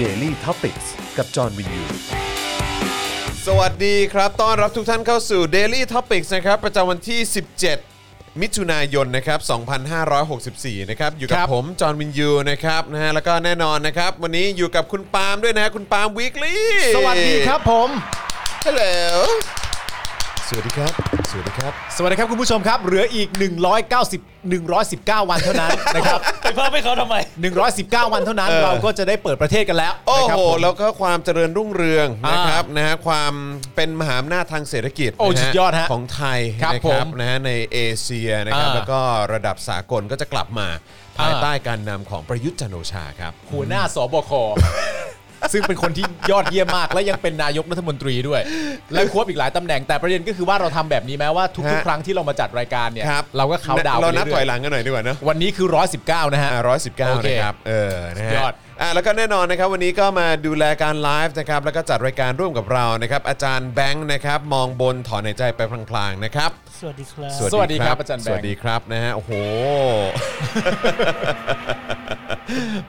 Daily t o p i c กกับจอห์นวินยู สวัสดีครับ ต้อนรับทุกท่านเข้าสู่ Daily Topics นะครับ ประจำวันที่ 17 มิถุนายน นะครับ 2564 นะครับ อยู่กับผม จอห์นวินยู นะครับ นะฮะ แล้วก็แน่นอนนะครับ วันนี้อยู่กับคุณปาล์มด้วยนะฮะ คุณปาล์มวีคลี่ สวัสดีครับผม ฮัลโหลสวัสดีครับ สวัสดีครับ สวัสดีครับคุณผู้ชมครับ เหลืออีก 190 119 วันเท่านั้น นะครับ ไปเพิ่มให้เขาทำไม 119 วันเท่านั้น เราก็จะได้เปิดประเทศกันแล้ว โอ้ นะครับ โห ผม แล้วก็ความเจริญรุ่งเรือง อ่า นะครับนะฮะความเป็นมหาอำนาจทางเศรษฐกิจ โอ้ นะฮะ สุดยอดฮะ ของไทย ครับ นะ ผ ครั ม นะฮะในเอเชียนะครับ อ่า แล้วก็ระดับสากลก็จะกลับมาภาย อ่า ใต้การนำของประยุทธ์จันทร์โอชาครับ หัวหน้าสบค ซึ่งเป็นคนที่ยอดเยี่ยมมาก และยังเป็นนายกรัฐมนตรีด้วย และควบอีกหลายตำแหน่งแต่ประเด็นก็คือว่าเราทำแบบนี้แม้ว่าทุก ฮะ ๆ ครั้งที่เรามาจัดรายการเนี่ย ครับ เราก็เขาน์ดาวน์ไป เรานับถ เรื่ อ อย ยหลังกันหน่อยดีกว่าเนอะ ๆวันนี้คือ 119 นะฮะ ร้อยสิบเก้า โอเค นะครับเออนะ สุดย ฮะ อด อ่าแล้วก็แน่นอนนะครับวันนี้ก็มาดูแลการไลฟ์นะครับแล้วก็จัดรายการร่วมกับเรานะครับอาจารย์แบงค์นะครับมองบนถอนหายใจไปพลางๆนะครับ สวัสดีครับ สวัสดีครับอาจารย์แบงค์ สวัสดีครับนะฮะ โอ้โห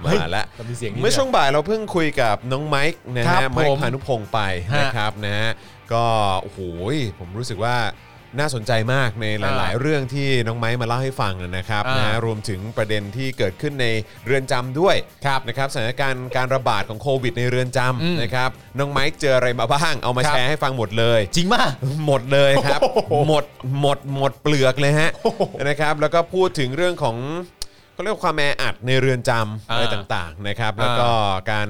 มาละ แต่มีเสียงนี้ เมื่อช่วงบ่ายเราเพิ่งคุยกับน้องไมค์นะ ครั ฮะ บ ไมค์ ผม พานุพงศ์ไป ฮะ นะครับนะฮะก็โอ้โหผมรู้สึกว่าน่าสนใจมากในหลาย ๆ เรื่องที่น้องไม้มาเล่าให้ฟังนะครับ อ่าน นะฮะรวมถึงประเด็นที่เกิดขึ้นในเรือนจำด้วย ครับ นะครับสถานการณ์การระบาดของโควิดในเรือนจ อืม ำนะครับน้องไม้เจออะไรมาบ้างเอามา ครับ แชร์ให้ฟังหมดเลย จริงมาก หมดเลยครับ โอ้โห หมดหมดหมดเปลือกเลยฮะ โอ้โห นะครับแล้วก็พูดถึงเรื่องของเขาเรียกว่าความแออัดในเรือนจำ อ่า อะไรต่างๆนะครับแล้วก็การ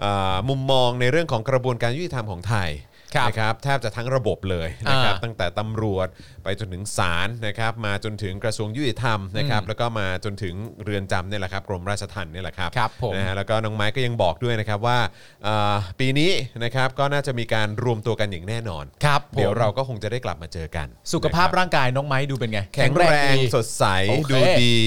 เอ่อมุมมองในเรื่องของกระบวนการยุติธรรมของไทย ครับ นะครับแทบจะทั้งระบบเลยนะครับ อ่า ตั้งแต่ตำรวจไปจนถึงศาลนะครับมาจนถึงกระทรวงยุติธรรมนะครับแล้วก็มาจนถึงเรือนจำเนี่ยแหละครับกรมราชทัณฑ์เนี่ยแหละครับ ครับผม นะฮะ นะฮะแล้วก็น้องไม้ก็ยังบอกด้วยนะครับว่าเอ่อปีนี้นะครับก็น่าจะมีการรวมตัวกันอย่างแน่นอน ครับผม เดี๋ยวเราก็คงจะได้กลับมาเจอกัน สุขภาพ นะคบ ร่างกายน้องไม้ดูเป็นไง แข็งแรงสดใส โอเค ดูดี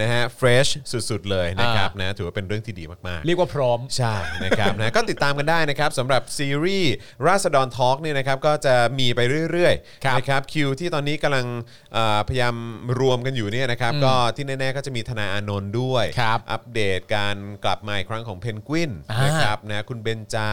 นะฮะเฟรชสุดๆเลยนะครับ อ่าน นะถือว่าเป็นเรื่องที่ดีมากๆ เรียกว่าพร้อม ใช่นะครับ นะก็ติดตามกันได้นะครับสำหรับซีรีส์ราษฎรทอล์กเนี่ยนะครับก็จะมีไปเรื่อย ครับ ๆนะครับคิวที่ตอนนี้กำลังเอ่อพยายามรวมกันอยู่เนี่ยนะครับก็ที่แน่ๆก็จะมีธนาอานนท์ด้วย ครับ อัปเดตการกลับมาอีกครั้งของเพนกวิน อ่าน นะครับนะคุณเบนจา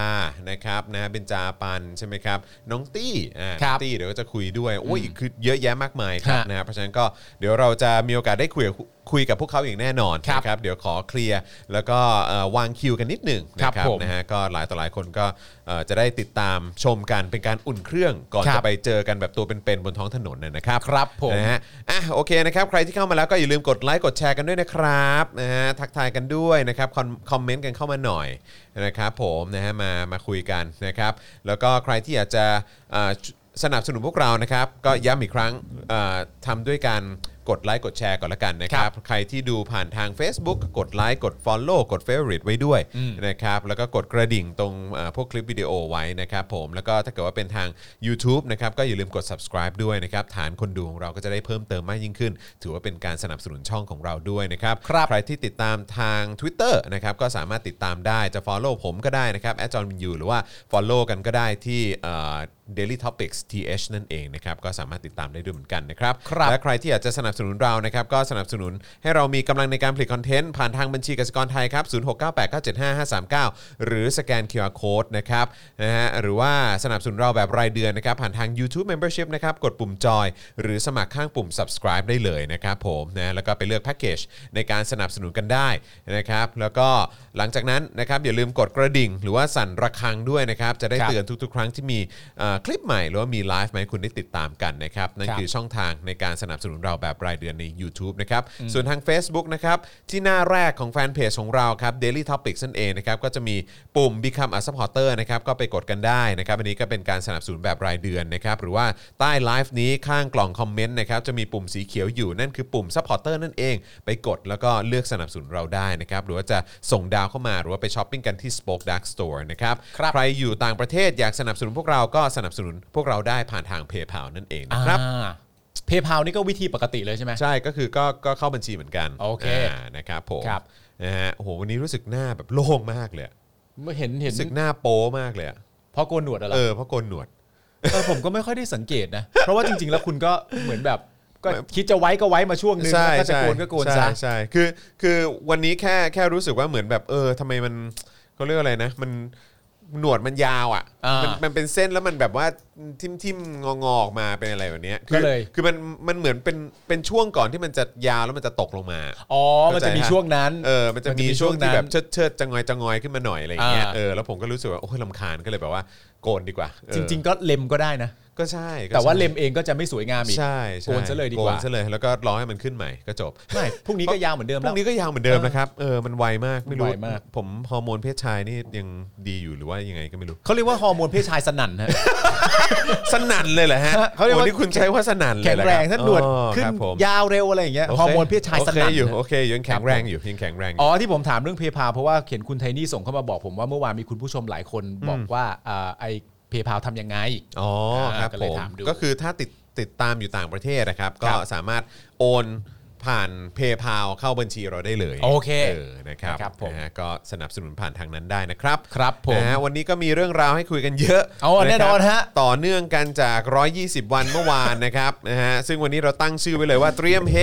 นะครับนะเบนจาปันใช่ไหมครับน้องตี้อ่า ค น้ รั อบ งตี้เดี๋ยวก็จะคุยด้วยโอ้ยคือเยอะแยะมากมายครับ ฮะ นะเพราะฉะนั้นก็เดี๋ยวเราจะมีโอกาสได้คุยกับคุยกับพวกเขาอย่างแน่นอน ครับ นะครับเดี๋ยวขอเคลียร์แล้วก็เอ่อวางคิวกันนิดหนึ่ง คนะรับ ครับ ผม นะฮะก็หลายต่อหลายคนก็เอ่อจะได้ติดตามชมกันเป็นการอุ่นเครื่องก่อน ครับ จะไปเจอกันแบบตัวเป็นๆบนท้องถนนน่ะนะครับ ครับผม นะฮะอ่ะโอเคนะครับ ใครที่เข้ามาแล้วก็อย่าลืมกดไลค์กดแชร์กันด้วยนะครับนะฮะทักทายกันด้วยนะครับคอมคอมเมนต์กันเข้ามาหน่อยนะครับผมนะฮะมามาคุยกันนะครับ แล้วก็ใครที่อยากจะเอ่อสนับสนุนพวกเรานะครับ ก็ย้ำอีกครั้งเอ่อทำด้วยการกดไลค์กดแชร์ก่อนละกันนะค ครั รับ บ ใครที่ดูผ่านทาง Facebook กดไลค์กด Follow กด Favorite ไว้ด้วยนะครับแล้วก็กดกระดิ่งตรงเอ่อพวกคลิปวิดีโอไว้นะครับผมแล้วก็ถ้าเกิดว่าเป็นทาง u t u b e นะครับก็อย่าลืมกด subscribe ด้วยนะครับฐานคนดูของเราก็จะได้เพิ่มเติมมากยิ่งขึ้น ถือว่าเป็นการสนับสนุนช่องของเราด้วยนะครับ ครับ ใครที่ติดตามทาง Twitter นะครับก็สามารถติดตามได้จะ Follow ผมก็ได้นะครับแอจอนวินยูหรือว่า Follow กันก็ได้ที่เอ่อ Daily Topics TH นั่นเองนะครับก็สามารถติดตามได้ด้วยเหมือนกันนะครับ ครับ และใครที่อยากจะสนับสนุนเรานะครับก็สนับสนุนให้เรามีกำลังในการผลิตคอนเทนต์ ผ่านทางบัญชีกสิกรไทยครับ 0698975539 หรือสแกน QR Code นะครับนะฮะหรือว่าสนับสนุนเราแบบรายเดือนนะครับ ผ่านทาง YouTube Membership นะครับ กดปุ่มจอย หรือสมัครข้างปุ่ม subscribe ได้เลยนะครับผมนะแล้วก็ไปเลือกแพ็กเกจในการสนับสนุนกันได้นะครับแล้วก็หลังจากนั้นนะครับอย่าลืมกดกระดิ่ง หรือว่าสั่นระฆังด้วยนะครับจะได้ ครับ เตือนทุกๆ ครั้งที่มีเอ่อคลิปใหม่หรือว่ามีไลฟ์ไหมาให้คุณได้ติดตามกันนะครับนั่น ครับ คือ ช่องทางในการสนับสนุนเราแบบรายเดือนใน YouTube นะครับ ส่วนทาง Facebook นะครับ ที่หน้าแรกของแฟนเพจของเราครับ Daily Topics นั่นเองนะครับ ก็จะมีปุ่ม Become a supporter นะครับ ก็ไปกดกันได้นะครับ อันนี้ก็เป็นการสนับสนุนแบบรายเดือนนะครับ หรือว่าใต้ไลฟ์นี้ข้างกล่องคอมเมนต์นะครับ จะมีปุ่มสีเขียวอยู่นั่นคือปุ่ม supporter นั่นเอง ไปกดแล้วก็เลือกสนับสนุนเราได้นะครับ หรือว่าจะส่งดาวเข้ามาหรือว่าไปช้อปปิ้งกันที่ Spoke Dark Store นะครับ ครับ ใครอยู่ต่างประเทศอยากสนับสนุนพวกเราก็สนับสนุนพวกเราได้ผ่านทาง PayPal นั่นเองนะครับ เพย์พานี่ก็วิธีปกติเลยใช่ไหม ใช่ก็คือก็ก็เข้าบัญชีเหมือนกัน โอเค านะครับผม ครับ นะฮะโอ้โหวันนี้รู้สึกหน้าแบบโล่งมากเลยอะ เมื่อเห็นเห็น รู้สึกหน้าโป้มากเลยอะ เพราะโกนหนวดอะไร เออเพราะโกนหนวด เออผมก็ไม่ค่อยได้สังเกตนะ เพราะว่าจริงๆ แล้วคุณก็เหมือนแบบก็คิดจะไว้ก็ไว้มาช่วงนึง ใช่ แล้วก็จะ ใช่ โกนก็โกน ใช่ ซะ ใช่คือคือวันนี้แค่แค่รู้สึกว่าเหมือนแบบเออทำไมมัน เขาเรียกอะไรนะมันหนวดมันยาวอ่ะ อ่ามั มันมันเป็นเส้นแล้วมันแบบว่าทิ่มทิมงองอๆออกมาเป็นอะไรแบบเนี้ยคื ก็เลย คือมันมันเหมือนเป็นเป็นช่วงก่อนที่มันจะยาวแล้วมันจะตกลงมา อ๋อ มันจะมีช่วงนั้น เออ มันจะ มันจะมี มีช่วงที่ ช่วงนั้น แบบเชิดเชิดๆจะงอยจะงอยขึ้นมาหน่อยอะไรอย่างเงี้ย อ่า เออ แล้วผมก็รู้สึกว่า โอ้ยลำคาญก็เลยแบบว่าโกนดีกว่า จริง ๆ ก็เล็มก็ได้นะ ๆก็ใช่ก็ใช่ แต่ว่าเล็มเองก็จะไม่สวยงามอีก ใช่ใช่ โกนซะเลยดีกว่า โกนซะเลย แล้วก็รอให้มันขึ้นใหม่ก็จบ ไม่พรุ่งนี้ก็ยาวเหมือนเดิม พ แล้ว รุ่งนี้ก็ยาวเหมือนเดิมนะครับ เออ มันไวมาก ไม่รู้ ไวมาก ผมฮอร์โมนเพศชายนี่ยังดีอยู่หรือว่ายังไงก็ไม่รู้ เขาเรียกว่าฮอร์โมนเพศชายสนั่นฮะ สนั่นเลยเหรอฮะ ฮะเขาเรียกว่า โอ้นี่คุณใช้ว่าสนั่นเลย แข็ง เหอคบ แรงท่านหนวด อ๋อ ขึ้น ครับผม ยาวเร็วอะไรอย่างเงี้ย โค ฮอร์โมนเพศชายสนั่น โอเคอยู่ นะ โอเคอยู่ยังแข็งแรงอยู่ยังแข็งแรงอยู่ อ๋อที่ผมถามเรื่องเพย์พาเพราะว่าเขียนคุณไทนี่ส่งเข้ามาบอกผมว่าเมื่อวานมีคุณผู้ชมหลายคนบอกว่าอ่าไอเพย์พาทำยังไง อ๋อครับ อ่าก็ ผ เลย ม ถามดู ก็คือถ้าติดติดตามอยู่ต่างประเทศนะครับ ก็ ครับ สามารถโอนผ่านเพย์พาเข้าบัญชีเราได้เลย โอเค นะครับ ครับผม นะฮะก็สนับสนุนผ่านทางนั้นได้นะครับ ครับผม นะฮะวันนี้ก็มีเรื่องราวให้คุยกันเยอะ อ๋อแน่นอนฮะ ครับต่อเนื่องกันจาก 120 วันเมื่อวาน นะครับนะฮะซึ่งวันนี้เราตั้งชื่อไว้เลยว่าเตรียมเฮ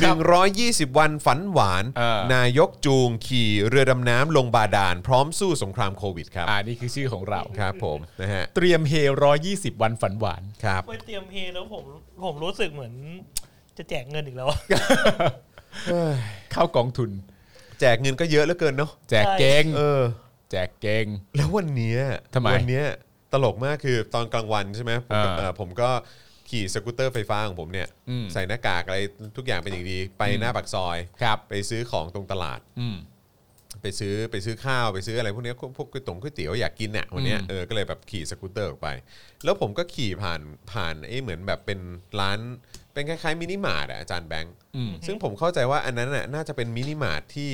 120 วันฝันหวาน เออ นายกจูงขี่เรือดำน้ำลงบาดาลพร้อมสู้สงครามโควิดครับ อ่านี่คือชื่อของเรา ครับผมนะฮะ เตรียมเฮร้อยยี่สิบวันฝันหวาน ครับ ไปเตรียมเพลงแล้วผมผมรู้สึกเหมือน จะแจกเงินอีกแล้วอะ เข้ากองทุน แจกเงินก็เยอะเหลือเกินเนาะ แจกเก่ง เออ แจกเก่ง แล้ววันเนี้ย ทำไม วันเนี้ยตลกมากคือตอนกลางวันใช่ไหมผมก็ อ่า เอ่อผมก็ขี่สกูตเตอร์ไฟฟ้าของผมเนี่ย อืม ใส่หน้ากากอะไรทุกอย่างเป็นอย่างดี ไปหน้าปากซอย ครับ ไปซื้อของตรงตลาด อืม ไปซื้อไปซื้อข้าวไปซื้ออะไรพวกเนี้ยพวกพวกก๋วยตงก๋วยเตี๋ยวอยากกินเนี่ยวันเนี้ย อืม เออก็เลยแบบขี่สกูตเตอร์ออกไป แล้วผมก็ขี่ผ่านผ่านไอ้เหมือนแบบเป็นร้านเป็นคล้ายๆมินิมาร์ทอะอาจารย์แบงค์ อืม ซึ่งผมเข้าใจว่าอันนั้นน่ะน่าจะเป็นมินิมาร์ทที่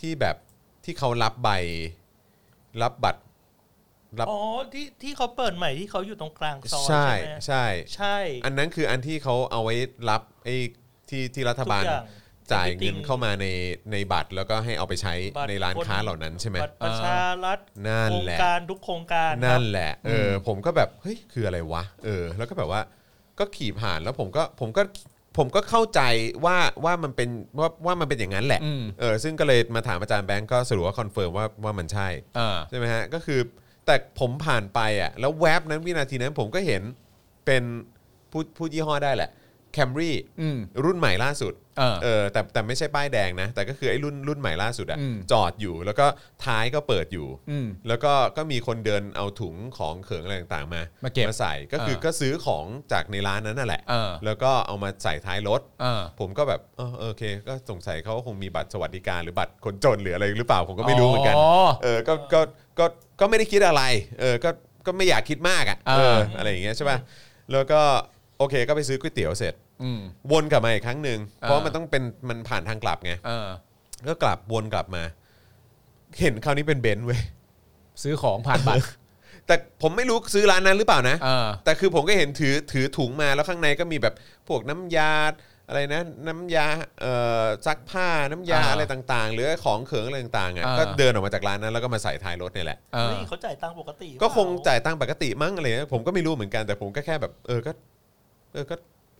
ที่แบบที่เขารับใบ รับบัตร ครับ อ๋อที่ที่เขาเปิดใหม่ที่เขาอยู่ตรงกลางซอย ใช่ ใช่ไหม ใช่ ใช่ อันนั้นคืออันที่เขาเอาไว้รับไอ้ที่ที่รัฐ ทุก บาล อย่าง จ่ายเงินเข้ามาในในบัตร แล้วก็ให้เอาไปใช้ บัตร ในร้านค้าเหล่านั้นใช่ไหม บัตรประชารัฐ นั่น โครง แหละ การทุกโครงการครับ นั่นแหละเอออผมก็แบบเฮ้ยคืออะไรวะเออ แล้วก็แบบว่าก็ขี่ผ่านแล้วผมก็ผมก็ผมก็เข้าใจว่าว่ามันเป็นว่าว่ามันเป็นอย่างนั้นแหละ อืม เออซึ่งก็เลยมาถามอาจารย์แบงก์ก็สรุปว่าคอนเฟิร์มว่าว่ามันใช่ อ่า ใช่ไหมฮะก็คือแต่ผมผ่านไปอ่ะแล้วแวบนั้นวินาทีนั้นผมก็เห็นเป็นพูดพูดยี่ห้อได้แหละแคมรี่ อืม รุ่นใหม่ล่าสุด เออ เออแต่แต่ไม่ใช่ป้ายแดงนะ แต่ก็คือไอ้รุ่นรุ่นใหม่ล่าสุดอ่ะ อืม จอดอยู่แล้วก็ท้ายก็เปิดอยู่ อืม แล้วก็ก็มีคนเดินเอาถุงของเขิงอะไรต่างๆมา มาเก็บ ใส่ก็คือ เออ ก็ซื้อของจากในร้านนั้นน่ะแหละ เออ แล้วก็เอามาใส่ท้ายรถ อ่า ผมก็แบบเออโอเค ก็สงสัยเขาก็คงมีบัตรสวัสดิการหรือบัตรคนจนหรืออะไรหรือเปล่าผมก็ไม่รู้เหมือนกัน อ๋อ เออก็ก็ก็ก็ไม่ได้คิดอะไร เออก็ก็ไม่อยากคิดมากอ่ะ อ่า เอออะไรอย่างเงี้ยใช่ป่ะแล้วก็โอเคก็ไปซื้อก๋วยเตี๋ยวเสร็จ อืม วนกลับมาอีกครั้งหนึ่ง อ่า เพราะมันต้องเป็นมันผ่านทางกลับไง อ่า ก็กลับวนกลับมา เห็นคราวนี้เป็นเบนซ์เว้ย ซื้อของผ่าน บัตร แต่ผมไม่รู้ซื้อร้านนั้นหรือเปล่านะ อ่า แต่คือผมก็เห็นถือถือถุงมาแล้วข้างในก็มีแบบพวกน้ำยาอะไรนะ น้ำยาเอ่อซักผ้าน้ำยา อ่า อะไรต่างๆ หรือของเขิงอะไรต่างๆอ่ะ อ่า ก็เดินออกมาจากร้านนั้นแล้วก็มาใส่ท้ายรถเนี่ยแหละ อ่า เฮ้ยเขาจ่ายตังค์ปกติ ก็คง เปล่ จ่ายตังค์ปกติมั้งอะไรเงี้ยผมก็ไม่รู้เหมือนกันแต่ผมก็แค่แบบ เออก็เออก็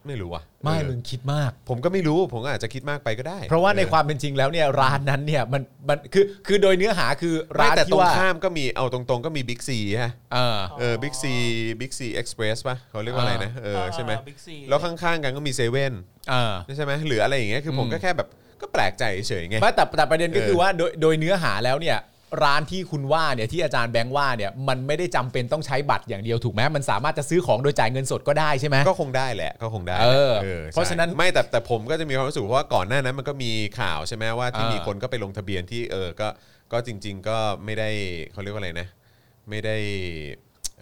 ไม่รู้ว่ะ ไม่ เออ มึงคิดมาก ผมก็ไม่รู้ผมก็อาจจะคิดมากไปก็ได้ เพราะว่าใน ออ ความเป็นจริงแล้วเนี่ยร้านนั้นเนี่ยมันมันคือคือโดยเนื้อหาคือ ไม่ ร้าน แต่ต ที่ รง ว่า ข้ามก็มีเอาตรงๆก็มีบิ๊กซีฮะ อ่า เออบิ๊กซีบิ๊กซีเอ็กซ์เพรสป่ะเขาเรียกว่าอะไรนะเออใช่ไหม อ่า Big C แล้วข้างๆกันก็มีเซเว่น อ่า ใช่ไหมหรืออะไรอย่างเงี้ยคือผม อืม ก็แค่แบบก็แปลกใจเฉยๆไง ไม่แต่แต่ประเด็นก็คือ เออ ว่าโดยโดยเนื้อหาแล้วเนี่ยร้านที่คุณว่าเนี่ยที่อาจารย์แบงค์ว่าเนี่ยมันไม่ได้จำเป็นต้องใช้บัตรอย่างเดียวถูกไหมมันสามารถจะซื้อของโดยจ่ายเงินสดก็ได้ใช่ไหม ก็คงได้แหละก็คงได้แหละ เออ ใช่ เพราะฉะนั้น ไม่แต่แต่ผมก็จะมีความรู้สึกว่าก่อนหน้านั้นมันก็มีข่าวใช่ไหมว่าที่ อ่ามี มีคนก็ไปลงทะเบียนที่เออก็ก็จริง ๆ ก็ไม่ได้เขาเรียกว่าอะไรนะ ไม่ได้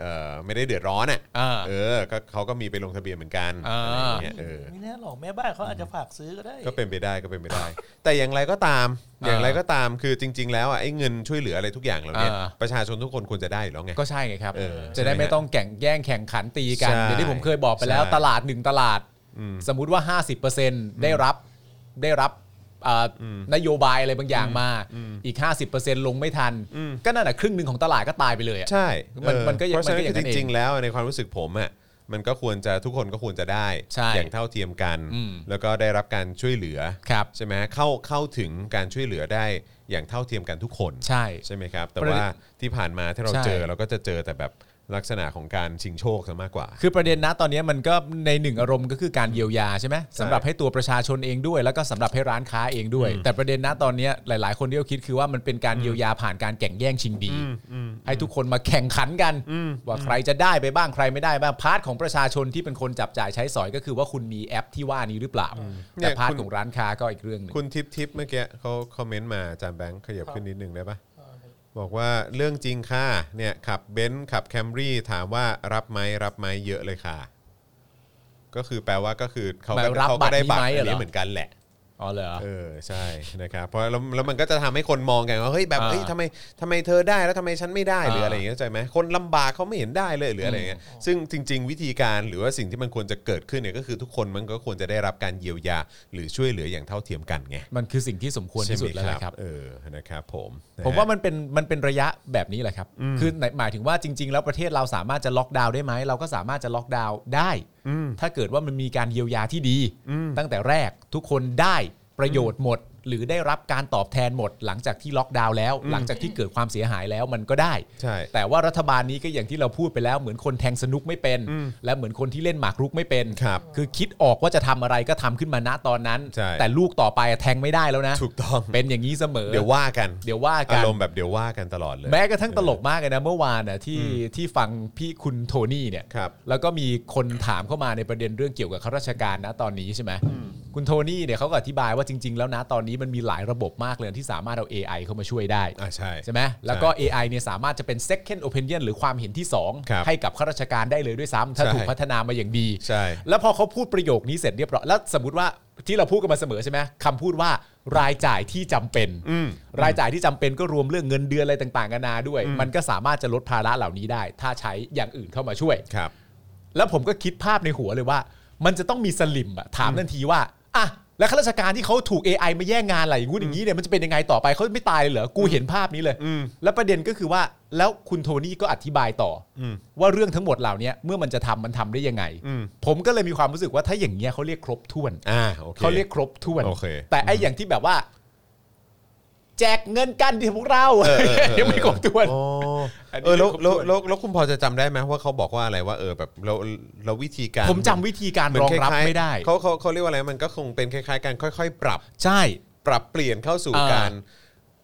เออไม่ได้เดือดร้อนอ่ะ อ่า เออก็เขาก็มีไปลงทะเบียนเหมือนกัน อ่า อะไรอย่างเงี้ยเออ ไม่แน่หรอกแม่บ้านเขาอาจจะฝากซื้อก็ได้ ก็เป็นไปได้ก็เป็นไปได้ แต่อย่างไรก็ตามอย่างไรก็ตามคือจริง ๆ แล้วอ่ะไอ้เงินช่วยเหลืออะไรทุกอย่างเหล่าเนี้ย อ่า ประชาชนทุกคนควรจะได้อยู่แล้วไง ก็ใช่ไงครับ เออ จะได้ไม่ต้องแข่งแย่งแข่งขันตีกัน ใช่ อย่างที่ผมเคยบอกไปแล้ว ใช่ ตลาดหนึ่งตลาด สมมุติว่า 50%ได้รับได้รับอ่านโยบายอะไรบางอย่างมาอีก 50%ลงไม่ทัน อืม ก็นั่นแหละครึ่งหนึ่งของตลาดก็ตายไปเลยอะ ใช่ มัน เออ มันก็ยัง เพราะฉะนั้ มันนก็อย่าง คือ นั้จนเอง ริงๆแล้วในความรู้สึกผมอ่ะ มันก็ควรจะทุกคนก็ควรจะได้ ใช่ อย่างเท่าเทียมกัน อืม แล้วก็ได้รับการช่วยเหลือ ครับ ใช่ไหมเข้าเข้าถึงการช่วยเหลือได้อย่างเท่าเทียมกันทุกคน ใช่ ใช่ไหมครับ แต่ ประเด็น ว่าที่ผ่านมาที่เรา ใช่ เจอเราก็จะเจอแต่แบบลักษณะของการชิงโชคซะมากกว่า คือประเด็นนะตอนนี้มันก็ในหนึ่งอารมณ์ก็คือการเยียวยาใช่ไหมสำหรับให้ตัวประชาชนเองด้วย แล้วก็สำหรับให้ร้านค้าเองด้วย แต่ประเด็นนะตอนนี้หลาย ๆ คนที่เขาคิดคือว่ามันเป็นการเยียวยาผ่านการแข่งแย่งชิงดี ให้ทุกคนมาแข่งขันกัน ว่าใครจะได้ไปบ้างใครไม่ได้บ้างพาร์ทของประชาชนที่เป็นคนจับจ่ายใช้สอยก็คือว่าคุณมีแอปที่ว่านี้หรือเปล่า เนี่ แต่ ย พาร์ท คุณ ของร้านค้าก็อีกเรื่องหนึง คุณทิพย์ทิพย์เมื่อกี้เขาคอมเมนต์มาอาจานแบงค์ขยับขึ้นนิดนึงได้ปะบอกว่าเรื่องจริงค่ะเนี่ยขับเบนซ์ขับแคมรี่ถามว่ารับไหมรับไหมเยอะเลยค่ะ ก็คือแปลว่าก็คือเขา หมาย ก็ ว่ารับ เขาก็ได้บัตร บัตรนี้ไหม อันนี้ เหรอ เหมือนกันแหละ อ๋อเหรอ เออใช่นะครับเพราะแล้วแล้วมันก็จะทำให้คนมองกันว่าเฮ้ยแบบ อ่า เฮ้ยทำไมทำไมเธอได้แล้วทำไมฉันไม่ได้หรืออะไร อ่า อย่างเงี้ยเข้าใจไหมคนลำบากเขาไม่เห็นได้เลยหรืออะไรอย่างเงี้ยซึ่งจริง ๆ วิธีการหรือว่าสิ่งที่มันควรจะเกิดขึ้นเนี่ยก็คือทุกคนมันก็ควรจะได้รับการเยียวยา หรือช่วยเหลืออย่างเท่าเทียมกันไง มันคือสิ่งที่สมควรที่สุดแล้ว ใช่ไหม ล่ะครับ เออ นะครับผม ผมว่ามันเป็นมันเป็นระยะแบบนี้แหละครับ คือในหมายถึงว่าจริง ๆ แล้วประเทศเราสามารถจะล็อกดาวน์ได้ไหม เราก็สามารถจะล็อกดาวน์ได้ ถ้าเกิดว่ามันมีการเยียวยาที่ดี ตั้งแต่แรกทุกคนได้ประโยชน์หมด หรือได้รับการตอบแทนหมด หลังจากที่ล็อกดาวน์แล้ว หลังจากที่เกิดความเสียหายแล้วมันก็ได้ ใช่ แต่ว่ารัฐบาลนี้ก็อย่างที่เราพูดไปแล้วเหมือนคนแทงสนุกไม่เป็น และเหมือนคนที่เล่นหมากรุกไม่เป็น ครับ อคิดออกว่าจะทำอะไรก็ทำขึ้นมาณตอนนั้น ใช่ แต่ลูกต่อไปแทงไม่ได้แล้วนะ ถูกต้อง เป็นอย่างนี้เสมอ เดี๋ยวว่ากัน เดี๋ยวว่ากั อาน รมณ์แบบเดี๋ยวว่ากันตลอดเลย แม้กระทั่งตลกมากเลยนะเมื่อวานน่ะที่ที่ฟังพี่คุณโทนี่เนี่ย ครับ แล้วก็มีคนถามเข้ามาในประเด็นเรื่องเกี่ยวกับข้าราชการนะตอนนี้ใช่ไหมคุณโทนี่เนี่ยเขาก็อธิบายว่าจริง ๆ แล้วนะตอนนี้มันมีหลายระบบมากเลยที่สามารถเอา AI เข้ามาช่วยได้ อ่าใช่ ใช่ไหมแล้วก็ AI เนี่ยสามารถจะเป็น second opinion หรือความเห็นที่ ครับ 2 ให้กับข้าราชการได้เลยด้วยซ้ำถ้า ใช่ ถูกพัฒนามาอย่างดี ใช่ แล้วพอเขาพูดประโยคนี้เสร็จเรียบร้อยแล้วสมมติว่าที่เราพูดกันมาเสมอใช่ไหมคำพูดว่ารายจ่ายที่จำเป็น อืม รายจ่ายที่จำเป็นก็รวมเรื่องเงินเดือนอะไรต่างๆกันานาด้วย มันก็สามารถจะลดภาระเหล่านี้ได้ ถ้าใช้อย่างอื่นเข้ามาช่วย ครับ แล้วผมก็คิดภาพในหัวเลยว่า มันจะต้องมีสลิมอะถามทันทีว่าอ่ะแล้วข้าราชการที่เขาถูก AI มาแย่งงานอะไรอย่างงู้นอย่างนี้เนี่ยมันจะเป็นยังไงต่อไปเขาไม่ตายเลยเหรอกูเห็นภาพนี้เลย อืม แล้วประเด็นก็คือว่าแล้วคุณโทนี่ก็อธิบายต่ออ ม ว่าเรื่องทั้งหมดเหล่านี้เมื่อมันจะทำมันทำได้ยังไง อืม ผมก็เลยมีความรู้สึกว่าถ้าอย่างเงี้ยเขาเรียกครบถ้วน อ่าโอเค เขาเรียกครบถ้วน โอเค แต่ไอ้อย่างที่แบบว่า แจกเงินกันที่พวกเรา เออเออเออ เดี๋ยวไม่ครบถ้วน อ๋ออน นี้ เออแล้ว ครบถ้ แล้ว วน แล้วแล้วคุณพอจะจำได้ไหมว่าเขาบอกว่าอะไรว่าเออแบบเราเราวิธีการ ผมจำวิธีการ เหมืน รองรับ คล้ายๆ ไม่ได้ เขาเขาเขาเรียกว่าอะไรมันก็คงเป็นคล้ายๆการค่อย ๆ ปรับ ใช่ ปรับเปลี่ยนเข้าสู่ อ่า การ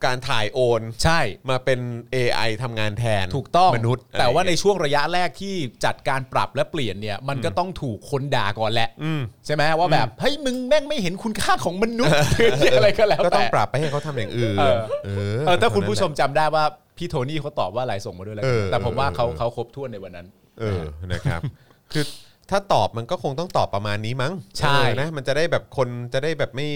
การถ่ายโอน ใช่ มาเป็น AI ทำงานแทน ถูกต้อง มนุษย์ แต่ว่า อะไร ใน อย่งเงี้ย ช่วงระยะแรกที่จัดการปรับและเปลี่ยนเนี่ย มันก็ต้องถูกคนด่าก่อนแหละ อืม ใช่ไหมว่าแบบเฮ้ยมึงแม่งไม่เห็นคุณค่าของมนุษย์หรืออะไรก็แล้ว ก็ แต่ ต้องปรับไปให้เขาทำอย่างอื่น เออ เอ เออถ้าคุณ เท่นั้น ผู้ชมจำได้ว่าพี่โทนี่เขาตอบว่าอะไรส่งมาด้วยแล้วกัน เออ แต่ผมว่าเขา เออ เขาครบถ้วนในวันนั้น เออ นะครับ คือถ้าตอบมันก็คงต้องตอบประมาณนี้มั้ง ใช่ เออนะ มันจะได้แบบคนจะได้แบบไม่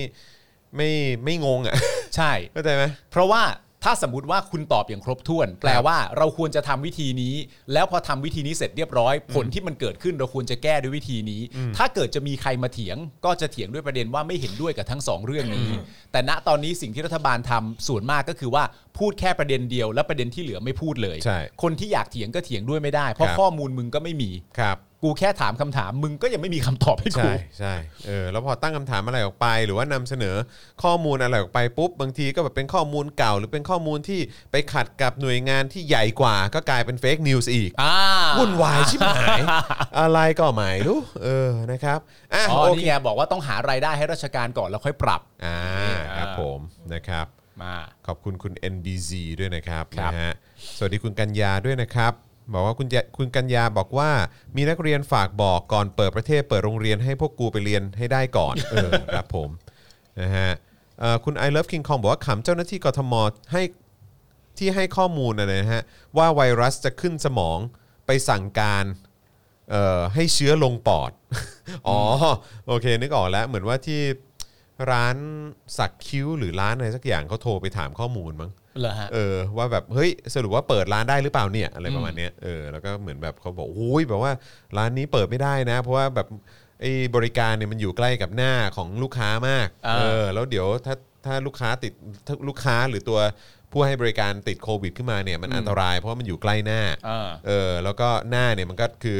ไม่ไม่งงอ่ะ ใช่ เข้าใจไหม เพราะว่าถ้าสมมติว่าคุณตอบอย่างครบถ้วน แปลว่าเราควรจะทำวิธีนี้ แล้วพอทำวิธีนี้เสร็จเรียบร้อย ผลที่มันเกิดขึ้นเราควรจะแก้ด้วยวิธีนี้ ถ้าเกิดจะมีใครมาเถียง ก็จะเถียงด้วยประเด็นว่าไม่เห็นด้วยกับทั้งสองเรื่องนี้ แต่ณตอนนี้สิ่งที่รัฐบาลทำส่วนมากก็คือว่าพูดแค่ประเด็นเดียว และประเด็นที่เหลือไม่พูดเลย ใช่ คนที่อยากเถียงก็เถียงด้วยไม่ได้ เพราะ ครับ ข้อมูลมึงก็ไม่มี ครับ กูแค่ถามคำถามมึงก็ยังไม่มีคำตอบให้กู ใช่ใช่เออแล้วพอตั้งคำถามอะไรออกไป หรือว่านำเสนอข้อมูลอะไรออกไปปุ๊บบางทีก็แบบเป็นข้อมูลเก่า หรือเป็นข้อมูลที่ไปขัดกับหน่วยงานที่ใหญ่กว่า ก็กลายเป็นเฟกนิวส์อีก อ่า วุ่นวายชิบหาย อะไรก็ไม่รู้เออนะครับอ่ะ อ๋อ โอเค นี่ไงบอกว่าต้องหารายได้ให้ราชการก่อนแล้วค่อยปรับ อ่าครับผมนะครับ มา ขอบคุณคุณ NBZ ด้วยนะครับ ครับ นะฮะสวัสดีคุณกัญญาด้วยนะครับ บอกว่าคุณจะคุณกัญญาบอกว่า มีนักเรียนฝากบอกก่อนเปิดประเทศเปิดโรงเรียนให้พวกกูไปเรียนให้ได้ก่ อน เออครับผมนะฮะเอ่อคุณ I love King Kong บอกว่าขำเจ้าหน้าที่กทมให้ที่ให้ข้อมูลอะไรนะฮะว่าไวรัสจะขึ้นสมองไปสั่งการเอ่อให้เชื้อลงปอด อ๋อโอเคนึกออกแล้วเหมือนว่าที่ร้านสักคิ้วหรือร้านอะไรสักอย่างเขาโทรไปถามข้อมูลมั้ง เหรอฮะ เออว่าแบบเฮ้ยสรุปว่าเปิดร้านได้หรือเปล่าเนี่ยอะไรประมาณเนี้ยเออแล้วก็เหมือนแบบเขาบอกโอ้ยแบบว่าร้านนี้เปิดไม่ได้นะ เพราะว่าแบบไอ้บริการเนี่ยมันอยู่ใกล้กับหน้าของลูกค้ามาก อ่า เออแล้วเดี๋ยวถ้าถ้าลูกค้าติดถ้าลูกค้าหรือตัวผู้ให้บริการติดโควิดขึ้นมาเนี่ยมันอันตรายเพราะว่ามันอยู่ใกล้หน้า อ่า เออแล้วก็หน้าเนี่ยมันก็คือ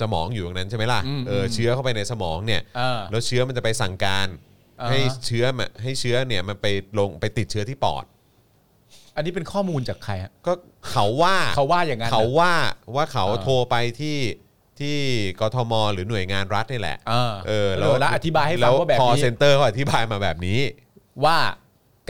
สมองอยู่ตรงนั้นใช่ไหมล่ะ อืม เออเชื้อเข้าไปในสมองเนี่ย เออ แล้วเชื้อมันจะไปสั่งการ อ่าฮะ ให้เชื้อมะให้เชื้อเนี่ยมันไปลงไปติดเชื้อที่ปอด อันนี้เป็นข้อมูลจากใครฮะ ก็เขาว่า เขาว่าอย่างนั้น เขาว่าว่าเขา เออ โทรไปที่ที่กทม หรือหน่วยงานรัฐนี่แหละ เออ เออ แล้วเดี๋ยวแล้วอธิบายให้ฟังว่าแบบ พอ นี้ เซ็นเตอร์เขาอธิบายมาแบบนี้ ว่า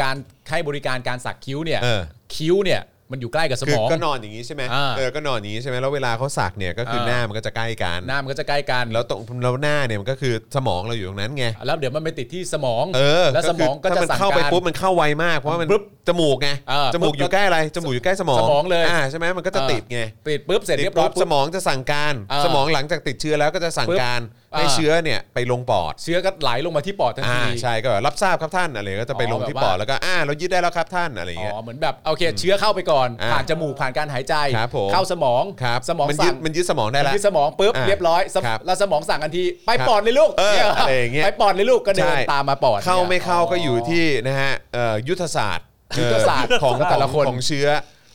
การให้บริการการสักคิ้วเนี่ย เออ คิ้วเนี่ยมันอยู่ใกล้กับส คื ม อ อง ก็นอนอย่างนี้ใช่ไหม อ่า เออก็นอนอย่างนี้ใช่ไหมแล้วเวลาเขาสักเนี่ยก็คืออา หน้ามันก็จะใกล้กัน หน้ามันก็จะใกล้กัน แล้วตรงแล้วหน้าเนี่ยมันก็คือสมองเราอยู่ตรงนั้นไง แล้วเดี๋ยวมันไปติดที่สมอง เออ แล้วสมองก็ คือถ้ามันจะสั่ง เข้าไป การ ปุ๊บมันเข้าไวมากเพราะว่ามัน ปุ๊บ จมูกไง เออ จมูกอยู่ใกล้อะไรจมูกอยู่ใกล้สมอง สมองเลย อ่าใช่ไหมมันก็จะ เออ ติดไง ติดปุ๊บเสร็จ ติด เรียบร้อ ปุ๊บยปุ๊ ส บ มองจะสั่งการ เออ สมองหลังจากติดเชื้อแล้วก็จะสั่ง ปุ๊บ การให้ อ่า เชื้อเนี่ยไปลงปอด เชื้อก็ไหลลงมาที่ปอดทัน อ่า ที ใช่ก็แบบรับทราบครับท่านอะไรก็จะไป อ๋อ ลงที่ แบบว่า ปอดแล้วก็อ่าเรายึดได้แล้วครับท่านอะไรอย่าง อ๋ เงี้ย อเหมือนแบบโอเค เชื้อเข้าไปก่อน อ่า ผ่านจมูกผ่านการหายใจ ครับผม เข้าสมอง ครับ สมอง มันยึ สั่ ด ง มันยึดสมองได้แล้ว ที่สมองปุ๊บ อ่า เรียบร้อยสม ครับ แล้วสมองสั่งทันทีไป ครับ ปอดเลยลูก เออ นี่ อะไรอย่างเงี้ย ไปปอดเลยลูกก็เดิ ใช่ นตามมาปอด เข้าไม่เข้าก็อยู่ ที่ ที่นะฮะเอ่อยุทธศาสตร์ ยุทธศาสตร์ เอ่อของ แต่ละคน ของเชื้อ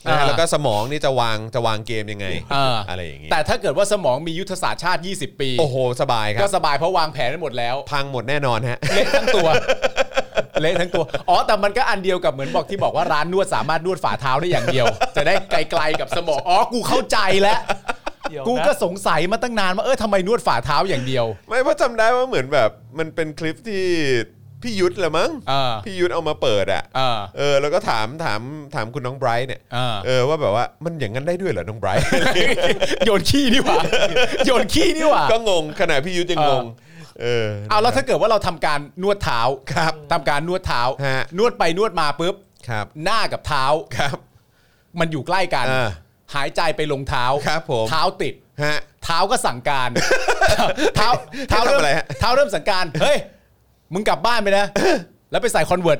นะฮะ อ่า แล้วก็สมองนี่จะวางจะวางเกมยังไง เอออ อะไรอย่างงี้ แต่ถ้าเกิดว่าสมองมียุทธศาสตร์ชาติ 20 ปี โอ้โหสบายค ก็ รับ สบายเพราะวางแผนไว้หมดแล้ว พังหมดแน่นอนฮะ เละทั้งตัว เละทั้งตัว อ๋อ แต่มันก็อันเดียวกับเหมือนบอกที่บอกว่าร้านนวดสามารถนวดฝ่าเท้าได้อย่างเดียว จะได้ไกลๆกับสมอง อ๋อ กูเข้าใจแล้ว เดี๋ยว กู นะ ก็สงสัยมาตั้งนานว่าเออทำไมนวดฝ่าเท้าอย่างเดียว ไม่เพราะจำได้ว่าเหมือนแบบมันเป็นคลิปที่พี่ยุทธละมั้ง เออ พี่ยุทธเอามาเปิดอ่ะ เออ เออแล้วก็ถามถามถามคุณน้องไบรท์เนี่ย อ่า เออว่าแบบว่ามันอย่างนั้นได้ด้วยเหรอน้องไบรท์ โยนขี้นี่ หว่าโยนขี้นี่หว่า ก็งงขนาดพี่ยุทธยังงง เออ เอาแล้วถ้าเกิดว่าเราทำการนวดเท้า ครับ ทำการนวดเท้า ฮะ นวดไปนวดมาปุ๊บ ครับ หน้ากับเท้า ครับ มันอยู่ใกล้กัน อ่า หายใจไปลงเท้า ครับผม เท้าติด ฮะ เท้าก็สั่ง การ เท้าเท้า ให้ทำ เริ่ม อะไรฮะ เท้าเริ่มสั่งการ เฮ้ย มึงกลับบ้านไปนะ แล้วไปใส่คอนเวิร์ต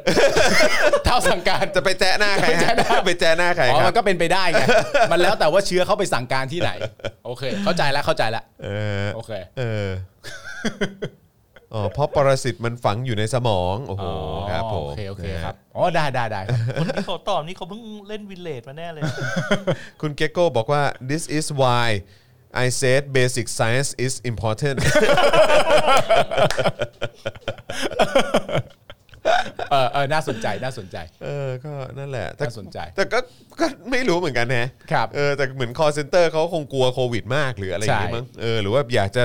เท้าสั่งการ จะไปแจ้หน้าใครฮะไปแจ้หน้าใคร อ๋อ ครั มั บ นก็เป็นไปได้ไง มันแล้วแต่ว่าเชื้อเข้าไปสั่งการ ที่ไหน โอเค เข้าใจแล้วเข้าใจแล้ว เออ โอเค เอออ๋อเพราะปรสิตมันฝังอยู่ในสมองโอ้โหครับผม โอเคโอเค นะฮะ ครับ อ๋อ ได้ได้ได้ครับ คนที่เขาตอบนี่เขาเพิ่งเล่นวินเลดมาแน่เลย คุณเกโก้บอกว่า this is why I said basic science is important เออเออน่าสนใจ น่าสนใจ เออก็นั่นแหละแต่ น่าสนใจ แต่ก็ก็ไม่รู้เหมือนกันนะครับ เออแต่เหมือน call center เขาคงกลัวโควิดมากหรืออะไรอย่างงี้ ใช่ มั้งเออหรือว่าอยากจะ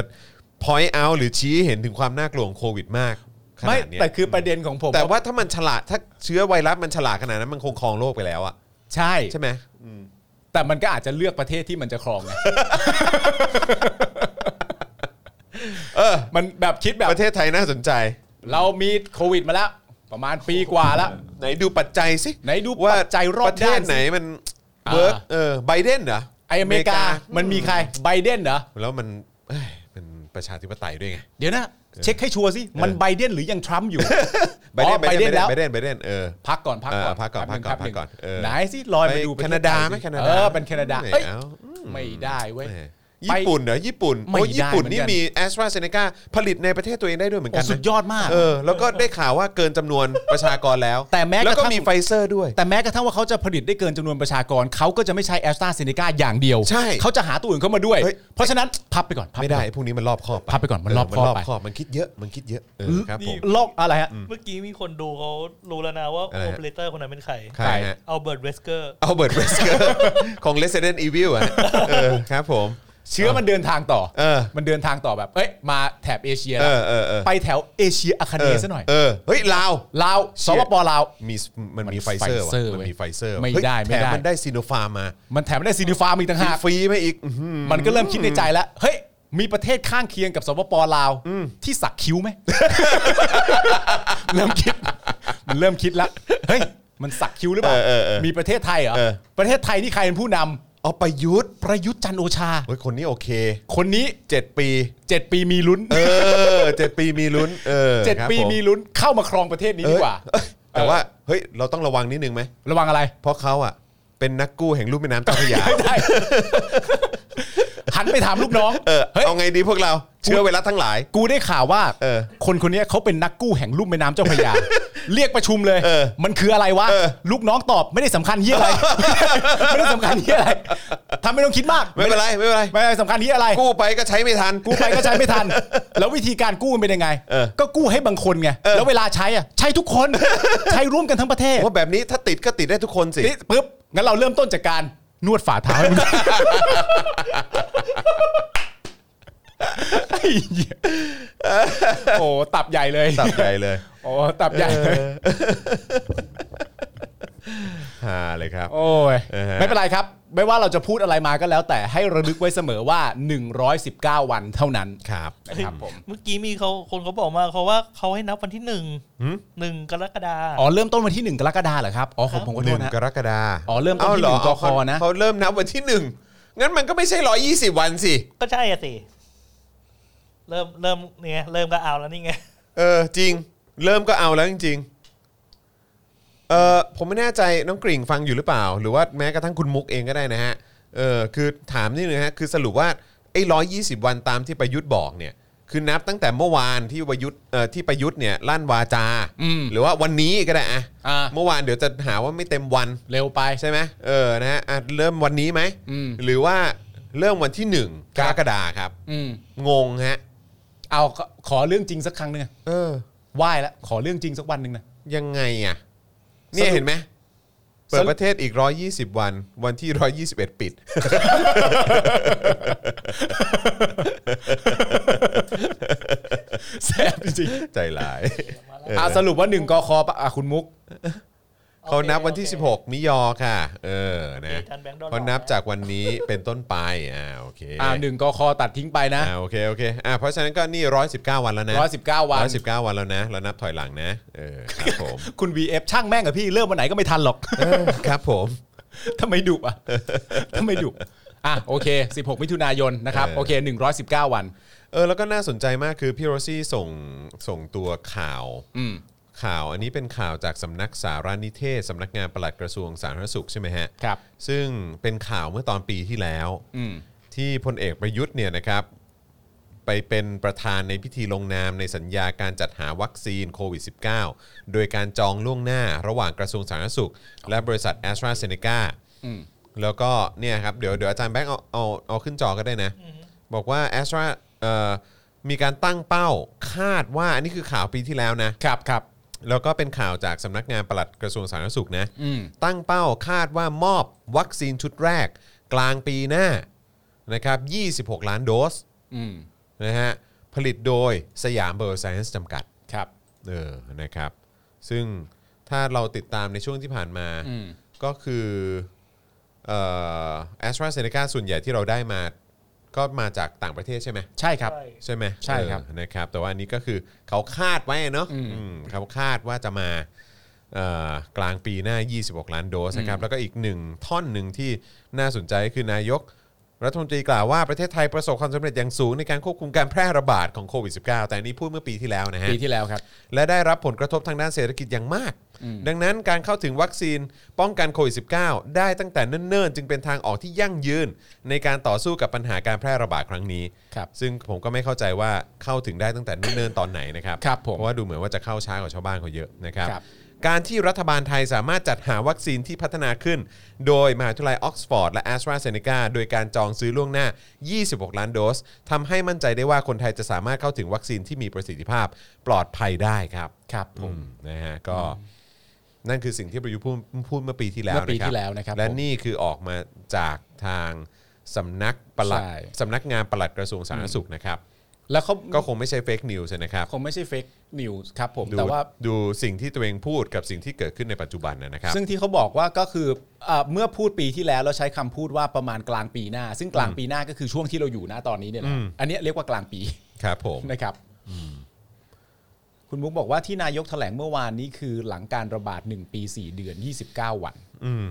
point out หรือชี้ให้เห็นถึงความน่ากลัวของโควิดมากข ไม่ นาดเนี้ย แต่คือประเด็นของผม แต่ว่าถ้ามันฉลาดถ้าเชื้อไวรัสมันฉลาดขนาดนั้นมันคงครองโลกไปแล้วอะ ใช่ ใช่ไหม แต่มันก็อาจจะเลือกประเทศที่มันจะครองไง เออ มันแบบคิดแบบ ประเทศไทยน่าสนใจ เรามีโควิดมาแล้ว ประมาณปีกว่าแล้ว ไหนดูปัจจัยสิ ไหนดู ว่า ปัจจัยรอบ ประเท ด้า ศ นสิ ไหนมัน อ่า เวิร์กเออไบเดนเหรอ ไออเมริกา มันมีใครไบเดนเหรอ แล้วมันเอ้ยเป็นประชาธิปไตยด้วยไง เดี๋ยวนะ เช็คให้ชัวร์สิ มันไบเดนหรือยังทรัมป์อยู่ ไบเดน อ๋อไบเดนแล้ว ไบเดนไบเดนเออ พักก่อนพักก่อน เออพักก่อน แป๊บง พักก่อน แป๊บง พักก่อนเออ ไหนสิลอยไปดู แคนาดาไหม ประเทศ แคนาดา เออเป็นแคนาดา ไม่ เอ้ย เอา ไม่ได้เว้ย แหมญี่ปุ่นเหรอญี่ปุ่น ไม่ โอ้ยญี่ปุ่น ได้เหมือนกัน นี่มีแอสตราเซเนกาผลิตในประเทศตัวเองได้ด้วยเหมือน โอ้ กัน สุ นะ ดยอดมาก เออแล้วก็ได้ข่าวว่าเกินจำนวนประชากรแล้ว แต่แม้กระทั่ง แล้วก็มีไฟเซอร์ด้วย แต่แม้กระทั่งว่าเขาจะผลิตได้เกินจำนวนประชากร เขาก็จะไม่ใช้แอสตราเซเนกาอย่างเดียว ใช่ เขาจะหาตัวอื่นเข้ามาด้วย เฮ้ย เพราะฉะนั้นพับไปก่อนพับ ไม่ ป ได้ ก่อน พวกนี้มันรอบคอบ พับไปก่อนมันรอบคอบไป มันมันคิดเยอะมันคิดเยอะเออครับผม โลกอะไรฮะ เมื่อกี้มีคนดูเขารู้แล้วนะว่า อะไรฮะ โอเปอเรเตอร์คนนั้นเป็นใคร ใครฮะ เอาเบิร์ดเวสเกอร์ อัลเบิร์ตเวสเกอร์ ของ Resident Evil อ่ะเออครับผม เชื้อมันเดินทางต่อ เออ มันเดินทางต่อแบบ เอ้ย มาแถบเอเชีย เอ แล้ว อเออเออ ไปแถวเอเชียอาคาเน เออ ซะหน่อย เออเฮ้ยลาว ลาว เชี่ ส ย ปปลาว มีมัน มัน มีไฟเซอร์ว่ะ Pfizer เว้ย มันมีไฟเซอร์ ไม่ได้ไม่ได้ แถมันได้ซีโนฟาร์มมา มันแถมได้ซีนิฟาร์มอีกต่างหาก ฟรีมาอีกอื้อหือ มันก็เริ่มคิดในใจแล้ว เฮ้ย มีประเทศข้างเคียงกับสปปลาว ที่สักคิ้วไหม เริ่มคิด มันเริ่มคิดละเฮ้ย มันสักคิ้วหรือเปล่า มีประเทศไทยเหรอ ประเทศไทยนี่ใครเป็นผู้นำ เอาประยุทธ์ ประยุทธ์จันทร์โอชา เฮ้ยคนนี้โอเค คนนี้ เจ็ดปี 7 ปีมีลุ้น เออเจ็ดปีมีลุ้นเออ เจ็ด ครับ ปี ผ มีลุ้นเข้ามาครองประเทศนี้ เอ้ ดี ย กว่า แต่ว่าเฮ้ยเราต้องระวังนิดนึงไหม ระวังอะไร เพราะเขาอ่ะเป็นนักกู้แห่งลุ่มแม่น้ำเจ้าพระยา ไม่ได้ไฮ หันไปถามลูกน้อง เออ เฮ้ย เอาไงดีพวกเราเชื้อไวรัสทั้งหลาย กูได้ข่าวว่า เออ คนคนเนี้ยเขาเป็นนักกู้แห่งลุ่มแม่น้ำเจ้าพระยา เรียกประชุมเลย เออ มันคืออะไรวะ เออ ลูกน้องตอบไม่ได้สำคัญเหียอะไร ไม่ได้สำคัญเหียอะไรทำไม่ต้องคิดมาก ไม่เป็นไรไม่เป็นไร ไม่ได้สำคัญเหียอะไร กู้ไปก็ใช้ไม่ทัน กู้ไปก็ใช้ไม่ทัน แล้ววิธีการกู้มันเป็นยังไง เออ ก็กู้ให้บางคนไง เออ แล้วเวลาใช้อ่ะใช้ทุกคน ใช้ร่วมกันทั้งประเทศ ว่าแบบนี้ถ้าติดก็ติดได้ทุกคนสิ นี่ปุ๊บงั้นเราเริ่มต้นจากการนวดฝ่าเท้าให้ มัน ไอ้เหี้ยโอ้ตับใหญ่เลย ตับใหญ่เลย โอ้ตับใหญ่เลย ฮาเลยครับ โอ้ย เออฮะ ไม่เป็นไรครับ ไม่ว่าเราจะพูดอะไรมาก็แล้ว แต่ให้ระลึกไว้เสมอว่า 119 วันเท่านั้น ครับ นะครับผม เมื่อกี้มีเขาคนเขาบอกมาเขาว่าเขาให้นับวันที่หนึ่งหนึ่งกรกฎา อ๋อเริ่มต้นวันที่ 1 กรกฎาเหรอครับอ๋อผมผมก็ ห โท นึ่ ษ ง นะ กรกฎา อ๋อเริ่มต้นาหรที่หนึ่งกค เขา นะ เขาเริ่มนับวันที่หนึ่งงั้นมันก็ไม่ใช่ร้อยี่สิบวันสิ ก็ใช่อะสิเริ่มเริ่มเนี่ยเริ่มก็เอาแล้วนี่ไง เออจริง เริ่มก็เอาแล้วจริงๆเออผมไม่แน่ใจน้องกริ่งฟังอยู่หรือเปล่า หรือว่าแม้กระทั่งคุณมุกเองก็ได้นะฮะเออคือถามนิดนึงฮะคือสรุปว่าไอ้ร้อยี่สิบวันตามที่ประยุทธ์บอกเนี่ยคือนับตั้งแต่เมื่อวานที่ประยุทธ์เอ่อที่ประยุทธ์เนี่ยลั่นวาจา อืม หรือว่าวันนี้ก็ได้อะ อ่า เมื่อวานเดี๋ยวจะหาว่าไม่เต็มวัน เร็วไป ใช่ไหมเออนะฮะอ่ะเริ่มวันนี้ไหม อืม หรือว่าเริ่มวันที่หนึ่งก ครับ รกฎาคมครับ อืม งงฮะ เอาขอขอเรื่องจริงสักครั้งหนึ่งอะ เออ ไหว้แล้วขอเรื่องจริงสักวันหนึ่งนะ ยังไงอ่ะ สรุป เนี่ยเห็นไหมเปิดประเทศอีก 120 วัน วันที่ 121 ปิด แสบจริง ใจร้ายเออ ๆอ่ะสรุปว่า 1กคปะอ่ะคุณมุก เขานับวันที่ โอเค 16 มิยอค่ะ เออนะ ทันแบงค์ดอลลาร์ เขานับจากวันนี้เป็นต้นไปอ่าโอเค อ่าหนึ่งกคตัดทิ้งไปนะ อ่าโอเคโอเคอ่าเพราะฉะนั้นก็นี่ 119 วันแล้วนะ 119 วัน 119 วันแล้วนะ เรานับถอยหลังนะเออครับผม คุณ VF ช่างแม่งกับพี่เริ่มวันไหนก็ไม่ทันหรอก เออครับผม ทำไมดุอ่ะ ทำไมดุอ่ะโอเค 16 มิถุนายนนะครับ เออ โอเค 119 วัน เออแล้วก็น่าสนใจมากคือพี่โรซี่ส่งส่งตัวข่าว อืม ข่าวอันนี้เป็นข่าวจากสำนักสารนิเทศสำนักงานปลัดกระทรวงสาธารณสุขใช่ไหมฮะ ครับ ซึ่งเป็นข่าวเมื่อตอนปีที่แล้ว อืม ที่พลเอกประยุทธ์เนี่ยนะครับ ไปเป็นประธานในพิธีลงนามในสัญญาการจัดหาวัคซีนโควิด -19 โดยการจองล่วงหน้าระหว่างกระทรวงสาธารณสุข และบริษัทแอสตราเซเนกา อืม แล้วก็เนี่ยครับ เดี๋ยวเดี๋ยวอาจารย์แบงค์เอาเอาเอาขึ้นจอก็ได้นะ บอกว่าแอสตราเอ่อมีการตั้งเป้าคาดว่าอันนี้คือข่าวปีที่แล้วนะ ครับครับ แล้วก็เป็นข่าวจากสำนักงานปลัดกระทรวงสาธารณสุขนะ อืม ตั้งเป้าคาดว่ามอบวัคซีนชุดแรก กลางปีหน้านะครับ 26 ล้านโดส อืม นะฮะผลิตโดยสยามเบอร์ไซเอนซ์จำกัด ครับ เออนะครับ ซึ่งถ้าเราติดตามในช่วงที่ผ่านมา อืม ก็คือแอสตราเซเนกาส่วนใหญ่ที่เราได้มา ก็มาจากต่างประเทศใช่ไหม ใช่ครับ ใช่ ใช่ไหม ใช่ครับ เออนะครับ แต่ว่าอันนี้ก็คือเขาคาดไว้เนอะอืมเขาคาดว่าจะมาเอ่อกลางปีหน้า 26 ล้านโดสนะครับ แล้วก็อีกหนึ่งท่อนหนึ่งที่น่าสนใจคือนายก รัฐมนตรีกล่าวว่าประเทศไทยประสบความสำเร็จอย่างสูงในการควบคุมการแพร่ระบาดของโควิด -19 แต่อันนี้พูดเมื่อปีที่แล้วนะฮะ ปีที่แล้วครับ และได้รับผลกระทบทางด้านเศรษฐกิจอย่างมาก ดังนั้นการเข้าถึงวัคซีนป้องกันโควิด -19 ได้ตั้งแต่เนิ่นๆ จึงเป็นทางออกที่ยั่งยืน ในการต่อสู้กับปัญหาการแพร่ระบาดครั้งนี้ ครับ ซึ่งผมก็ไม่เข้าใจว่าเข้าถึงได้ตั้งแต่เนิ่นๆ ตอนไหนนะครับ ครับผม เพราะว่าดูเหมือนว่าจะเข้าช้ากว่าชาวบ้านเขาเยอะนะครับ ครับ การที่รัฐบาลไทยสามารถจัดหาวัคซีนที่พัฒนาขึ้น โดยมหาวิทยาลัยออกซฟอร์ดและ a s t r a z เซ e c a โดยการจองซื้อล่วงหน้า 26 ล้านโดสทำให้มั่นใจได้ว่าคนไทยจะสามารถเข้าถึงวัคซีนที่มีประสิทธิภาพปลอดภัยได้ครับ ครับผม อืมนะฮะก็นั่นคือสิ่งที่ประยุทธ์พูดพูดเมื่อปีที่แล้ว เมื่อปี บ ที่แล้วนะครับ และ ผม นี่คือออกมาจากทางสำนักปลัด ใช่ สำนักงานปลัดกระทรวงสาธารณสุขนะครับ แล้วเขา ก็คงไม่ใช่เฟกนิวส์นะครับ คงไม่ใช่เฟกนิวส์ครับผม ดู แต่ว่า ดูสิ่งที่ตัวเองพูดกับสิ่งที่เกิดขึ้นในปัจจุบันนะครับ ซึ่งที่เขาบอกว่าก็คือเอ่อเมื่อพูดปีที่แล้วเราใช้คำพูดว่าประมาณกลางปีหน้า ซึ่งกลางปีหน้าก็คือช่วงที่เราอยู่นะตอนนี้เนี่ยแหละ อืม อันเนี้ยเรียกว่ากลางปี ครับผม นะครับคุณมุกบอกว่าที่นายกแถลงเมื่อวานนี้คือหลังการระบาด 1 ปี 4 เดือน 29 วัน อืม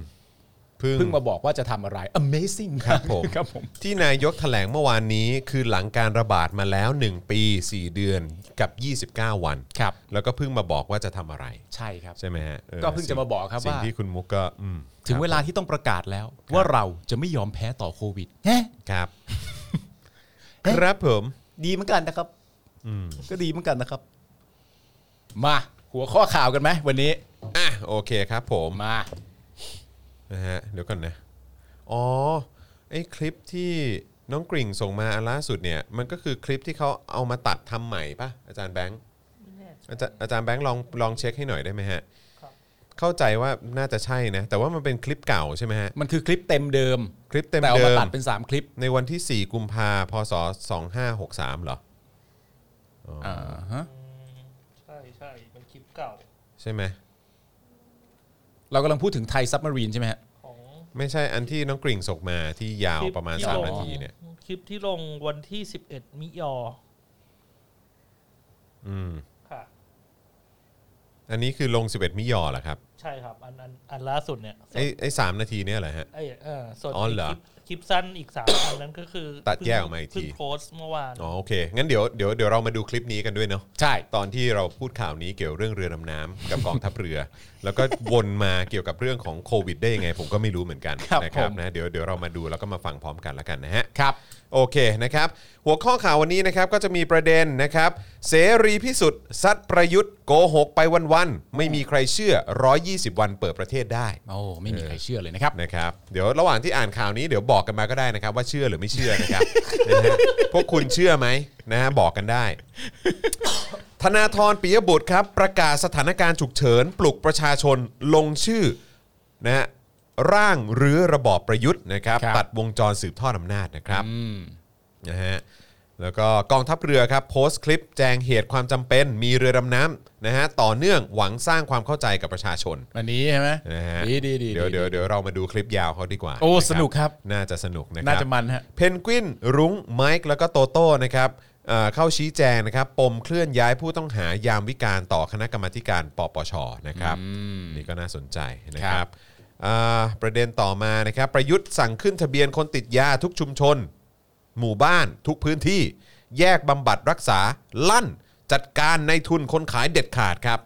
เพึ่ง เพิ่งมาบอกว่าจะทำอะไร Amazing ครับผม ครับผม ที่นายกแถลงเมื่อวานนี้คือหลังการระบาดมาแล้ว 1 ปี 4 เดือนกับ 29 วัน ครับ แล้วก็เพิ่งมาบอกว่าจะทำอะไร ใช่ครับ ใช่ไหมฮะออ ก็เพิ่งจะมาบอกครับ สิ่ง ว่า ที่คุณมุกก็อืม ถึงเวลาที่ต้องประกาศแล้ว ว่าเราจะไม่ยอมแพ้ต่อโควิดแฮะ ครับ ครับผม ดีเหมือนกันนะครับก็ดีเหมือนกันนะครับ มา หัวข้อข่าวกันไหมวันนี้ อ่ะโอเคครับผม มา นะฮะเดี๋ยวก่อนนะ อ๋อไอ้คลิปที่น้องกริ่งส่งมาอันล่าสุดเนี่ย มันก็คือคลิปที่เขาเอามาตัดทำใหม่ป่ะอาจารย์แบงค์อาจารย์อาจารย์แบงค์ลองลองเช็คให้หน่อยได้ไหมฮะเข้าใจว่าน่าจะใช่นะ แต่ว่ามันเป็นคลิปเก่าใช่ไหมฮะ มันคือคลิปเต็มเดิม คลิปเต็ม แต่เอา เดิ มาม ตัดเป็นสามคลิป ในวันที่ 4 กุมภาพศ 2563เหรอ อ่าฮะ ใช่ใช่เป็นคลิปเก่า ใช่ไหม เรากำลังพูดถึงไทยซับมารีนใช่ไหมฮะ ของ ไม่ใช่อันที่น้องกริ่งส่งมาที่ยาวประมาณ คลิ 3 ที่ลง นาทีเนี่ย คลิปที่ลงวันที่สิบเอ็ดมิยอ อืม ค่ะ อันนี้คือลง 11 มิยอเหรอครับ ใช่ครับ อันอันอันล่าสุดเนี่ย ไอ้ไอ้สามนาทีเนี่ยเหรอฮะ ไอ้เออส่วน อ๋อเหรอ คลิปคลิปสั้นอีกสามอันนั้นก็คือ ตัดแยกออกมาอีกที เพิ่งโพสต์เมื่อวาน อ๋อโอเค งั้นเดี๋ยวเดี๋ยวเดี๋ยวเรามาดูคลิปนี้กันด้วยเนาะ ใช่ ตอนที่เราพูดข่าวนี้เกี่ยวเรื่องเรือดำน้ำกับกองทัพเรือ แล้วก็วนมาเกี่ยวกับเรื่องของโควิดได้ยังไง ผมก็ไม่รู้เหมือนกัน ครับ นะครับ ผม นะเดี๋ยวเดี๋ยวเรามาดูแล้วก็มาฟังพร้อมกันแล้วกันนะฮะ ครับ โอเคนะครับ หัวข้อข่าววันนี้นะครับก็จะมีประเด็นนะครับ เสรีพิสุทธิ์ซัดประยุทธ์โกหกไปวันๆไม่มีใครเชื่อ 120 วันเปิดประเทศได้ โอ้ไม่มีใครเชื่อเลยนะครับ นะครับเดี๋ยวระหว่างที่อ่านข่าวนี้เดี๋ยวบอกกันมาก็ได้นะครับ ว่าเชื่อหรือไม่เชื่อนะครับ นะฮะพวกคุณเชื่อไหมนะฮะบอกกันได้ ธนาธรปิยบุตรครับ ประกาศสถานการณ์ฉุกเฉิน ปลุกประชาชนลงชื่อนะฮะร่างหรือระบอบประยุทธ์นะครับ ครับ ตัดวงจรสืบทอดอำนาจนะครับ อืม นะฮะแล้วก็กองทัพเรือครับโพสต์คลิปแจงเหตุความจำเป็น มีเรือดำน้ำนะฮะต่อเนื่องหวังสร้างความเข้าใจกับประชาชน วันนี้ใช่ไหม นะฮะ ดีดีดี เดี๋ยวเดี๋ยวเดี๋ยวเรามาดูคลิปยาวเขาดีกโอ้ว่าะครับ สนุกครับ น่าจะสนุกนะครับ น่าจะมันฮะ เพนกวินรุ้งไมค์แล้วก็โตโต้นะครับเอ่อเข้าชี้แจงนะครับ ปมเคลื่อนย้ายผู้ต้องหายามวิการต่อคณะกรรมาธิการปปชนะครับ นี่ก็น่าสนใจนะค ครั รับบ อ่าประเด็นต่อมานะครับ ประยุทธ์สั่งขึ้นทะเบียนคนติดยาทุกชุมชน หมู่บ้านทุกพื้นที่ แยกบำบัดรักษา ลั่น จัดการในทุนคนขายเด็ดขาดครับ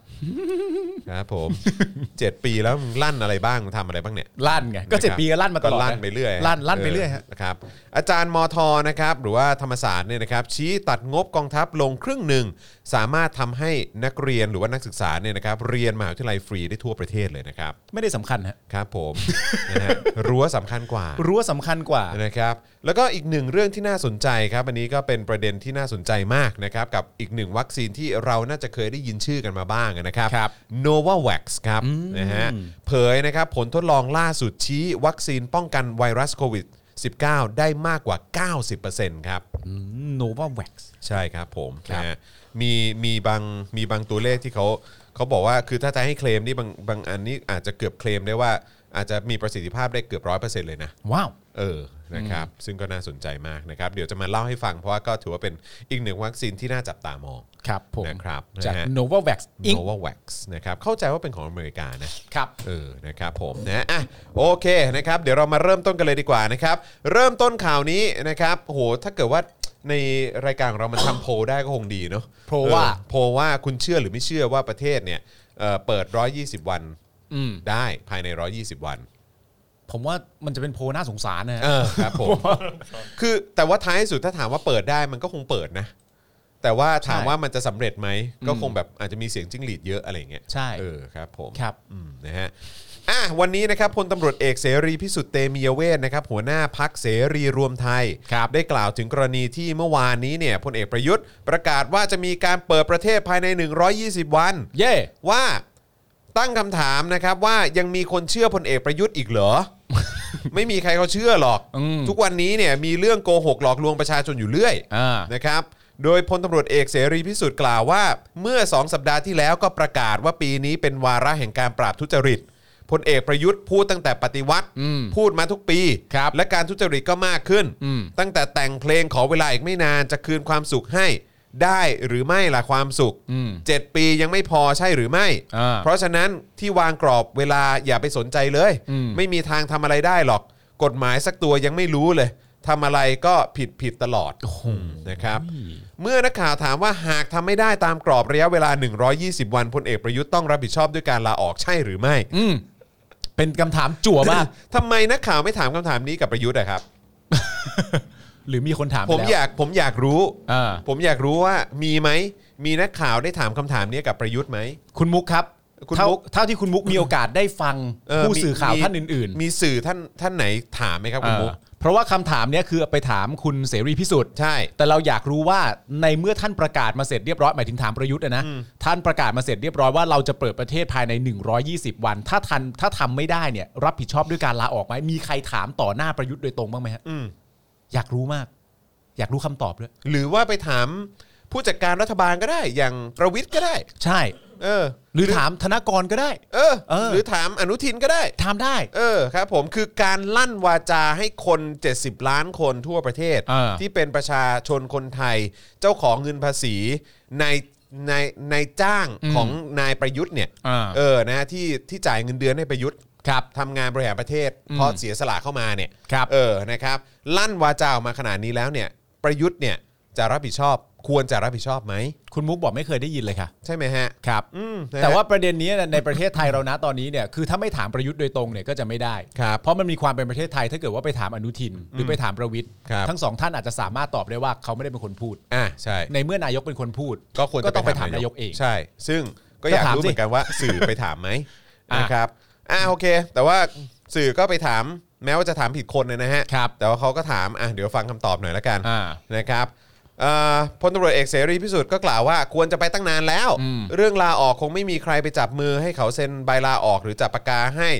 ครับผม 7 ปีแล้วมึงลั่นอะไรบ้างมึงทำอะไรบ้างเนี่ย ลั่นไงก็เจ็ด นะครับ ปีก็ลั่นมาตลอด ก็ลั่นะ ไปเรื่อย ลั่นลั่นไปเรื่อยฮะ นะครับอาจารย์มทนะครับหรือว่าธรรมศาสตร์เนี่ยนะครับชี้ตัดงบกองทัพลงครึ่งหนึ่ง สามารถทำให้นักเรียนหรือว่านักศึกษาเนี่ยนะครับเรียนมหาวิทยาลัยฟรีได้ทั่วประเทศเลยนะครับ ไม่ได้สำคัญฮะ ครับผม นะฮะรั้วสำคัญกว่า รั้วสำคัญกว่า นะครับแล้วก็อีกหนึ่งเรื่องที่น่าสนใจครับอันนี้ก็เป็นประเด็นที่น่าสนใจมากนะครับกับอีกหนึ่งวัคซีนที่เราน่าจะเคยได้ยินชื่อกันมาบ้างนะครับ ครับ Novavax ครับนะฮะเผยนะครับผลทดลองล่าสุดชี้วัคซีนป้องกันไวรัสโควิด -19 ได้มากกว่า 90%ครับ โนวาแว็กซ์ ใช่ครับผม ครับ นะฮะมีมีบางมีบางตัวเลขที่เขาเขาบอกว่าคือถ้าจะให้เคลมนี่บางบางอันนี่อาจจะเกือบเคลมได้ว่าอาจจะมีประสิทธิภาพได้เกือบร้อยเปอร์เซ็นต์เลยนะ ว้าว เออ นะครับ ซึ่งก็น่าสนใจมากนะครับ เดี๋ยวจะมาเล่าให้ฟังเพราะว่าก็ถือว่าเป็นอีกหนึ่งวัคซีนที่น่าจับตามอง ครับผม นะครับ จาก นะฮะ โนวาแว็กซ์อิง n o v a v a x นะครับ เข้าใจว่าเป็นของอเมริกานะ ครับ เออ นะครับผมนะอ่ะโอเคนะครับ เดี๋ยวเรามาเริ่มต้นกันเลยดีกว่านะครับ เริ่มต้นข่าวนี้นะครับโห ถ้าเกิดว่าในรายการของเรามันทำโพลได้ก็คงดีเนาะ โพลว่า เออโพลว่าคุณเชื่อหรือไม่เชื่อว่าประเทศเนี่ยเอ่อเปิด 120 วัน อืม ได้ภายใน 120 วัน ผมว่ามันจะเป็นโพลน่าสงสารนะฮะ เออครับผม คือแต่ว่าท้ายสุดถ้าถามว่าเปิดได้มันก็คงเปิดนะ แต่ว่าถาม ใช่ ว่ามันจะสำเร็จไหม ก็ อืม คงแบบอาจจะมีเสียงจิ้งหรีดเยอะอะไรอย่างเงี้ย ใช่ เออครับผม ครับ อืมนะฮะอ่ะวันนี้นะครับพลตำรวจเอกเสรีพิสุทธิ์เตมียเวทนะครับหัวหน้าพักเสรีรวมไทย ครับ ได้กล่าวถึงกรณีที่เมื่อวานนี้เนี่ยพลเอกประยุทธ์ ประกาศว่าจะมีการเปิดประเทศภายใน 120 วัน เย่ ว่าตั้งคำถามนะครับว่ายังมีคนเชื่อพลเอกประยุทธ์อีกเหรอ ไม่มีใครเขาเชื่อหรอก ทุกวันนี้เนี่ยมีเรื่องโกหกหลอกลวงประชาชนอยู่เรื่อย อ่า นะครับ โดยพลตำรวจเอกเสรีพิสุทธิ์กล่าวว่า เมื่อ 2 สัปดาห์ที่แล้วก็ประกาศว่าปีนี้เป็นวาระแห่งการปราบทุจริตพลเอกประยุทธ์พูดตั้งแต่ปฏิวัติ อืม พูดมาทุกปี ครับ และการทุจริตก็มากขึ้น อืม ตั้งแต่แต่งเพลงขอเวลาอีกไม่นานจะคืนความสุขให้ ได้หรือไม่ล่ะความสุข อืม 7 ปียังไม่พอใช่หรือไม่ อ่า เพราะฉะนั้นที่วางกรอบเวลาอย่าไปสนใจเลย อืม ไม่มีทางทำอะไรได้หรอก กฎหมายสักตัวยังไม่รู้เลยทำอะไรก็ผิดผิดตลอดนะครับ เมื่อนักข่าวถามว่าหากทำไม่ได้ตามกรอบระยะเวลา 120 วันพลเอกประยุทธ์ต้องรับผิดชอบด้วยการลาออกใช่หรือไม่ อืมเป็นคำถามจั่วมาก ทำไมนักข่าวไม่ถามคำถามนี้กับประยุทธ์อะครับ หรือมีคนถามไป ผม แล้ว อยากผมอยากรู้ อ่า ผมอยากรู้ว่ามีไหมมีนักข่าวได้ถามคำถามนี้กับประยุทธ์ไหม คุณมุกครับ คุณ เท่า มุก เท่าที่คุณมุกมีโอกาสได้ฟัง เออ ผู้ มี สื่อข่าว มี ท่านอื่นๆ มีสื่อท่านท่านไหนถามไหมครับคุณมุก อ่าเพราะว่าคำถามเนี้ยคือไปถามคุณเสรีพิสุทธิ์ ใช่ แต่เราอยากรู้ว่าในเมื่อท่านประกาศมาเสร็จเรียบร้อยหมายถึงถามประยุทธ์อะนะท่านประกาศมาเสร็จเรียบร้อยว่าเราจะเปิดประเทศภายใน 120 วัน ถ้าทันถ้าทำไม่ได้เนี่ย รับผิดชอบด้วยการลาออกไหมมีใครถามต่อหน้าประยุทธ์โดยตรงบ้างไหมฮะ อืม อยากรู้มาก อยากรู้คำตอบด้วย หรือว่าไปถามผู้จัดการรัฐบาลก็ได้ อย่างประวิทย์ก็ได้ ใช่ เออ หรือถามธนากรก็ได้ เออ เออ หรือถามอนุทินก็ได้ ถามได้ เออครับผมคือการลั่นวาจาให้คน 70 ล้านคนทั่วประเทศ อ่า ที่เป็นประชาชนคนไทย เจ้าของเงินภาษีในในในจ้าง อืม ของนายประยุทธ์เนี่ย อ่า เออนะที่ที่จ่ายเงินเดือนให้ประยุทธ์ ครับ ทำงานบริหารประเทศ อืม เพราะเสียสละเข้ามาเนี่ย ครับ เออนะครับลั่นวาจาออกมาขนาดนี้แล้วเนี่ยประยุทธ์เนี่ยจะรับผิดชอบควรจะรับผิดชอบไหม คุณมุกบอกไม่เคยได้ยินเลยค่ะ ใช่ไหมฮะ ครับ อืมนะฮะ แต่ว่าประเด็นนี้ในประเทศไทยเรานะตอนนี้เนี่ยคือถ้าไม่ถามประยุทธ์โดยตรงเนี่ยก็จะไม่ได้ ครับ เพราะมันมีความเป็นประเทศไทยถ้าเกิดว่าไปถามอนุทิน หรือไปถามประวิทย์ ครับ ทั้งสองท่านอาจจะสามารถตอบได้ว่าเขาไม่ได้เป็นคนพูด อ่าใช่ ในเมื่อนายกเป็นคนพูด ก็ควร ก็ จะ ต้องไปถามนายกเอง ใช่ ซึ่งก็อยาก ก็ถาม รู้ สิ เหมือนกันว่า สื่อไปถามไหม อ่ะ นะครับอ่าโอเค แต่ว่าสื่อก็ไปถามแม้ว่าจะถามผิดคนนะนะฮะ ครับ แต่ว่าเขาก็ถามอ่ะเดี๋ยวฟังคำตอบหน่อยละกัน อ่า นะครับเอ่อพลตำรวจเอกเสรีพิสุทธิ์ก็กล่าวว่าควรจะไปตั้งนานแล้ว อืม เรื่องลาออกคงไม่มีใครไปจับมือให้เขาเซ็นใบลาออกหรือจับปากกาให้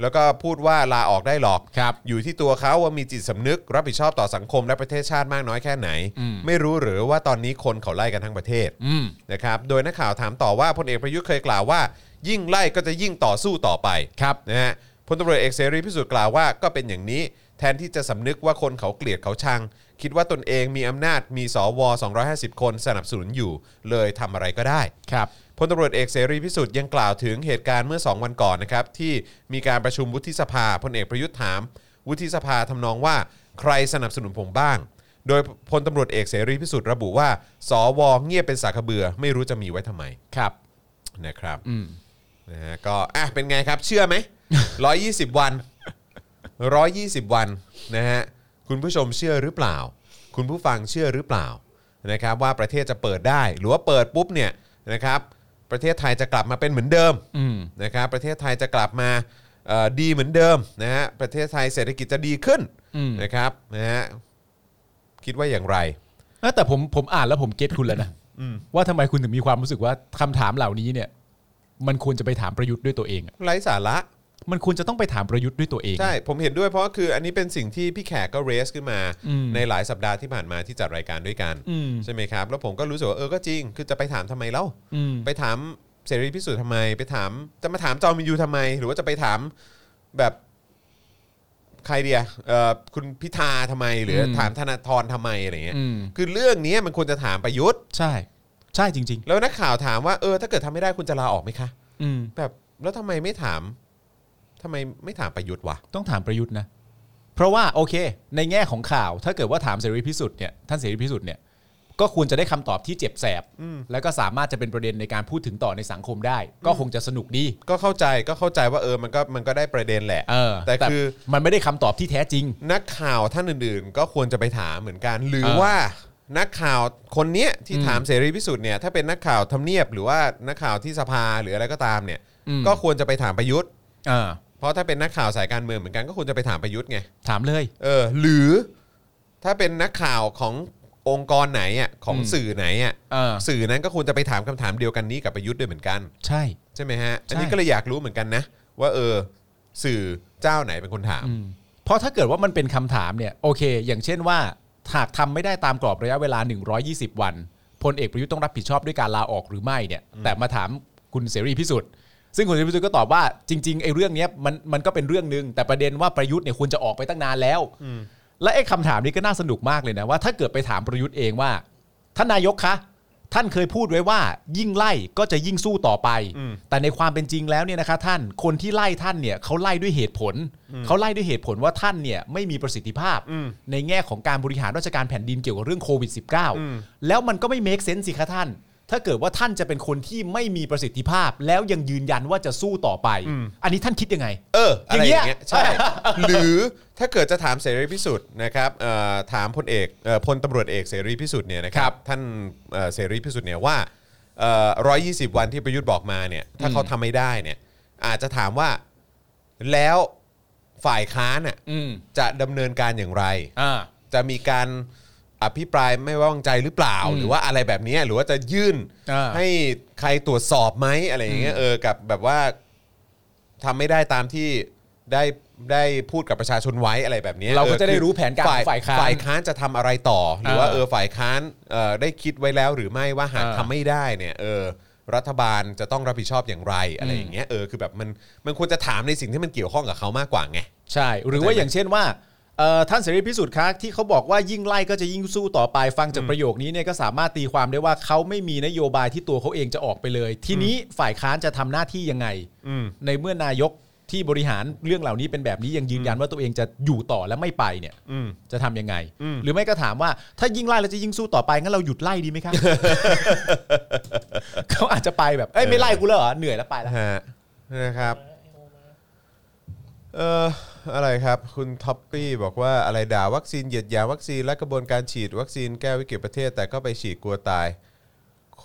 แล้วก็พูดว่าลาออกได้หรอก ครับ อยู่ที่ตัวเขาว่ามีจิตสำนึก รับผิดชอบต่อสังคมและประเทศชาติมากน้อยแค่ไหน อืม ไม่รู้หรือว่าตอนนี้คนเขาไล่กันทั้งประเทศ อืม นะครับ โดยนักข่าวถามต่อว่าพลเอกประยุทธ์เคยกล่าวว่า ยิ่งไล่ก็จะยิ่งต่อสู้ต่อไป ครับ นะฮะพลตำรวจเอกเสรีพิสุทธิ์กล่าวว่าก็เป็นอย่างนี้ แทนที่จะสำนึกว่าคนเขาเกลียดเขาชัง คิดว่าตนเองมีอำนาจมีสว250 คนสนับสนุนอยู่เลยทำอะไรก็ได้ ครับ พลตำรวจเอกเสรีพิสุทธิ์ยังกล่าวถึงเหตุการณ์เมื่อ 2 วันก่อนนะครับ ที่มีการประชุมวุฒิสภาพลเอกประยุทธ์ถาม วุฒิสภาทำนองว่าใครสนับสนุนผมบ้าง โดยพลตำรวจเอกเสรีพิสุทธิ์ระบุว่า สวเงียบเป็นสากระเบือ ไม่รู้จะมีไว้ทำไม ครับ นะครับ อืม นะฮะก็อ่ะเป็นไงครับ เชื่อไหม 120 วัน 120 วันนะฮะคุณผู้ชมเชื่อหรือเปล่า คุณผู้ฟังเชื่อหรือเปล่านะครับว่าประเทศจะเปิดได้ หรือว่าเปิดปุ๊บเนี่ยนะครับประเทศไทยจะกลับมาเป็นเหมือนเดิม อืม นะครับประเทศไทยจะกลับมาเอ่อดีเหมือนเดิมนะฮะประเทศไทยเศรษฐกิจจะดีขึ้น อืม นะครับนะฮะคิดว่าอย่างไร เอ้ยแต่ผมผมอ่านแล้วผมเก็ตคุณแล้วนะ อืม ว่าทำไมคุณถึงมีความรู้สึกว่าคำถามเหล่านี้เนี่ย มันควรจะไปถามประยุทธ์ด้วยตัวเองอะ ไร้สาระ มันควรจะต้องไปถามประยุทธ์ด้วยตัวเอง ใช่ผมเห็นด้วยเพราะคืออันนี้เป็นสิ่งที่พี่แขกก็เรสขึ้นมา อืม ในหลายสัปดาห์ที่ผ่านมาที่จัดรายการด้วยกัน อืม ใช่ไหมครับ แล้วผมก็รู้สึกว่าเออก็จริง คือจะไปถามทำไมเล่า อืม ไปถามเสรีพิสุทธิ์ทำไม ไปถามจะมาถามจอมินยูทำไม หรือว่าจะไปถามแบบใครเดียเอ่อคุณพิธาทำไม หรืออ ม ถามธนาธรทำไมอะไรเงี้ย อืม คือเรื่องนี้มันควรจะถามประยุทธ์ ใช่ ใช่จริง แล้วนักข่าวถามว่าเออถ้าเกิดทำไม่ได้คุณจะลาออกไหมคะ ๆ อืม แบบแล้วทำไมไม่ถามทำไมไม่ถามประยุทธ์วะ ต้องถามประยุทธ์นะ เพราะว่าโอเค ในแง่ของข่าวถ้าเกิดว่าถามเสรีพิสุทธิ์เนี่ยท่านเสรีพิสุทธิ์เนี่ยก็ควรจะได้คำตอบที่เจ็บแสบ แล้วก็สามารถจะเป็นประเด็นในการพูดถึงต่อในสังคมได้ ก็คงจะสนุกดี ก็เข้าใจก็เข้าใจว่าเออมันก็มันก็ได้ประเด็นแหละ เออ แต่คือ มันไม่ได้คำตอบที่แท้จริง นักข่าวท่านอื่นๆ ก็ควรจะไปถามเหมือนกัน หรือ เออ ว่านักข่าวคนเนี้ยที่ อืม ถามเสรีพิสุทธิ์เนี่ยถ้าเป็นนักข่าวทำเนียบหรือว่านักข่าวที่สภาหรืออะไรก็ตามเนี่ย อืม ก็ควรจะไปถามประยุทธ์ เออ เพราะถ้าเป็นนักข่าวสายการเมืองเหมือนกันก็ควรจะไปถามประยุทธ์ไง ถามเลย เออหรือถ้าเป็นนักข่าวขององค์กรไหนอ่ะของ อืม สื่อไหนอ่ะ เออ สื่อนั้นก็ควรจะไปถามคำถามเดียวกันนี้กับประยุทธ์ด้วยเหมือนกัน ใช่ ใช่ไหมฮะอัน ใช่ นี้ก็เลยอยากรู้เหมือนกันนะว่าเออสื่อเจ้าไหนเป็นคนถาม อืมเพราะถ้าเกิดว่ามันเป็นคำถามเนี่ยโอเค อย่างเช่นว่าหากทำไม่ได้ตามกรอบระยะเวลา 120 วันพลเอกประยุทธ์ต้องรับผิดชอบด้วยการลาออกหรือไม่เนี่ย แต่มาถามคุณเสรีพิสุทธิ์ซึ่งคุณเสรีพิสุทธิ์ก็ตอบว่าจริงๆไอ้เรื่องเนี้ยมันมันก็เป็นเรื่องหนึ่งแต่ประเด็นว่าประยุทธ์เนี่ยควรจะออกไปตั้งนานแล้วและไอ้คำถามนี้ก็น่าสนุกมากเลยนะว่า ถ้าเกิดไปถามประยุทธ์เองว่าท่านนายกคะท่านเคยพูดไว้ว่า ยิ่งไล่ก็จะยิ่งสู้ต่อไป อืม แต่ในความเป็นจริงแล้วเนี่ยนะคะท่านคนที่ไล่ท่านเนี่ยเขาไล่ด้วยเหตุผล เขาไล่ด้วยเหตุผลว่าท่านเนี่ยไม่มีประสิทธิภาพ อืม ในแง่ของการบริหารราชการแผ่นดินเกี่ยวกับเรื่องโควิด อืม -19 แล้วมันก็ไม่เมคเซนส์สิคะท่าน ถ้าเกิดว่าท่านจะเป็นคนที่ไม่มีประสิทธิภาพ แล้วยังยืนยันว่าจะสู้ต่อไป อันนี้ท่านคิดยังไง เอออะไรอย่างเงี้ย อย่างเงี้ย ใช่ หรือถ้าเกิดจะถามเสรีพิสุทธิ์นะครับเอ่อถามพลเอกเอ่อพลตำรวจเอกเสรีพิสุทธิ์เนี่ยนะครับท่านเอ่อเสรีพิสุทธิ์เนี่ยว่าร้อยยี่สิบวันที่ประยุทธ์บอกมาเนี่ยถ้าเขาทำไม่ได้เนี่ยอาจจะถามว่าแล้วฝ่ายค้านน่ะ อืม จะดำเนินการอย่างไร อ่า จะมีการอภิปรายไม่ไว้วางใจหรือเปล่า อืม หรือว่าอะไรแบบเนี้ยหรือว่าจะยื่น อ่า ให้ใครตรวจสอบไหมอะไรอย่างเงี้ยเออกับแบบว่าทำไม่ได้ตามที่ได้ได้พูดกับประชาชนไว้อะไรแบบนี้ย เราก็ ออ จะได้ คือ รู้แผนการของฝ่ายค้าน ฝ่ายค้านจะทำอะไรต่อ หรือว่า อ่า เออฝ่ายค้านเอ่อได้คิดไว้แล้วหรือไม่ว่าหาก อ่า ทำไม่ได้เนี่ยเออรัฐบาลจะต้องรับผิดชอบอย่างไรอะไรอย่างเงี้ยเออคือแบบมันมันควรจะถามในสิ่งที่มันเกี่ยวข้องกับเขามากกว่าไง ใช่ หรือว่าอย่างเช่นว่าเอ่อท่านเสรีพิสุทธิ์คะที่เขาบอกว่ายิ่งไล่ก็จะยิ่งสู้ต่อไปฟังจากประโยคนี้เนี่ยก็สามารถตีความได้ว่าเขาไม่มีนโยบายที่ตัวเขาเองจะออกไปเลย ทีนี้ฝ่ายค้านจะทำหน้าที่ยังไง อืม ในเมื่อนายกที่บริหารเรื่องเหล่านี้เป็นแบบนี้ยังยืนยันว่าตัวเองจะอยู่ต่อและไม่ไปเนี่ย อืม จะทำยังไง อืม หรือไม่ก็ถามว่าถ้ายิ่งไล่แล้วจะยิ่งสู้ต่อไปงั้นเราหยุดไล่ดีไหม ครับ เขาอาจจะไปแบบเอ้ยไม่ไล่กูแล้วเหรอเหนื่อยแล้วไปแล้ว ฮะนะครับ เอ่ออะไรครับ คุณท็อปปี้บอกว่าอะไรด่าวัคซีนเหยียดหยามวัคซีนและกระบวนการฉีดวัคซีนแก้วิกฤตประเทศ แต่ก็ไปฉีดกลัวตาย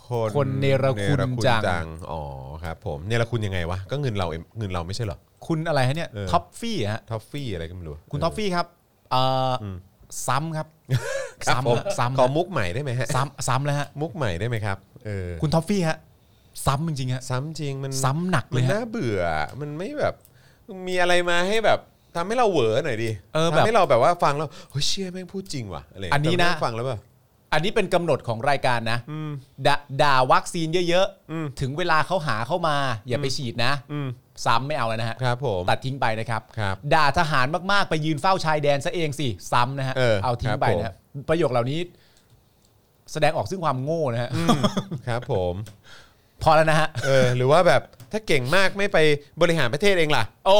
คน คนเนร เน คุณ รคุณ จัง จังอ๋อครับผมเนรคุณยังไงวะ ก็เงินเราเองเงินเราไม่ใช่เหรอ คุณอะไรฮะเนี่ย เออ ท็อปฟี่ฮะ ท็อฟฟี่อะไรก็ไม่รู้ คุณท็อฟฟี่ครับเอ่ออซ้ำครับ ครับผม ซ้ำฮะซ้ำ ขอ ฮะ มุกใหม่ได้ไหมฮะ ซ้ำซ้ำแล้วฮะ มุกใหม่ได้ไหมครับเออ คุณท็อฟฟี่ฮะซ้ำจริงๆฮะ ซ้ำจริงมัน ซ้ำหนักเล มัน ยฮะ น่าเบื่อ มันไม่แบบ มีอะไรมาให้แบบทำให้เราเหวอหน่อยดิ เออแบบ ทำให้เราแบบว่าฟังแล้วเฮ้ยเชี่ยแม่งพูดจริงว่ะอะไรย่างเงี้ย อันนี้นะ แต่ฟังแล้วแบบ อันนี้เป็นกำหนดของรายการนะ อืม ดาด่าวัคซีนเยอะ อืม ๆ ถึงเวลาเขาหาเข้ามา อย่าไปฉีดนะ อืม ซ้ำไม่เอาแล้วนะฮะ ครับผม ตัดทิ้งไปนะครับ ครับ ด่าทหารมากๆ ไปยืนเฝ้าชายแดนซะเองสิซ้ำนะฮะ เออ เอาทิ้ ค ง รับ ไปนะฮะประโยคเหล่านี้ แสดงออกซึ่งความโง่นะฮะ อืมครับผม พอแล้วนะฮะ เออ หรือว่าแบบถ้าเก่งมากไม่ไปบริหารประเทศเองล่ะ โอ้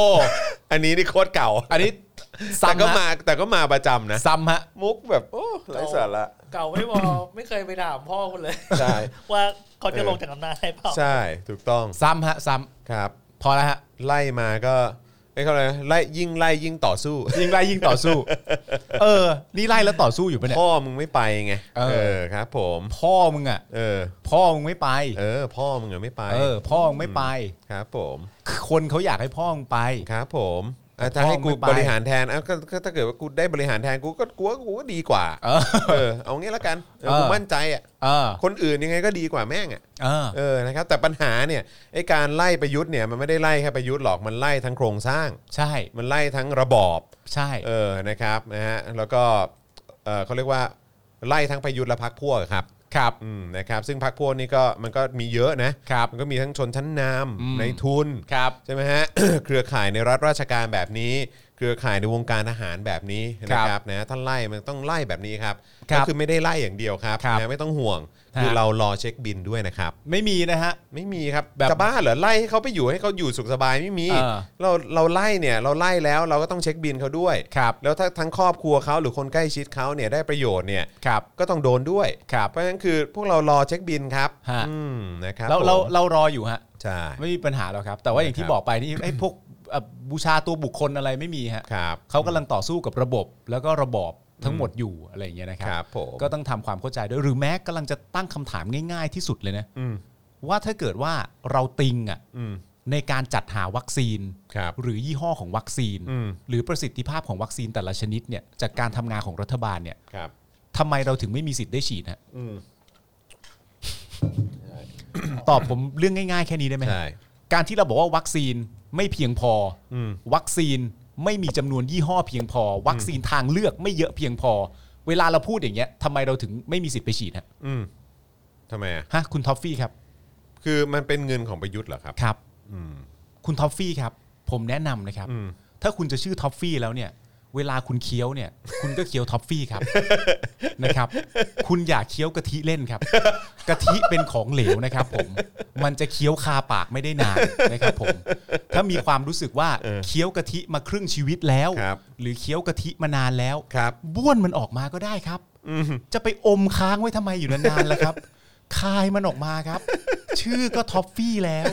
อันนี้นี่โคตรเก่า อันนี้ แต่ ซ้ำ ก็ ฮะ มาแต่ก็มาประจำนะ ซ้ำฮะ มุกแบบโอ้ไร้สาระ เก่าไม่พอไม่เคยไปถามพ่อคุณเลย ใช่ ว่าเขาจะ เออ ลงจากอำนาจได้เปล่า ใช่ถูกต้อง ซ้ำฮะ ซ้ ครับ ำพอแล้วฮะ ไล่มาก็ไอ้ยเขาเลยกอะไรไล่ยิ่งไล่ยิ่งต่อสู้ ยิงไล่ยิงต่อสู้ เออ นี่ไล่แล้วต่อสู้อยู่ปะเนี่ย พ่อมึงไม่ไปไง เออ เออครับ ผม พ่อมึงอ่ะ เออ พ่อมึงไม่ไป เออ พ่อมึงอะไม่ไป เออ พ่อมึงไม่ไป ครับผม คนเขาอยากให้พ่อมึงไป ครับผมอ่ะ แต่ ถ้า พ่อ ให้กู ไม่ไป บริหารแทนอ่ะก็ก็ถ้าเกิดว่ากูได้บริหารแทนกูก็กูว่ากูก็ดีกว่า เออ เออเอางี้ละกันเออ เออ กูมั่นใจอ่ะ เออ คนอื่นยังไงก็ดีกว่าแม่งอ่ะ เออ เออนะครับแต่ปัญหาเนี่ยไอ้การไล่ประยุทธ์เนี่ยมันไม่ได้ไล่แค่ประยุทธ์หรอกมันไล่ทั้งโครงสร้าง ใช่ มันไล่ทั้งระบอบ ใช่ เออนะครับนะฮะแล้วก็เออเขาเรียกว่าไล่ทั้งประยุทธ์และพรรคพวกอะครับ ครับ อืมนะครับซึ่งพรรคพวกนี้ก็มันก็มีเยอะนะครับ มันก็มีทั้งชนชั้นน อืม ำในทุน ครับ ใช่ไหมฮะ เครือข่ายในรัฐราชการแบบนี้ เครือข่ายในวงการทหารแบบนี้นะค ครั รับบ นะถ้าไล่มันต้องไล่แบบนี้ครับ ครับ ก็คือไม่ได้ไล่อย่างเดียวครับ ครับ นะไม่ต้องห่วง คือ ฮะ เรารอเช็คบินด้วยนะครับ ไม่มีนะฮะ ไม่มีครับ แบบ จะบ้าเหรอไล่ให้เขาไปอยู่ให้เขาอยู่สุขสบายไม่มี เออ เราเราไล่เนี่ยเราไล่แล้วเราก็ต้องเช็คบินเขาด้วย ครับ แล้วถ้าทั้งครอบครัวเขาหรือคนใกล้ชิดเขาเนี่ยได้ประโยชน์เนี่ย ครับ ก็ต้องโดนด้วย ครับ เพราะฉะนั้นคือพวกเรารอเช็คบินครับ ฮะ อืมนะครับ เราเรา ผม เรารออยู่ฮะ ใช่ ไม่มีปัญหาหรอกครับ แต่ว่าอย่างที่บอกไปนี่ไอ้พวกเอ่อบูชาตัวบุคคลอะไรไม่มีฮะ ครับ เขากำลังต่อสู้กับระบบแล้วก็ระบอบทั้งหมดอยู่อะไรอย่างเงี้ยนะค ค รั รั บบ ผม ก็ต้องทำความเข้าใจด้วยหรือแม้กำลังจะตั้งคำถามง่าย ๆที่สุดเลยนะ อืม ว่าถ้าเกิดว่าเราติงอ่ะ อืม ในการจัดหาวัคซีน ครับ หรือยี่ห้อของวัคซีน อืม หรือประสิทธิภาพของวัคซีนแต่ละชนิดเนี่ยจากการทำงานของรัฐบาลเนี่ย ครับ ทำไมเราถึงไม่มีสิทธิ์ได้ฉีดฮะ อืม ตอบผมเรื่องง่ายๆแค่นี้ได้ไหมฮะ ใช่ การที่เราบอกว่าวัคซีนไม่เพียงพออ อืม วัคซีนไม่มีจำนวนยี่ห้อเพียงพอ วัคซีนทางเลือกไม่เยอะเพียงพอ เวลาเราพูดอย่างเงี้ยทำไมเราถึงไม่มีสิทธิ์ไปฉีดฮะ อืมทำไมอ่ะ ฮะคุณท็อฟฟี่ครับ คือมันเป็นเงินของประยุทธ์เหรอครับ ครับ อืม คุณท็อฟฟี่ครับ ผมแนะนำนะครับ อืม ถ้าคุณจะชื่อท็อฟฟี่แล้วเนี่ย เวลาคุณเคี้ยว เนี่ย คุณก็เคี้ยวท็อฟฟี่ครับ นะครับ คุณอย่าเคี้ยวกะทิเล่นครับ กะทิเป็นของเหลวนะครับ ผม มันจะเคี้ยวคาปากไม่ได้นานนะครับ ผม ถ้ามีความรู้สึกว่าเคี้ยวกะทิมาครึ่งชีวิตแล้ว ครับ หรือเคี้ยวกะทิมานานแล้ว ครับ บ้วนมันออกมาก็ได้ครับ อืม จะไปอมค้างไว้ทำไมอยู่นานๆล่ะครับ คายมันออกมาครับ ชื่อก็ท็อฟฟี่แล้ว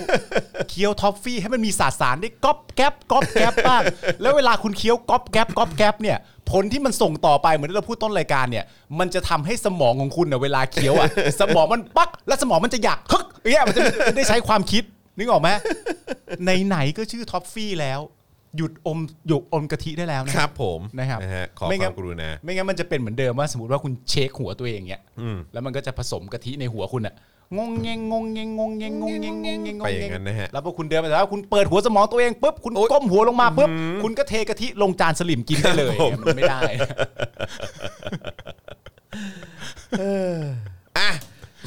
เคี้ยวท็อฟฟี่ให้มันมีสารสารได้ก๊อบแก๊บก๊อบแก๊บบ้างแล้วเวลาคุณเคี้ยวก๊อบแก๊บก๊อบแก๊บเนี่ย ผลที่มันส่งต่อไปเหมือนที่เราพูดต้นรายการเนี่ย มันจะทำให้สมองของคุณน่ะเวลาเคี้ยวอ่ะ สมองมันปัก แล้วสมองมันจะอยากฮึกอย่างเงี้ยมันจะได้ใช้ความคิดนึกออกไหมในไหนๆก็ชื่อท็อฟฟี่แล้ว หยุดอมหยุดอมกะทิได้แล้วนะครับ ผม นะครับ ฮขอ ไม่ ค งั้ วาน มกรุณา ไม่งั้นมันจะเป็นเหมือนเดิมว่าสมมติว่าคุณเช็คหัวตัวเองเนี้ยแล้วมันก็จะผสมกะทิในหัวคุณอะงงเงงงงเงงงงเงงงงเงงงงเงง ไปอย่างนั้นนะฮะ แล้วพอคุณเดินไปแล้วคุณเปิดหัวสมองตัวเองปุ๊บคุณก้มหัวลงมาปุ๊บคุณก็เทกะทิลงจานสลิมกินได้เลยมันไม่ได้ อ่ะ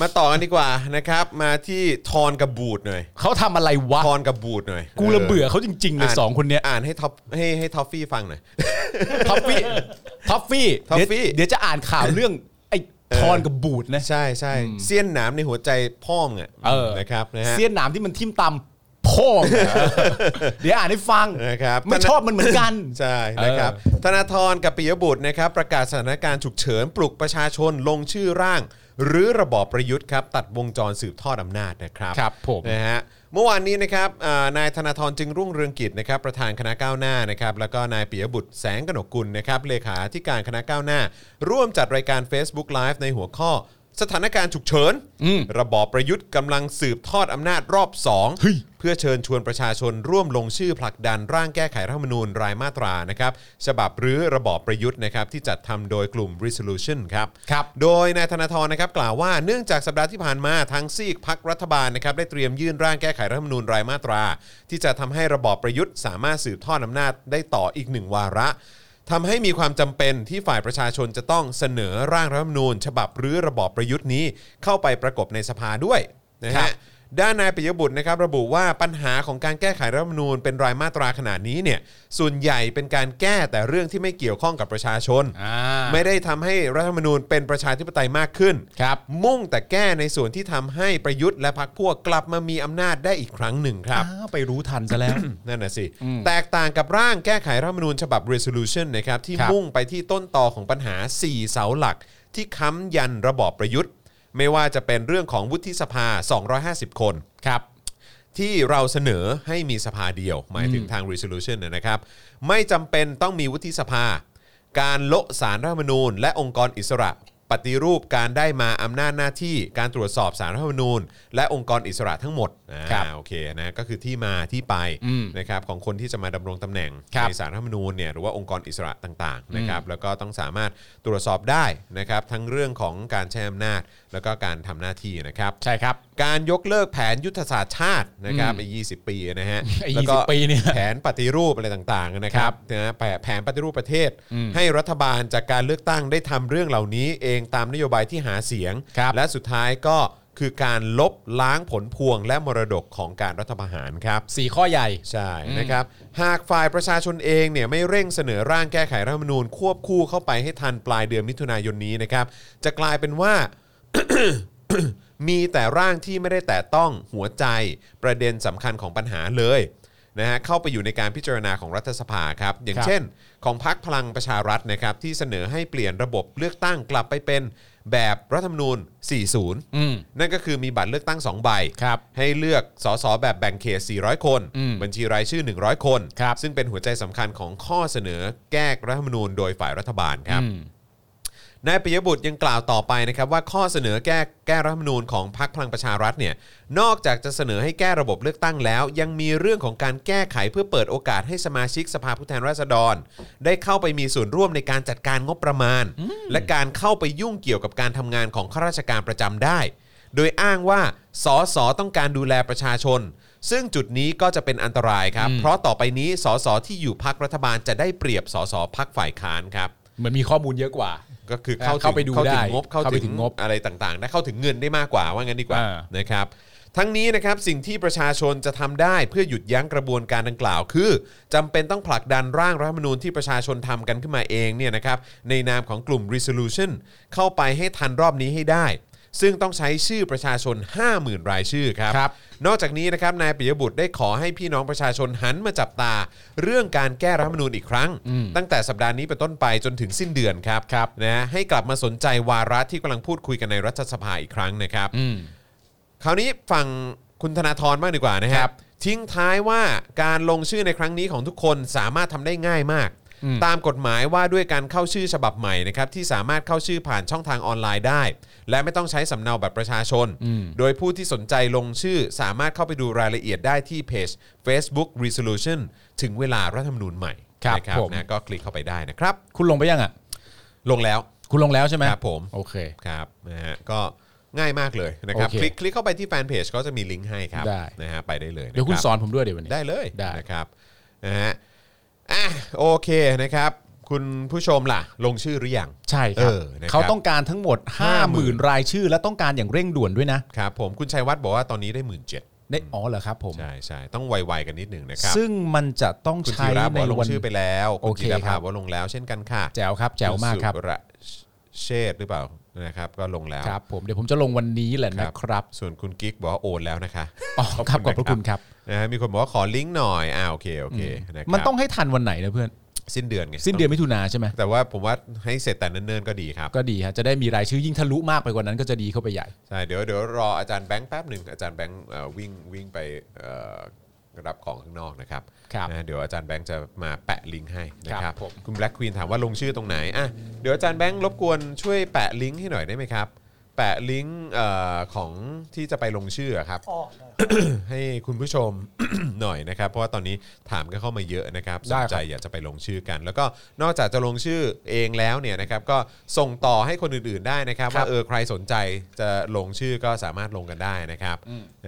มาต่อกันดีกว่านะครับ มาที่ทอนกับบูดหน่อย เขาทำอะไรวะ ทอนกับบูดหน่อย กูระเบื่อเขาจริงๆเลยสองคนเนี้ย อ่านให้ท็อปให้ให้ท็อฟฟี่ฟังหน่อย ท็อฟฟี่ท็อฟฟี่ ท็อฟฟี่ เดี๋ยวเดี๋ยวจะอ่านข่าวเรื่องไอ้ทอนกับบูดนะ ใช่ใช่เสี้ยนหนามในหัวใจพ่อมึงอ่ะ เออ นะครับนะฮะ เสี้ยนหนามที่มันทิ่มตำพ่อม เดี๋ยวอ่านให้ฟัง นะครับ ไม่ชอบมันเหมือนกัน ใช่นะครับธนาธรกับปิยบุตรนะครับ ประกาศสถานการณ์ฉุกเฉินปลุกประชาชนลงชื่อร่าง หรือระบอบประยุทธ์ครับ ตัดวงจรสืบทอดอำนาจนะครับ ครับผม นะฮะเมื่อวานนี้นะครับอ่านายธนาธรจึงรุ่งเรืองกิจนะครับ ประธานคณะก้าวหน้านะครับ แล้วก็นายปิยบุตรแสงกนกกุลนะครับเลขาธิการคณะก้าวหน้า ร่วมจัดรายการ Facebook Live ในหัวข้อ สถานการณ์ฉุกเฉิน ระบอบประยุทธ์กำลังสืบทอดอำนาจรอบสอง เพื่อเชิญชวนประชาชนร่วมลงชื่อผลักดันร่างแก้ไขรัฐธรรมนูญรายมาตรานะครับฉบับหรือระบอบประยุทธ์นะครับที่จัดทำโดยกลุ่ม resolution ครับ ครับ โดยนายธนาธรนะครับกล่าวว่าเนื่องจากสัปดาห์ที่ผ่านมาทางซีกพักรัฐบาลนะครับได้เตรียมยื่นร่างแก้ไขรัฐธรรมนูญรายมาตรา ที่จะทำให้ระบอบประยุทธ์ สามารถสืบทอดอำนาจได้ต่ออีกหนึ่งวาระ ทำให้มีความจำเป็นที่ฝ่ายประชาชนจะต้องเสนอร่างรัฐธรรมนูญ ฉบับหรือระบอบประยุทธ์นี้เข้าไปประกบในสภาด้วยนะ ครั ฮะ บ ด้านนายปิยบุตรนะครับระบุว่าปัญหาของการแก้ไขรัฐธรรมนูญเป็นรายมาตราขนาดนี้เนี่ยส่วนใหญ่เป็นการแก้แต่เรื่องที่ไม่เกี่ยวข้องกับประชาชน ไม่ได้ทำให้รัฐธรรมนูญเป็นประชาธิปไตยมากขึ้น ครับ มุ่งแต่แก้ในส่วนที่ทำให้ประยุทธ์และพรรคพวกกลับมามีอำนาจได้อีกครั้งหนึ่งครับ อ้าวไปรู้ทันซะแล้ว นั่นน่ะสิ แตกต่างกับร่างแก้ไขรัฐธรรมนูญฉบับ resolution นะครับ ที่ ครับ มุ่งไปที่ต้นตอของปัญหา 4 เสาหลัก ที่ค้ำยันระบอบประยุทธ์ ไม่ว่าจะเป็นเรื่องของวุฒิสภา 250 คน ครับ ที่เราเสนอให้มีสภาเดียว หมายถึงทาง resolution นะนะครับ ไม่จำเป็นต้องมีวุฒิสภา การละสารรัฐธรรมนูญ และองค์กรอิสระ ปฏิรูปการได้มาอำนาจหน้าที่ การตรวจสอบสารรัฐธรรมนูญ และองค์กรอิสระทั้งหมดอ่า ครับ โอเคนะก็คือที่มาที่ไปนะครับของคนที่จะมาดำรงตำแหน่ง ครับ ในสารรัฐธรรมนูญเนี่ยหรือว่าองค์กรอิสระต่างๆนะครับแล้วก็ต้องสามารถตรวจสอบได้นะครับทั้งเรื่องของการใช้อำนาจ แล้วก็การทำหน้าที่นะครับ ใช่ครับ การยกเลิกแผนยุทธศาสตร์ชาตินะครับไอ้ยีปีนะฮะ ไอ้ แล้วก็ 20ปีเนี่ย แผนปฏิรูปอะไรต่างๆนะครับนะฮะแผนแผนปฏิรูปประเทศ ให้รัฐบาลจากการเลือกตั้งได้ทำเรื่องเหล่านี้เองตามนโยบายที่หาเสียง ครับ และสุดท้ายก็คือการลบล้างผลพวงและมรดกของการรัฐประหารครับ สี่ข้อใหญ่ ใช่นะครับหากฝ่ายประชาชนเองเนี่ยไม่เร่งเสนอร่างแก้ไขรัฐธรรมนูญควบคู่เข้าไปให้ทันปลายเดือนมิถุนายนนี้นะครับ จะกลายเป็นว่า มีแต่ร่างที่ไม่ได้แต่ต้องหัวใจประเด็นสำคัญของปัญหาเลยนะฮะเข้าไปอยู่ในการพิจารณาของรัฐสภาครับ อย่าง ครับ เช่น ของพักพลังประชารัฐนะครับ ที่เสนอให้เปลี่ยนระบบเลือกตั้งกลับไปเป็นแบบรัฐธรรมนูญ อืม 40 นั่นก็คือมีบัตรเลือกตั้ง 2 ใบ ครับ ให้เลือกสสแบบแบ่งเขต 400 คน อืม บัญชีรายชื่อ 100 คน ครับ ซึ่งเป็นหัวใจสำคัญของข้อเสนอแก้รัฐธรรมนูญโดยฝ่ายรัฐบาลครับ อืม นายปิยบุตรยังกล่าวต่อไปนะครับว่าข้อเสนอแก้แก้รัฐธรรมนูญของพรรคพลังประชารัฐเนี่ยนอกจากจะเสนอให้แก้ระบบเลือกตั้งแล้ว ยังมีเรื่องของการแก้ไขเพื่อเปิดโอกาสให้สมาชิกสภาผู้แทนราษฎร ได้เข้าไปมีส่วนร่วมในการจัดการงบประมาณ และการเข้าไปยุ่งเกี่ยวกับการทำงานของข้าราชการประจำได้ โดยอ้างว่าสสต้องการดูแลประชาชน ซึ่งจุดนี้ก็จะเป็นอันตรายครับ เพราะต่อไปนี้สสที่อยู่พักรัฐบาลจะได้เปรียบสสพักฝ่ายค้านครับ เหมือนมีข้อมูลเยอะกว่า ก็คือเข้า เข้าไป ถึง ดู เข้าถึ ได้ งงบเข้า เข้าไป ถึ ถึ ง ง ง ง บบ อะไรต่างๆได้เข้าถึงเงินได้มากกว่าว่างั้นดีกว่า อ่า นะครับทั้งนี้นะครับสิ่งที่ประชาชนจะทำได้เพื่อหยุดยั้งกระบวนการดังกล่าว คือจำเป็นต้องผลักดันร่างรัฐธรรมนูญที่ประชาชนทำกันขึ้นมาเองเนี่ยนะครับในนามของกลุ่ม resolution เข้าไปให้ทันรอบนี้ให้ได้ ซึ่งต้องใช้ชื่อประชาชน 50,000 รายชื่อครับ ครับ นอกจากนี้นะครับนายปิยบุตรได้ขอให้พี่น้องประชาชนหันมาจับตา เรื่องการแก้รัฐธรรมนูญอีกครั้ง ตั้งแต่สัปดาห์นี้เป็นต้นไปจนถึงสิ้นเดือนครับ ครับ นะฮะให้กลับมาสนใจวาระที่กำลังพูดคุยกันในรัฐสภาอีกครั้งนะครับ อืม คราวนี้ฝั่งคุณธนาธรบ้างดีกว่านะค ค รั รั บบ ทิ้งท้ายว่าการลงชื่อในครั้งนี้ของทุกคนสามารถทำได้ง่ายมาก อืม ตามกฎหมายว่าด้วยการเข้าชื่อฉบับใหม่นะครับที่สามารถเข้าชื่อผ่านช่องทางออนไลน์ได้ และไม่ต้องใช้สำเนาบัตรประชาชน โดยผู้ที่สนใจลงชื่อสามารถเข้าไปดูรายละเอียดได้ที่เพจ Facebook Resolution ถึงเวลารัฐธรรมนูญใหม่ ครับ นะ ผม นะก็คลิกเข้าไปได้นะครับ คุณลงไปยังอ่ะ ลงแล้ว คุณลงแล้วใช่ไหม ครับผม โอเค ครับนะฮะก็ง่ายมากเลยนะครับ โอเค คลิกคลิกเข้าไปที่แฟนเพจก็จะมีลิงก์ให้ครับ ได้ นะฮะไปได้เลยนะ เดี๋ยวคุณ รับ สอนผมด้วยเดี๋ยววันนี้ ได้เลย ได้ นะครับนะฮะอ่ะโอเคนะครับ คุณผู้ชมล่ะ ลงชื่อหรือยัง ใช่ครับ เออนะครับ เขาต้องการทั้งหมด 50,000 รายชื่อ และต้องการอย่างเร่งด่วนด้วยนะครับ ผมคุณชัยวัฒน์บอกว่าตอนนี้ได้หมื่นเจ็ด ได้อ๋อเหรอครับผม ใช่ใช่ต้องไวๆกันนิดหนึ่งนะครับ ซึ่งมันจะต้อง คุณ ใช้ ศิระบอกในว่าลง วัน ชื่อไปแล้ว โอเค ณจิรภา ครับ บอกว่าลงแล้ว เช่นกันค่ะ แจ๋วครับแจ๋วมากครับ ณสุะเชษฐ์หรือเปล่านะครับ ก็ลงแล้ว ครับ ผมเดี๋ยวผมจะลงวันนี้แหละ ครั นะ บ ครับ ส่วนคุณกิ๊กบอกว่าโอนแล้วนะคะ อ๋อครับขอบพขระอบคุ คุณ ณ ค ค รั รับ บ นะฮะมีคนบอกว่าขอลิงก์หน่อยอ่าโอเคโอเคนะครับ มันต้องให้ทันวันไหนนะเพื่อน สิ้นเดือนไง สิ้นเดือนมิถุนาใช่ไหม แต่ว่าผมว่าให้เสร็จแต่เนิ่นๆก็ดีครับ ก็ดีฮะจะได้มีรายชื่อยิ่งทะลุมากไปกว่านั้นก็จะดีเข้าไปใหญ่ ใช่เดี๋ยวเดี๋ยวรออาจารย์แบงค์แป๊บหนึ่งอาจารย์แบงค์เอ่อวิ่งวิ่งไปเอ่อรับของข้างนอกนะครับ ครับ นะเดี๋ยวอาจารย์แบงค์จะมาแปะลิงก์ให้นะค ครั รับบ ผม คุณแบล็กควีนถามว่าลงชื่อตรงไหนอ่ะเดี๋ยวอาจารย์แบงค์รบกวนช่วยแปะลิงก์ให้หน่อยได้ไหมครับ แปะลิงก์เอ่อของที่จะไปลงชื่อครับ อ๋อ ให้คุณผู้ชม หน่อยนะครับ เพราะว่าตอนนี้ถามกันเข้ามาเยอะนะครับสนได้ครับ ใจอยากจะไปลงชื่อกัน แล้วก็นอกจากจะลงชื่อเองแล้วเนี่ยนะครับก็ส่งต่อให้คนอื่นๆได้นะครับ ครั ว่า บ เออใครสนใจจะลงชื่อก็สามารถลงกันได้นะครับ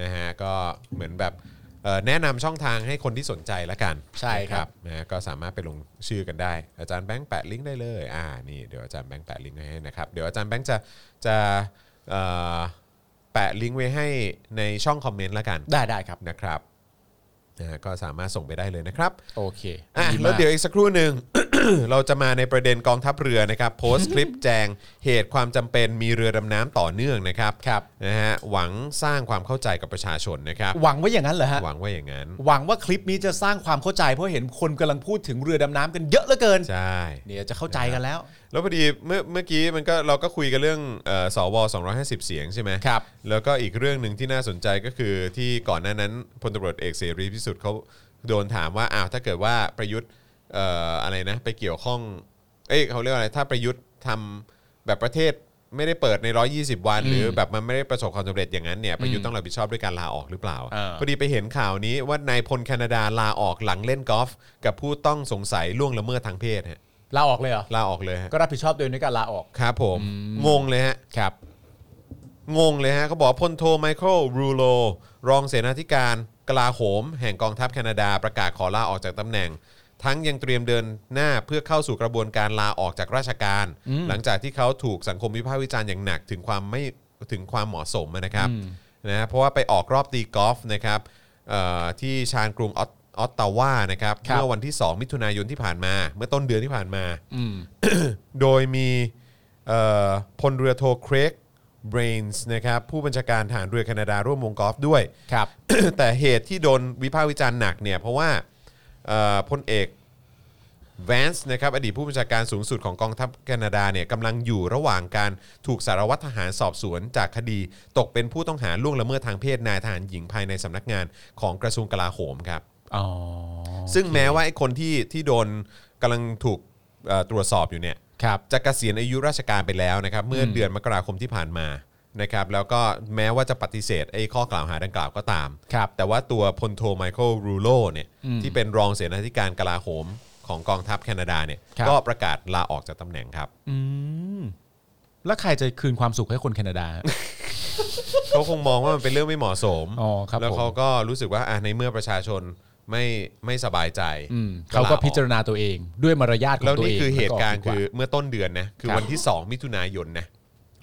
นะฮะก็เหมือนแบบเอ่อแนะนำช่องทางให้คนที่สนใจละกัน ใช่ครับ นะนะฮะก็สามารถไปลงชื่อกันได้ อาจารย์แบงค์แปะลิงก์ได้เลยอ่านี่เดี๋ยวอาจารย์แบงค์แปะลิงก์ไว้ให้นะครับเดี๋ยวอาจารย์แบงค์จะจะเอ่อแปะลิงก์ไว้ให้ในช่องคอมเมนต์ละกัน ได้ได้ครับ นะครับนะฮะก็สามารถส่งไปได้เลยนะครับ โอเค อ่ะ มาก แล้วเดี๋ยวอีกสักครู่หนึ่ง เราจะมาในประเด็นกองทัพเรือนะครับ โพสต์คลิปแจงเหตุความจำเป็นมีเรือดำน้ำต่อเนื่องนะครับ ครับ นะฮะหวังสร้างความเข้าใจกับประชาชนนะครับ หวังไว่าอย่างนั้นเหรอฮะ หวังว่าอย่างนั้น หวังว่าคลิปนี้จะสร้างความเข้าใจเพราะเห็นคนกำลังพูดถึงเรือดำน้ำกันเยอะเหลือเกิน ใช่ เนี่ยจะเข้าใจกันแล้ว แล้วพอดีเมื่อเมื่อกี้มันก็เราก็คุยกันเรื่องเอ่อสว250 เสียงใช่ไหม ครับ แล้วก็อีกเรื่องหนึ่งที่น่าสนใจก็คือที่ก่อนหน้านั้นพลตำรวจเอกเสรีพิสุทธิ์เขาโดนถามว่าอ้าวถ้าเกิดว่าประยุทธ์เอ่ออะไรนะไปเกี่ยวข้องเอ้ยเขาเรียกว่าอะไรถ้าประยุทธ์ทำแบบประเทศไม่ได้เปิดใน 120 วัน หรือแบบมันไม่ได้ประสบความสำเร็จอย่างนั้นเนี่ยประยุทธ์ต้องรับผิดชอบด้วยการลาออกหรือเปล่า เออ พอดีไปเห็นข่าวนี้ว่านายพลแคนาดาลาออกหลังเล่นกอล์ฟกับผู้ต้องสงสัยล่วงละเมิดทางเพศฮะ ลาออกเลยเหรอ ลาออกเลยฮะ ก็รับผิดชอบโดยในการลาออก ครับผมงงเลยฮะ ครับ งงเลยฮะเขาบอกว่าพลโทไมเคิลรูโลรองเสนาธิการกลาโหม แห่งกองทัพแคนาดาประกาศขอลาออกจากตำแหน่ง ทั้งยังเตรียมเดินหน้าเพื่อเข้าสู่กระบวนการลาออกจากราชการ หลังจากที่เขาถูกสังคมวิพากษ์วิจารณ์อย่างหนักถึงความไม่ถึงความเหมาะสมนะครับนะฮะเพราะว่าไปออกรอบตีกอล์ฟนะครับเอ่อที่ชานกรุงออตออตตาวานะครับ ครับ เมื่อวันที่ 2 มิถุนายนที่ผ่านมา เมื่อต้นเดือนที่ผ่านมา โดยมีเอ่อพลเรือโทเครกเบรนส์นะครับผู้บัญชาการฐานเรือแคนาดาร่วมวงกอล์ฟด้วย ครับ แต่เหตุที่โดนวิพากษ์วิจารณ์หนักเนี่ยเพราะว่าเอ่อพลเอกแวนส์นะครับอดีตผู้บัญชาการสูงสุดของกองทัพแคนาดาเนี่ยกำลังอยู่ระหว่างการถูกสารวัตรทหารสอบสวนจากคดีตกเป็นผู้ต้องหาล่วงละเมิดทางเพศนายทหารหญิงภายในสำนักงานของกระทรวงกลาโหมครับ อ๋อ ซึ่งแม้ว่าไอ้คนที่ที่โดนกำลังถูกเอ่อตรวจสอบอยู่เนี่ย ครับ จะเกษียณอายุราชการไปแล้วนะครับ เมื่อเดือนมกราคมที่ผ่านมานะครับ แล้วก็แม้ว่าจะปฏิเสธไอ้ข้อกล่าวหาดังกล่าวก็ตาม ครับ แต่ว่าตัวพลโทไมเคิลรูโลเนี่ยที่เป็นรองเสนาธิการกลาโหมของกองทัพแคนาดาเนี่ย ครับ ก็ประกาศลาออกจากตำแหน่งครับ อืม แล้วใครจะคืนความสุขให้คนแคนาดา เขาคงมองว่ามันเป็นเรื่องไม่เหมาะสม อ๋อครับ แล้วเขา ผม ก็รู้สึกว่าอ่ะในเมื่อประชาชนไม่ไม่สบายใจ อืมเขาก็ ลออ พิจารณาตัวเองด้วยมารยาทขอ แล้ว งตัว นี่ เอง คือเหตุการณ์ แล้ว คือ ดีว่ เมื่อต้นเดือนนะคือ ครับ วันที่ 2 มิถุนายนนะ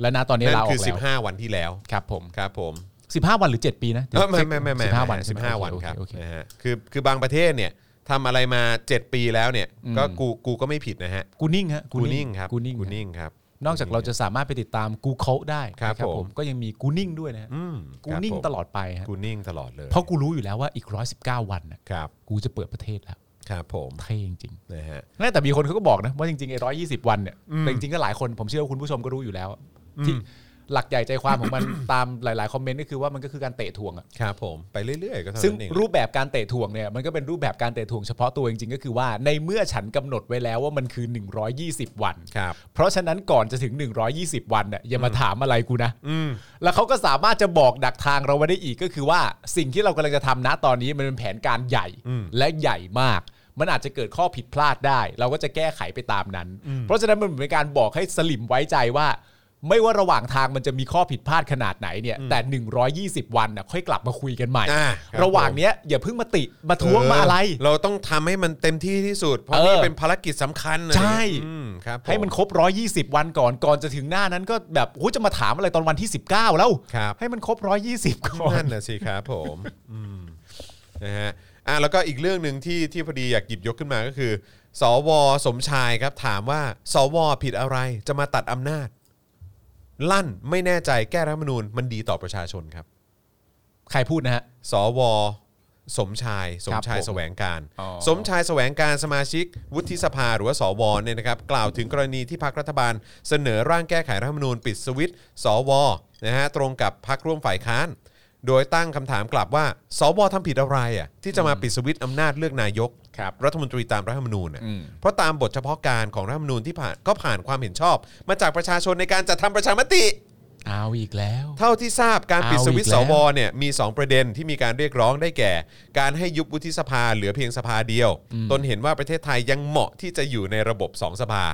และณตอนนี้ นั่น ลาออ คือกแล้ว 15 วันที่แล้ว ครับผม ครับผม สิบห้าวันหรือเจ็ดปีนะ เอ้ยไม่ไม่ไม่ไม่ สิบห้าวัน สิบห้าวัน โอ ครับเโอเโอเ นะฮะคือคือบางประเทศเนี่ยทำอะไรมา 7 ปีแล้วเนี่ยก็กูกูก็ไม่ผิดนะฮะ กูนิ่งฮะ กูนิ่งครับ กูนิ่ง กูนิ่งครับ นอกจากเราจะสามารถไปติดตามกูเ l ได้ ครับ นะ ผม ก็ยังมีกูนิ่งด้วยนะฮะ อืม กูนิ่ง ครับผม ตลอดไปฮะ กูนิ่งตลอดเลย เพราะกูรู้อยู่แล้วว่าอีก 119 วันน่ะ ครับ กูจะเปิดประเทศแล้ว ครับผม เท่จริงๆ นะฮะ นั่นแต่มีคนเขาก็บอกนะว่าจริงๆไอ้ร้อยี่สิบวันเนี่ยแต่จริงๆก็หลายคนผมเชื่อว่าคุณผู้ชมก็รู้อยู่แล้วอะที่หลักใหญ่ใจความของมัน ตามหลายๆคอมเมนต์ก็คือว่ามันก็คือการเตะถ่วงอะ ครับผมไปเรื่อยๆก็เท่า ซึ่ง นั้นเอง รูปแบบการเตะถ่วงเนี่ยมันก็เป็นรูปแบบการเตะถ่วงเฉพาะตัวจริงๆก็คือว่าในเมื่อฉันกำหนดไว้แล้วว่ามันคือ 120 วัน ครับ เพราะฉะนั้นก่อนจะถึง 120 วันน่ะอย่ามาถามอะไรกูนะ อืม แล้วเขาก็สามารถจะบอกดักทางเราไว้ได้อีกก็คือว่าสิ่งที่เรากำลังจะทำนะตอนนี้มันเป็นแผนการใหญ่ อืม และใหญ่มาก มันอาจจะเกิดข้อผิดพลาดได้ เราก็จะแก้ไขไปตามนั้น เพราะฉะนั้นมันเหมือนเป็นการบอกให้สลิมไว้ใจว่า ไม่ว่าระหว่างทางมันจะมีข้อผิดพลาดขนาดไหนเนี่ยแต่ 120 วันนะค่อยกลับมาคุยกันใหม่ อ่าครับ ระหว่างเนี้ยอย่าเพิ่งมาติมาท้วงมาอะไร เเราต้องทำให้มันเต็มที่ที่สุด เพราะ เออ นี่เป็นภารกิจสำคัญอะไร ใช่ อืมครับผ ให้มันครบ 120 วันก่อนก่อนจะถึงหน้านั้นก็แบบโอ้ยจะมาถามอะไรตอนวันที่ 19 แล้ว ครับ ให้มันครบ 120 ก่อน นั่นนะสิครับผมอืมนะฮะอ่ะแล้วก็อีกเรื่องหนึ่งที่ที่พอดีอยากหยิบยกขึ้นมาก็คือ สวสมชายครับถามว่า สวผิดอะไรจะมาตัดอำนาจ ลั่นไม่แน่ใจแก้รัฐธรรมนูญมันดีต่อประชาชนครับ ใครพูดนะฮะ สว สมชาย สมชาย ผม แสวงการ อ๋อ สมชายแสวงการสมาชิก วุฒิสภาหรือว่าสวเนี่ยนะครับ กล่าวถึงกรณีที่พรรครัฐบาล เสนอร่างแก้ไขรัฐธรรมนูญปิดสวิตช์สวนะฮะตรงกับพรรคร่วมฝ่ายค้าน โดยตั้งคำถามกลับว่า สวทำผิดอะไรอ่ะที่จะมาปิดสวิตช์อำนาจเลือกนายก รัฐมนตรีตามรัฐธรรมนูญน่ะเพราะตามบทเฉพาะการของรัฐธรรมนูญที่ผ่านก็ผ่านความเห็นชอบ มาจากประชาชนในการจัดทำประชามติ เอาอีกแล้ว เท่าที่ทราบการปิด เอา ส อีก วิตช์ส แล้ว วเนี่ยมี 2 ประเด็นที่มีการเรียกร้องได้แก่ การให้ยุบวุฒิสภาเหลือเพียงสภาเดียว ตนเห็นว่าประเทศไทยยังเหมาะที่จะอยู่ในระบบ 2 สภา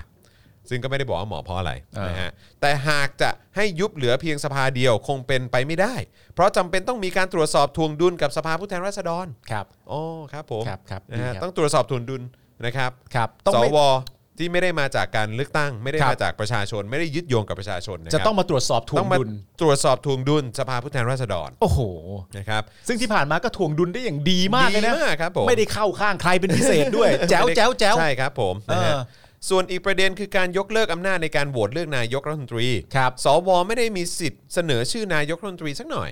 ซึ่งก็ไม่ได้บอกว่าเหมาะเพราะอะไร เออ นะฮะแต่หากจะให้ยุบเหลือเพียงสภาเดียวคงเป็นไปไม่ได้ เพราะจำเป็นต้องมีการตรวจสอบทวงดุลกับสภาผู้แทนราษฎร ครับ อ๋อครับผม ครับครับ นะฮะ ดีครับ ต้องตรวจสอบทวงดุลนะครับ ครับ ต้อง ส ไม่ วที่ไม่ได้มาจากการเลือกตั้ง ไม่ได้ ครับ มาจากประชาชน ไม่ได้ยึดโยงกับประชาชนนะครับ จะต้องมาตรวจสอบทว ต้อง งมา ดุล ตรวจสอบทวงดุลสภาผู้แทนราษฎร โอ้โห นะครับ ซึ่งที่ผ่านมาก็ทวงดุลได้อย่างดีมากเลยนะ ดีมากครับผม ไม่ได้เข้าข้างใครเป็นพิเศษด้วย แจ๋วแจ๋วแจ๋ว ใช่ครับผมนะฮะ เออ ส่วนอีกประเด็นคือการยกเลิกอำนาจในการโหวตเลือกนายกรัฐมนตรี ครับ สวไม่ได้มีสิทธิ์เสนอชื่อนายกรัฐมนตรีสักหน่อย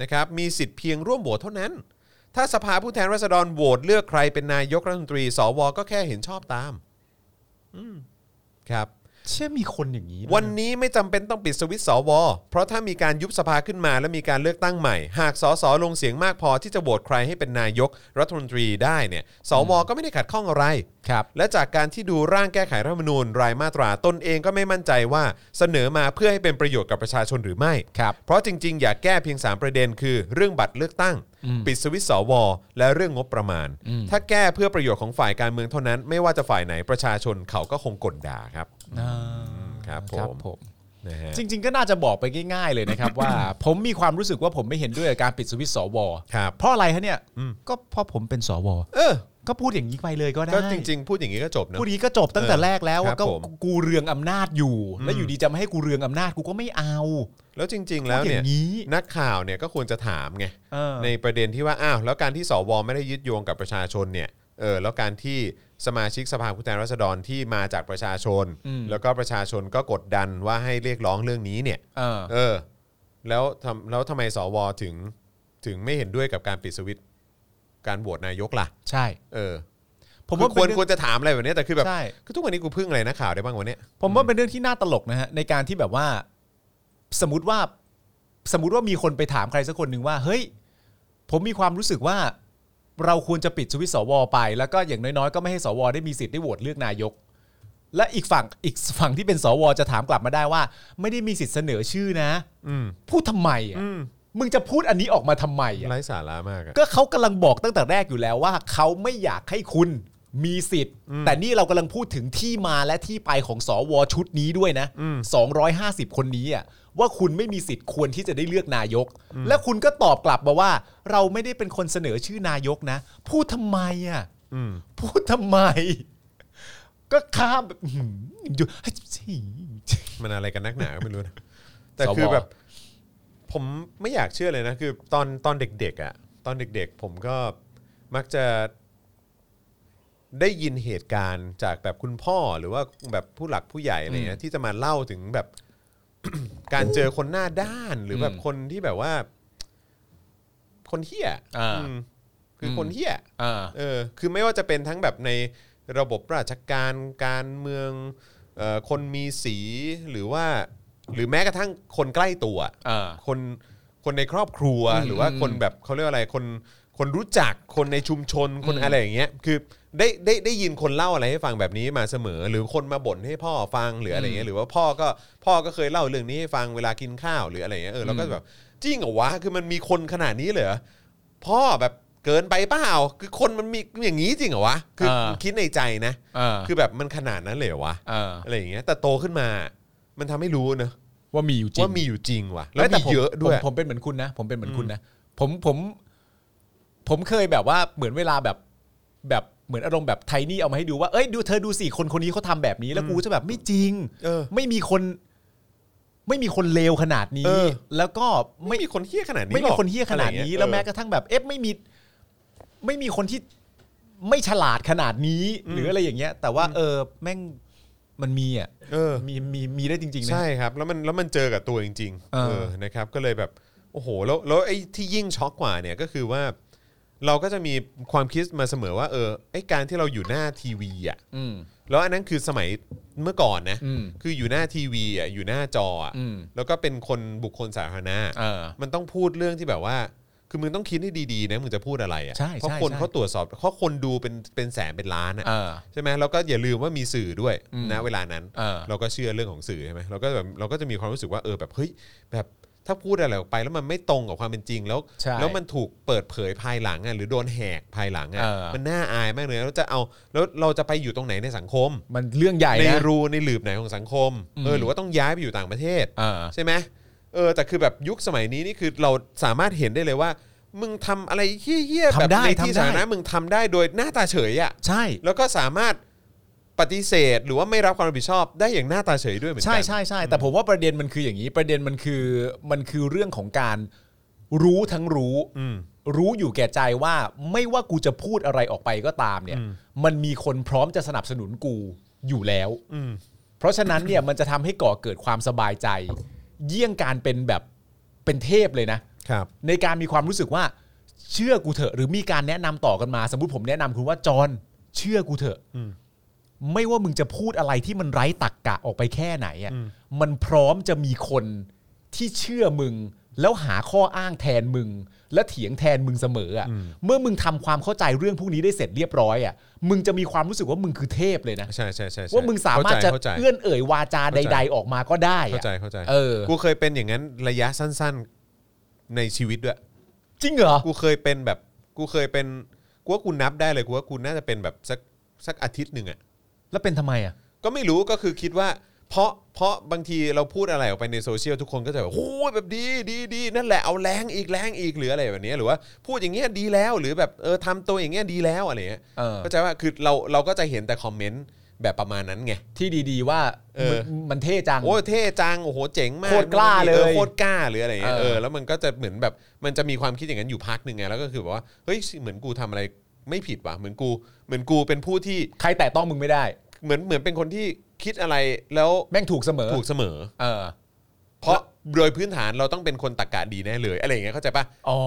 นะครับมีสิทธิ์เพียงร่วมโหวตเท่านั้น ถ้าสภาผู้แทนราษฎรโหวตเลือกใครเป็นนายกรัฐมนตรี สวก็แค่เห็นชอบตามอืมครับ เชื่อมีคนอย่างนี้ด้วย วันนี้ไม่จำเป็นต้องปิดสวิตช์สว เพราะถ้ามีการยุบสภาขึ้นมาและมีการเลือกตั้งใหม่ หากสสลงเสียงมากพอที่จะโหวตใครให้เป็นนายกรัฐมนตรีได้เนี่ย สว ก็ไม่ได้ขัดข้องอะไร ครับ และจากการที่ดูร่างแก้ไขรัฐธรรมนูญรายมาตราตนเองก็ไม่มั่นใจว่าเสนอมาเพื่อให้เป็นประโยชน์กับประชาชนหรือไม่ ครับ เพราะจริง ๆ อยากแก้เพียง 3 ประเด็นคือ เรื่องบัตรเลือกตั้ง ปิดสวิตช์สว และเรื่องงบประมาณ ถ้าแก้เพื่อประโยชน์ของฝ่ายการเมืองเท่านั้น ไม่ว่าจะฝ่ายไหนประชาชนเขาก็คงกลด่าครับครับผ ครับ ม ผม นะฮะ จริง ๆ ก็น่าจะบอกไปง่ายๆเลยนะครับ ว่า ผมมีความรู้สึกว่าผมไม่เห็นด้วยกับการปิดสวิตช์สว ครับ เพราะอะไรฮะเนี่ย ก็เพราะผมเป็นสว เออ ก็พูดอย่างนี้ไปเลยก็ได้ ก็จริง ๆ พูดอย่างนี้ก็จบเนอะ ผู้นี้ก็จบตั้งแต่แรกแล้ว ครั ว่า บ ก็ ผม กูเรืองอำนาจอยู่ แล้วอยู่ดีจะมาให้กูเรืองอำนาจกูก็ไม่เอา แล้วจริง ๆ แล้วเนี่ย พูดอย่างนี้ นักข่าวเนี่ยก็ควรจะถามไง เออ ในประเด็นที่ว่าอ้าวแล้วการที่สวไม่ได้ยึดโยงกับประชาชนเนี่ยเออแล้วการที่สมาชิกสภาผู้แทนราษฎรที่มาจากประชาชน แล้วก็ประชาชนก็กดดันว่าให้เรียกร้องเรื่องนี้เนี่ย เออ เออ แล้วทำแล้วทำไมสวถึงถึงไม่เห็นด้วยกับการปิดสวิตช์การโหวตนายกล่ะ ใช่ เออ ผม คือ ว่า ค เป็ วร นเรื่อง ควรจะถามอะไรแบบเนี้ยแต่คือแบบ ใช่ คือทุกวันนี้กูพึ่งอะไรนะข่าวได้บ้างวันเนี้ย ผมว่าเป็นเรื่องที่น่าตลกนะฮะในการที่แบบว่า สมมติว่า สมมติว่ามีคนไปถามใครสักคนหนึ่งว่า เฮ้ย ผมมีความรู้สึกว่า เราควรจะปิดสวิตช์สวไป แล้วก็อย่างน้อยๆก็ไม่ให้สวได้มีสิทธิ์ได้โหวตเลือกนายก และอีกฝั่งอีกฝั่งที่เป็นสวจะถามกลับมาได้ว่า ไม่ได้มีสิทธิ์เสนอชื่อนะพูดทำไมอ่ะมึงจะพูดอันนี้ออกมาทำไมอ่ะ ไร้สาระมากอะ ก็เขากำลังบอกตั้งแต่แรกอยู่แล้วว่าเขาไม่อยากให้คุณมีสิทธิ์ แต่นี่เรากำลังพูดถึงที่มาและที่ไปของสวชุดนี้ด้วยนะ 250 คนนี้อะว่าคุณไม่มีสิทธิ์ควรที่จะได้เลือกนายก และคุณก็ตอบกลับมาว่า เราไม่ได้เป็นคนเสนอชื่อนายกนะ พูดทำไมอ่ะพูดทำไม ก็ข้ามแบบอื้อหือเฮ้ย มันอะไรกันนักหนาก็ไม่รู้นะแต่คือแบบ ผมไม่อยากเชื่อเลยนะคือตอนตอนเด็กๆอ่ะ ตอนเด็ก ๆ ผมก็มักจะ ได้ยินเหตุการณ์จากแบบคุณพ่อหรือว่าแบบผู้หลักผู้ใหญ่อะไรเงี้ยที่จะมาเล่าถึงแบบ การเจอคนหน้าด้านหรือแบบ อืม คนที่แบบว่า คนเฮี้ย อ่า อืมคือคนเฮี้ย อ่า เออคือไม่ว่าจะเป็นทั้งแบบในระบบราชการการเมืองเออคนมีสีหรือว่า หรือแม้กระทั่งคนใกล้ตัว อ่า คนคนในครอบครัว อืม หรือว่า อืม คนแบบเขาเรียกว่าอะไรคนคนรู้จักคนในชุมชนคน อืม อะไรอย่างเงี้ยคือได้ได้ได้ยินคนเล่าอะไรให้ฟังแบบนี้มาเสมอ หรือคนมาบ่นให้พ่อฟังหรืออะไรเงี้ยหรือว่าพ่อก็พ่อก็เคยเล่าเรื่องนี้ให้ฟังเวลากินข้าวหรืออะไรเงี้ยเออเราก็ อืม แบบจริงเหรอวะคือมันมีคนขนาดนี้เลยเหรอ พ่อแบบเกินไปเปล่า คือคนมันมีอย่างนี้จริงเหรอวะ คือ เออ คิดในใจนะ อ่า คือแบบมันขนาดนั้นเลยเหรอวะ อ่า อะไรอย่างเงี้ย แต่โตขึ้นมา มันทำให้รู้นะ ว่ามีอยู่จริง ว่ามีอยู่จริงว่ะ แล้ว เอ้ มี ผม เยอะด้วย ผมผมเป็นเหมือนคุณนะ ผมเป็นเหมือนคุณนะ ผมผม ผมเคยแบบว่าเหมือนเวลาแบบแบบเหมือนอารมณ์แบบไทนี่เอามาให้ดูว่าเอ้ยดูเธอดูสิคนคนนี้เขาทำแบบนี้แล้วกูจะแบบไม่จริง เออ ไม่มีคน ไม่มีคนเลวขนาดนี้ เออ แล้วก็ ไม่ ไม่ มีคนเฮี้ยขนาดนี้ ไม่หมีรอก คนเฮี้ยขนาด อะไร นี้ เงี้ย แล้วแม้ เออ กระทั่งแบบเอฟไม่มี ไม่มีคนที่ไม่ฉลาดขนาดนี้ หรืออะไรอย่างเงี้ย แต่ว่า เออ แม่งมันมีอ่ะ เออ มีมีมีได้จริงๆนะ ใช่ครับ แล้วมันแล้วมันเจอกับตัวจริงๆ เออ นะครับ ก็เลยแบบโอ้โห แล้วแล้วไอ้ที่ยิ่งช็อกกว่าเนี่ยก็คือว่า เราก็จะมีความคิดมาเสมอว่า เออไอ้การที่เราอยู่หน้าทีวีอ่ะ อืม แล้วอันนั้นคือสมัยเมื่อก่อนนะ อืม คืออยู่หน้าทีวีอ่ะอยู่หน้าจออ่ะ อืม แล้วก็เป็นคนบุคคลสาธารณะ เออ มันต้องพูดเรื่องที่แบบว่า คือมึงต้องคิดให้ดีๆนะมึงจะพูดอะไรอ่ะ ใช่ เพราะ ใช่ คน ใช่ เขาตรวจสอบเพราะคนดูเป็นเป็นแสนเป็นล้านอ่ะ เออ ใช่ไหมแล้วก็อย่าลืมว่ามีสื่อด้วย อืม นะเวลานั้น เออ ก็เชื่อเรื่องของสื่อใช่ไหมเราก็แบบเราก็จะมีความรู้สึกว่าเออแบบเฮ้ยแบบถ้าพูดอะไรออกไปแล้วมันไม่ตรงกับความเป็นจริงแล้ว ใช่ แล้วมันถูกเปิดเผยภายหลังอ่ะหรือโดนแหกภายหลังอ่ะ เออ มันน่าอายมากเลยแล้วจะเอาแล้วเราจะไปอยู่ตรงไหนในสังคม มันเรื่องใหญ่ ใน นะ รูในหลืบไหนของสังคม อืม เออหรือว่าต้องย้ายไปอยู่ต่างประเทศ เออ ใช่ไหมเออแต่คือแบบยุคสมัยนี้นี่คือเราสามารถเห็นได้เลยว่า มึงทำอะไรเฮี้ยๆแบบ ทำได้ ในที่ ทำได้ สาธารณะมึงทำได้โดยหน้าตาเฉยอ่ะ ใช่ แล้วก็สามารถปฏิเสธหรือว่าไม่รับความรับผิดชอบได้อย่างหน้าตาเฉยด้วยเหมือนกั ใช่ใช่ใช่แต่ผมว่าประเด็นมันคืออย่างนี้ ประเด็นมันคือมันคือเรื่องของการรู้ทั้งรู้ อืม รู้อยู่แก่ใจว่าไม่ว่ากูจะพูดอะไรออกไปก็ตามเนี่ย อืม มันมีคนพร้อมจะสนับสนุนกูอยู่แล้ว อืม เพราะฉะนั้นเนี่ย มันจะทำให้ก่อเกิดความสบายใจ เยี่ยงการเป็นแบบเป็นเทพเลยนะ ครับ ในการมีความรู้สึกว่าเชื่อกูเถอะ หรือมีการแนะนำต่อกันมา สมมติผมแนะนำคุณว่าจอห์นเชื่อกูเถอะ อืม ไม่ว่ามึงจะพูดอะไรที่มันไร้ตักกะออกไปแค่ไหนอะ อืม มันพร้อมจะมีคนที่เชื่อมึง แล้วหาข้ออ้างแทนมึง และเถียงแทนมึงเสมออะเมื่อมึงทำความเข้าใจเรื่องพวกนี้ได้เสร็จเรียบร้อยอะมึงจะมีความรู้สึกว่ามึงคือเทพเลยนะ ใช่ใช่ใช่ใช่ ว่ามึงสามารถจะ เข้ใจ เอื้อนเอ่ยวาจา เข้าใจ ใด ๆ ออกมาก็ได้ เข้า อะ ใจเข้าใจ เออ กูเคยเป็นอย่างนั้นระยะสั้น ๆในชีวิตด้วย จริงเหรอ กูเคยเป็นแบบกูเคยเป็นกูว่ากูนับได้เลยกูว่ากูน่าจะเป็นแบบสักสักอาทิตย์หนึ่งอะ แล้วเป็นทำไมอะ ก็ไม่รู้ก็คือคิดว่า เพราะเพราะบางทีเราพูดอะไรออกไปในโซเชียลทุกคนก็จะแบบโอ้ยแบบดีดีดีนั่นแหละเอาแรงอีกแรงอีกหรืออะไรแบบเนี้ยหรือว่าพูดอย่างเงี้ยดีแล้วหรือแบบเออทำตัวอย่างเงี้ยดีแล้วอะไรเงี้ย เออ เข้าใจว่าคือเราเราก็จะเห็นแต่คอมเมนต์แบบประมาณนั้นไง ที่ดีๆว่า เออ มึงมันเท่จัง โอ้เท่จังโอ้โหเจ๋งมาก โคตรกล้าเลย ออโคตรกล้าหรืออะไรเงี้ย เออ เออแล้วมันก็จะเหมือนแบบมันจะมีความคิดอย่างนั้นอยู่พักหนึ่งไงแล้วก็คือแบบว่าเฮ้ยเหมือนกูทำอะไรไม่ผิดว่ะเหมือนกู เหมือนกูเป็นผู้ที่ ใครแตะต้องมึงไม่ได้ เหมือนเหมือนเป็นคนที่คิดอะไรแล้ว แม่งถูกเสมอ ถูกเสมอ เออ เพราะโดยพื้นฐานเราต้องเป็นคนตักกะดีแน่เลยอะไรอย่างเงี้ยเข้าใจปะ อ๋อ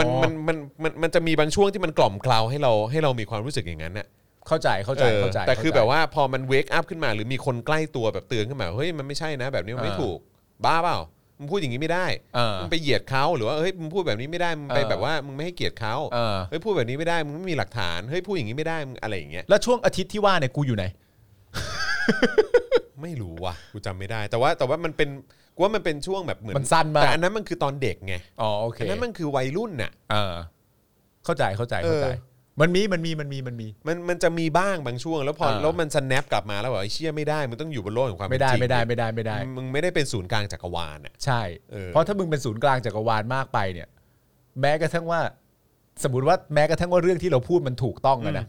มันมันมันมันมันจะมีบางช่วงที่มันกล่อมเกลาให้เราให้เรามีความรู้สึกอย่างนั้นน่ะ เข้าใจเข้าใจ เออ เข้าใจ แต่คือ เข้ใจ แบบว่าพอมันเวกอัพขึ้นมา หรือมีคนใกล้ตัวแบบเตือนขึ้นมาเฮ้ยมันไม่ใช่นะ แบบนี้มันไม่ เออ ถูก บ้าเปล่ามึงพูดอย่างนี้ไม่ได้ เออ มึงไปเหยียดเขาหรือว่าเฮ้ยมึงพูดแบบนี้ไม่ได้มึงไป เออ แบบว่ามึงไม่ให้เกียรติเขา เออ เฮ้ยพูดแบบนี้ไม่ได้มึงไม่มีหลักฐานเฮ้ยพูดอย่างนี้ไม่ได้มึงอะไรอย่างเงี้ย แล้วช่วงอาทิตย์ที่ว่าเนี่ยกูอยู่ไหน ไม่รู้ว่ะกูจำไม่ได้ แต่ว่าแต่ว่ามันเป็นกูว่ามันเป็นช่วงแบบเหมือน มันสั้นมาก แต่อันนั้นมันคือตอนเด็กไง อ๋อโอเค อันนั้นมันคือวัยรุ่นน่ะ เออเข้าใจเข้าใจเข้าใจ เออ มันมีมันมีมันมีมันมี มันมันจะมีบ้างบางช่วง แล้วพอ เออ แล้วมันสแนปกลับมาแล้วแบบไอ้เชี่ยไม่ได้มึงต้องอยู่บนโลกของความ ไม่ เป็น ได้ จริง ไม่ได้ไม่ได้ไม่ได้ มึงไม่ได้เป็นศูนย์กลางจักรวาลน่ะ ใช่ เออ เพราะถ้ามึงเป็นศูนย์กลางจักรวาลมากไปเนี่ย แม้กระทั่งว่า สมมติว่าแม้กระทั่งว่าเรื่องที่เราพูดมันถูกต้องอะนะ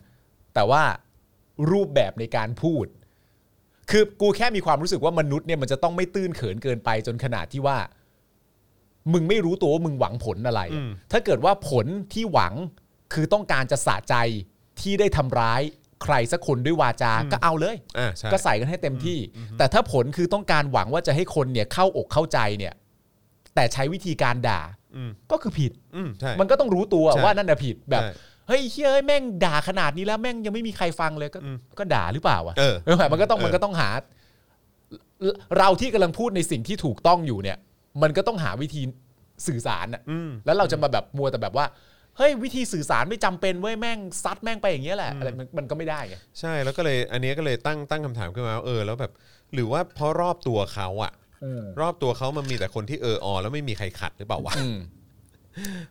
แต่ว่ารูปแบบในการพูด คือกูแค่มีความรู้สึกว่ามนุษย์เนี่ยมันจะต้องไม่ตื้นเขินเกินไปจนขนาดที่ว่า มึงไม่รู้ตัวว่ามึงหวังผลอะไรอะถ้าเกิดว่าผลที่หวังคือต้องการจะสะใจที่ได้ทำร้าย ใครสักคนด้วยวาจา ก็เอาเลย อ่าใช่ ก็ใส่กันให้เต็มที่ แต่ถ้าผลคือต้องการหวังว่าจะให้คนเนี่ยเข้าอกเข้าใจเนี่ย แต่ใช้วิธีการด่า อืม ก็คือผิด อืมใช่ มันก็ต้องรู้ตัว ใช่ ว่านั่นน่ะผิดแบบ ใช่ เฮ้ยเชื่อแม่งด่าขนาดนี้แล้วแม่งยังไม่มีใครฟังเลยก็ อืม ก็ด่าหรือเปล่าวะ เออ เออมันก็ต้อง เออ มันก็ต้องหา เราที่กำลังพูดในสิ่งที่ถูกต้องอยู่เนี่ย มันก็ต้องหาวิธีสื่อสารน่ะ อืม แล้วเราจะมาแบบมัวแต่แบบว่าเฮ้ยวิธีสื่อสารไม่จำเป็นเว้ยแม่งซัดแม่งไปอย่างเงี้ยแหละอะไรมันมันก็ไม่ได้ไง ใช่แล้วก็เลยอันเนี้ยก็เลยตั้งตั้งคำถามขึ้นมาว่าเออแล้วแบบ หรือว่าเพราะรอบตัวเขาอะรอบตัวเขามันมีแต่คนที่เออออแล้วไม่มีใครขัดหรือเปล่าวะ อืม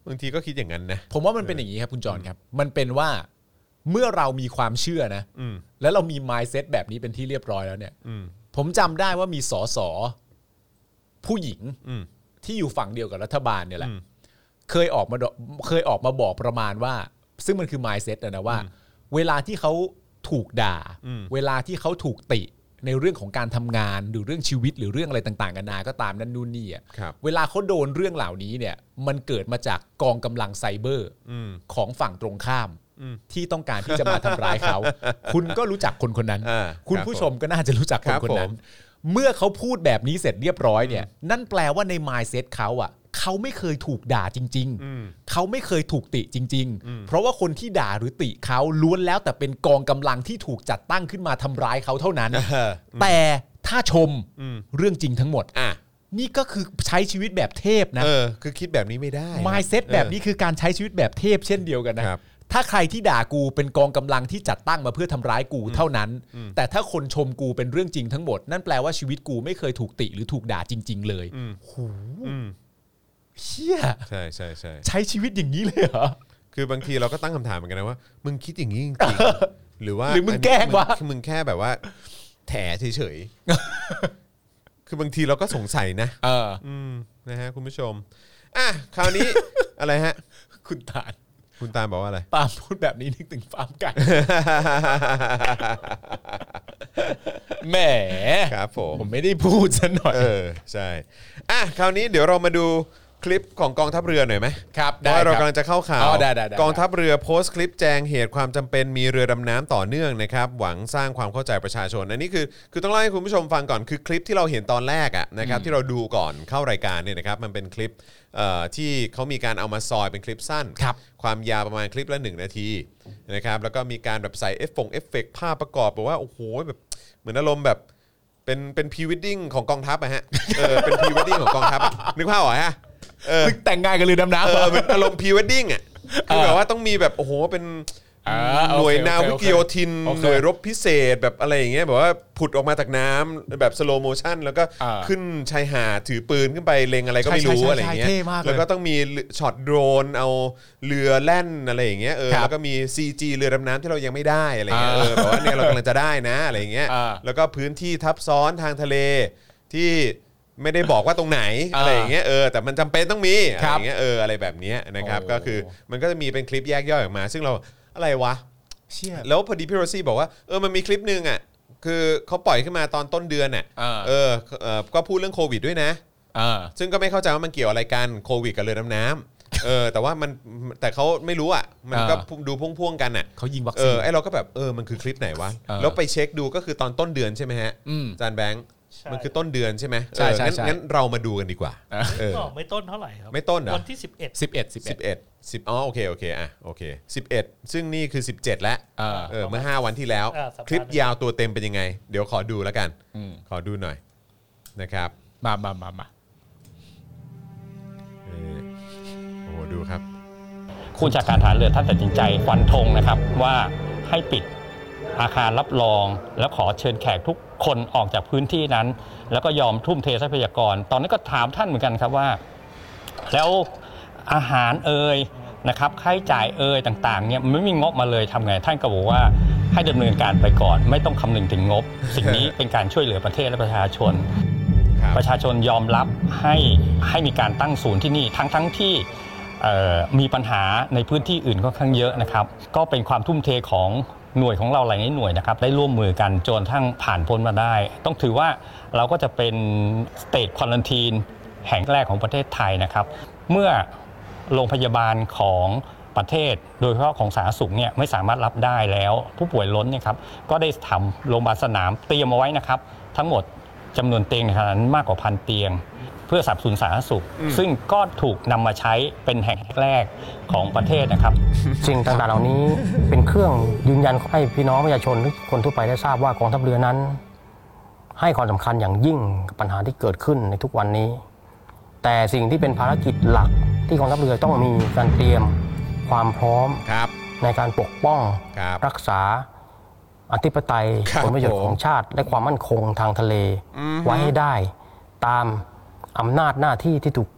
บางทีก็คิดอย่างนั้นนะ ผมว่ามันเป็นอย่างนี้ครับคุณจอนครับ มันเป็นว่าเมื่อเรามีความเชื่อนะ อืม แล้วเรามี mindset แบบนี้เป็นที่เรียบร้อยแล้วเนี่ย อืม ผมจำได้ว่ามีสสผู้หญิง อืม ที่อยู่ฝั่งเดียวกับรัฐบาลเนี่ยแหละ อืม เคยออกมาดเคยออกมาบอกประมาณว่า ซึ่งมันคือ mindset นะนะว่า เวลาที่เขาถูกด่า อืม เวลาที่เขาถูกติในเรื่องของการทำงานหรือเรื่องชีวิตหรือเรื่องอะไรต่างๆกันานาก็ตามนั่นนู่นนี่อะ ครับ เวลาเขาโดนเรื่องเหล่านี้เนี่ย มันเกิดมาจากกองกำลังไซเบอร์ อืม ของฝั่งตรงข้าม อืม ที่ต้องการที่จะมาทำร้ายเขา คุณก็รู้จักคนคนนั้น อ่า คุณผู้ชมก็น่าจะรู้จักค ครั น บ คนนั้น ผม เมื่อเขาพูดแบบนี้เสร็จเรียบร้อยเนี่ย นั่นแปลว่าใน mindset เขาอ่ะ เขาไม่เคยถูกด่าจริง อืม ๆ เขาไม่เคยถูกติจริง ๆ เพราะว่าคนที่ด่าหรือติเขาล้วนแล้วแต่เป็นกองกำลังที่ถูกจัดตั้งขึ้นมาทำร้ายเขาเท่านั้น เออ แต่ถ้าชม อืม เรื่องจริงทั้งหมด อ่ะ นี่ก็คือใช้ชีวิตแบบเทพนะ เออ คือคิดแบบนี้ไม่ได้นะ มายเซตแบบนี้คือการใช้ชีวิตแบบเทพเช่นเดียวกันนะ ครับ ถ้าใครที่ด่ากูเป็นกองกำลังที่จัดตั้งมาเพื่อทำร้ายกูเท่านั้น แต่ถ้าคนชมกูเป็นเรื่องจริงทั้งหมด นั่นแปลว่าชีวิตกูไม่เคยถูกติหรือถูกด่าจริง ๆ เลย อืมอืม เฮีย ใช่ใช่ใช่ ใช้ชีวิตอย่างนี้เลยเหรอ คือบางทีเราก็ตั้งคำถามเหมือนกันนะว่า มึงคิดอย่างนี้จริง ๆหรือว่า หรือมึงแกล้งวะ มึมึงแค่แบบว่า แถเฉย ๆ คือบางทีเราก็สงสัยนะ เออ อืมนะฮะคุณผู้ชม อ่ะคราวนี้ อะไรฮะ คุณตาล คุณตามบอกว่าอะไร ปาล์มพูดแบบนี้นึกถึงฟาร์มไก่ แหม ครับผม ผมไม่ได้พูดซะหน่อย เออใช่ อ่ะคราวนี้เดี๋ยวเรามาดูคลิปของกองทัพเรือหน่อยไหม ครับ เพราะว่า ได้ครับ เรากำลังจะเข้าข่าว อ๋อได้ได้ได้ กองทัพเรือโพสต์คลิปแจงเหตุความจำเป็นมีเรือดำน้ำต่อเนื่องนะครับ หวังสร้างความเข้าใจประชาชนอันนี้คือคือต้องเล่าให้คุณผู้ชมฟังก่อนคือคลิปที่เราเห็นตอนแรกอ่ะนะครับที่เราดูก่อนเข้ารายการเนี่ยนะครับมันเป็นคลิปเอ่อที่เขามีการเอามาซอยเป็นคลิปสั้น ครับ ความยาวประมาณคลิปละ 1 นาทีนะครับแล้วก็มีการแบบใส่เอฟฟงเอฟเฟกภาพประกอบแบบว่า โอ้โหแบบเหมือนอารมณ์แบบเป็นเป็นพรีวิดดิ้งของกองทัพอะฮะเออเป็นพรีวิดดิ้งของกองทัพอะนึกภาพออกไหมฮะเออ นึกแต่งงานกันเลยดำน้ำ เอ เหร อ อ เป็นอารมณ์พรีวิดดิ้งอะคือแบบว่าต้องมีแบบ โอ้โห เป็น อ่าโอหเคน่วยนาวิกโยธิน โอเค หน่วยรบพิเศษแบบอะไรอย่างเงี้ยแบบว่าผุดออกมาจากน้ำแบบสโลโมชันแล้วก็ อ่า ขึ้นชายหาดถือปืนขึ้นไปเล็งอะไรก็ไม่ ใช่ใช่ รู้ ใช่ อะไรอย่างเงี้ย เท่มากเลย แล้วก็ ก็ต้องมีช็อตโดรนเอาเรือแล่นอะไรอย่างเงี้ยเออ ครับ แล้วก็มี CG เรือดำน้ำที่เรายังไม่ได้อะไรเงี้ยเออ่าอแบบว่าเนี่ยเรากำลังจะได้นะอะไรอย่างเงี้ย อ่า แล้วก็พื้นที่ทับซ้อนทางทะเลที่ไม่ได้บอกว่าตรงไหน อ่า อะไรอย่างเงี้ยเออแต่มันจำเป็นต้องมีอะไร ครั อบ ย่างเงี้ยเอออะไรแบบเนี้ยนะครับ โอ้ ก็คือมันก็จะมีเป็นคลิปแยกย่อยออกมา ซึ่งเราอะไรวะ เชี่ย แล้วพอดีพี่โรซี่บอกว่าเออมันมีคลิปหนึ่งอ่ะคือเขาปล่อยขึ้นมาตอนต้นเดือนอ่ะ อ่า เออเออก็พูดเรื่องโควิดด้วยนะ เออ ซึ่งก็ไม่เข้าใจว่ามันเกี่ยวอะไรกันโควิดกับเรือดำน้ำเออ แต่ว่ามันแต่เขาไม่รู้อ่ะ มันก็ อ่า ดูพ่วงๆกันอ่ะ เขายิงวัค เอ ซีน อไอเราก็แบบเออมันคือคลิปไหนวะ เออ แล้วไปเช็คดูก็คือตอนต้นเดือนใช่ไหมฮะ อืม จานแบงค์ ใช่ มันคือต้นเดือนใช่ไหม ใช่ใช่ เอองั้น ใช่ งั้นเรามาดูกันดีกว่า เออ ก็ไม่ต้นเท่าไหร่ครับ ไม่ต้นเหรอ วันที่สิบเอ็ด สิบเอ็ดสิบเอ็ สิ ด บเอ็ดสิบอ๋อโอเคโอเคอ่ะโอเคสิบเอ็ดซึ่งนี่คือสิบเจ็ดแล้ว เออ เออเมื่อห้าวันที่แล้ว าสัปดาห์ คลิปยาวตัวเต็มเป็นยังไง เดี๋ยวขอดูแล้วกัน ขอดูหน่อยนะครับ มามามามา เออโอ้โหดูครับ ผู้บัญชาการฐานเรือท่านตัดสินใจฟันธงนะครับว่าให้ปิดอาคารรับรอง แล้วขอเชิญแขกทุกคนออกจากพื้นที่นั้น แล้วก็ยอมทุ่มเททรัพยากร ตอนนี้นก็ถามท่านเหมือนกันครับว่า แล้วอาหารเอ่ยนะครับค่าใช้จ่ายเอ่ยต่างๆเนี่ยมันไม่มีงบมาเลยทำไงท่านก็บอกว่าให้ดำเนินการไปก่อน ไม่ต้องคำนึงถึงงบ สิ่งนี้เป็นการช่วยเหลือประเทศและประชาชน ครับ ประชาชนยอมรับให้ให้มีการตั้งศูนย์ที่นี่ทั้งทั้งที่เอ่อมีปัญหาในพื้นที่อื่นค่อนข้างเยอะนะครับ ก็เป็นความทุ่มเทของหน่วยของเราหลายหน่วยนะครับ ได้ร่วมมือกันจนทั้งผ่านพ้นมาได้ ต้องถือว่าเราก็จะเป็นสเต e ควอลันทีนแห่งแรกของประเทศไทยนะครับ เมื่อโรงพยาบาลของ ประเทศ โดยเฉพาะของสาธารณสุขเนี่ยไม่สามารถรับได้แล้ว ผู้ป่วยล้นเนี่ยครับก็ได้ทำโรงพยาบาลสนามเตรียมเอาไว้นะครับ ทั้งหมดจำนวนเตียงในขณะนั้นมากกว่าพันเตียง เพื่อสนับสนุนสาธารณสุข ซึ่งก็ถูกนำมาใช้เป็นแห่งแรกของประเทศนะครับ สิ่งต่างๆ เหล่านี้เป็นเครื่องยืนยันให้พี่น้องประชาชนหรือคนทั่วไปได้ทราบว่ากองทัพเรือนั้น ให้ความสำคัญอย่างยิ่งกับปัญหาที่เกิดขึ้นในทุกวันนี้ แต่สิ่งที่เป็นภารกิจหลักที่กองทัพเรือต้องมีการเตรียมความพร้อม ครับ ในการปกป้อง ครับ รักษาอธิปไตย ครับ ผลประโยช ผมน์ของชาติ และความมั่นคงทางทะเล ไว้ให้ได้ตามอำนาจหน้าที่ที่ถูก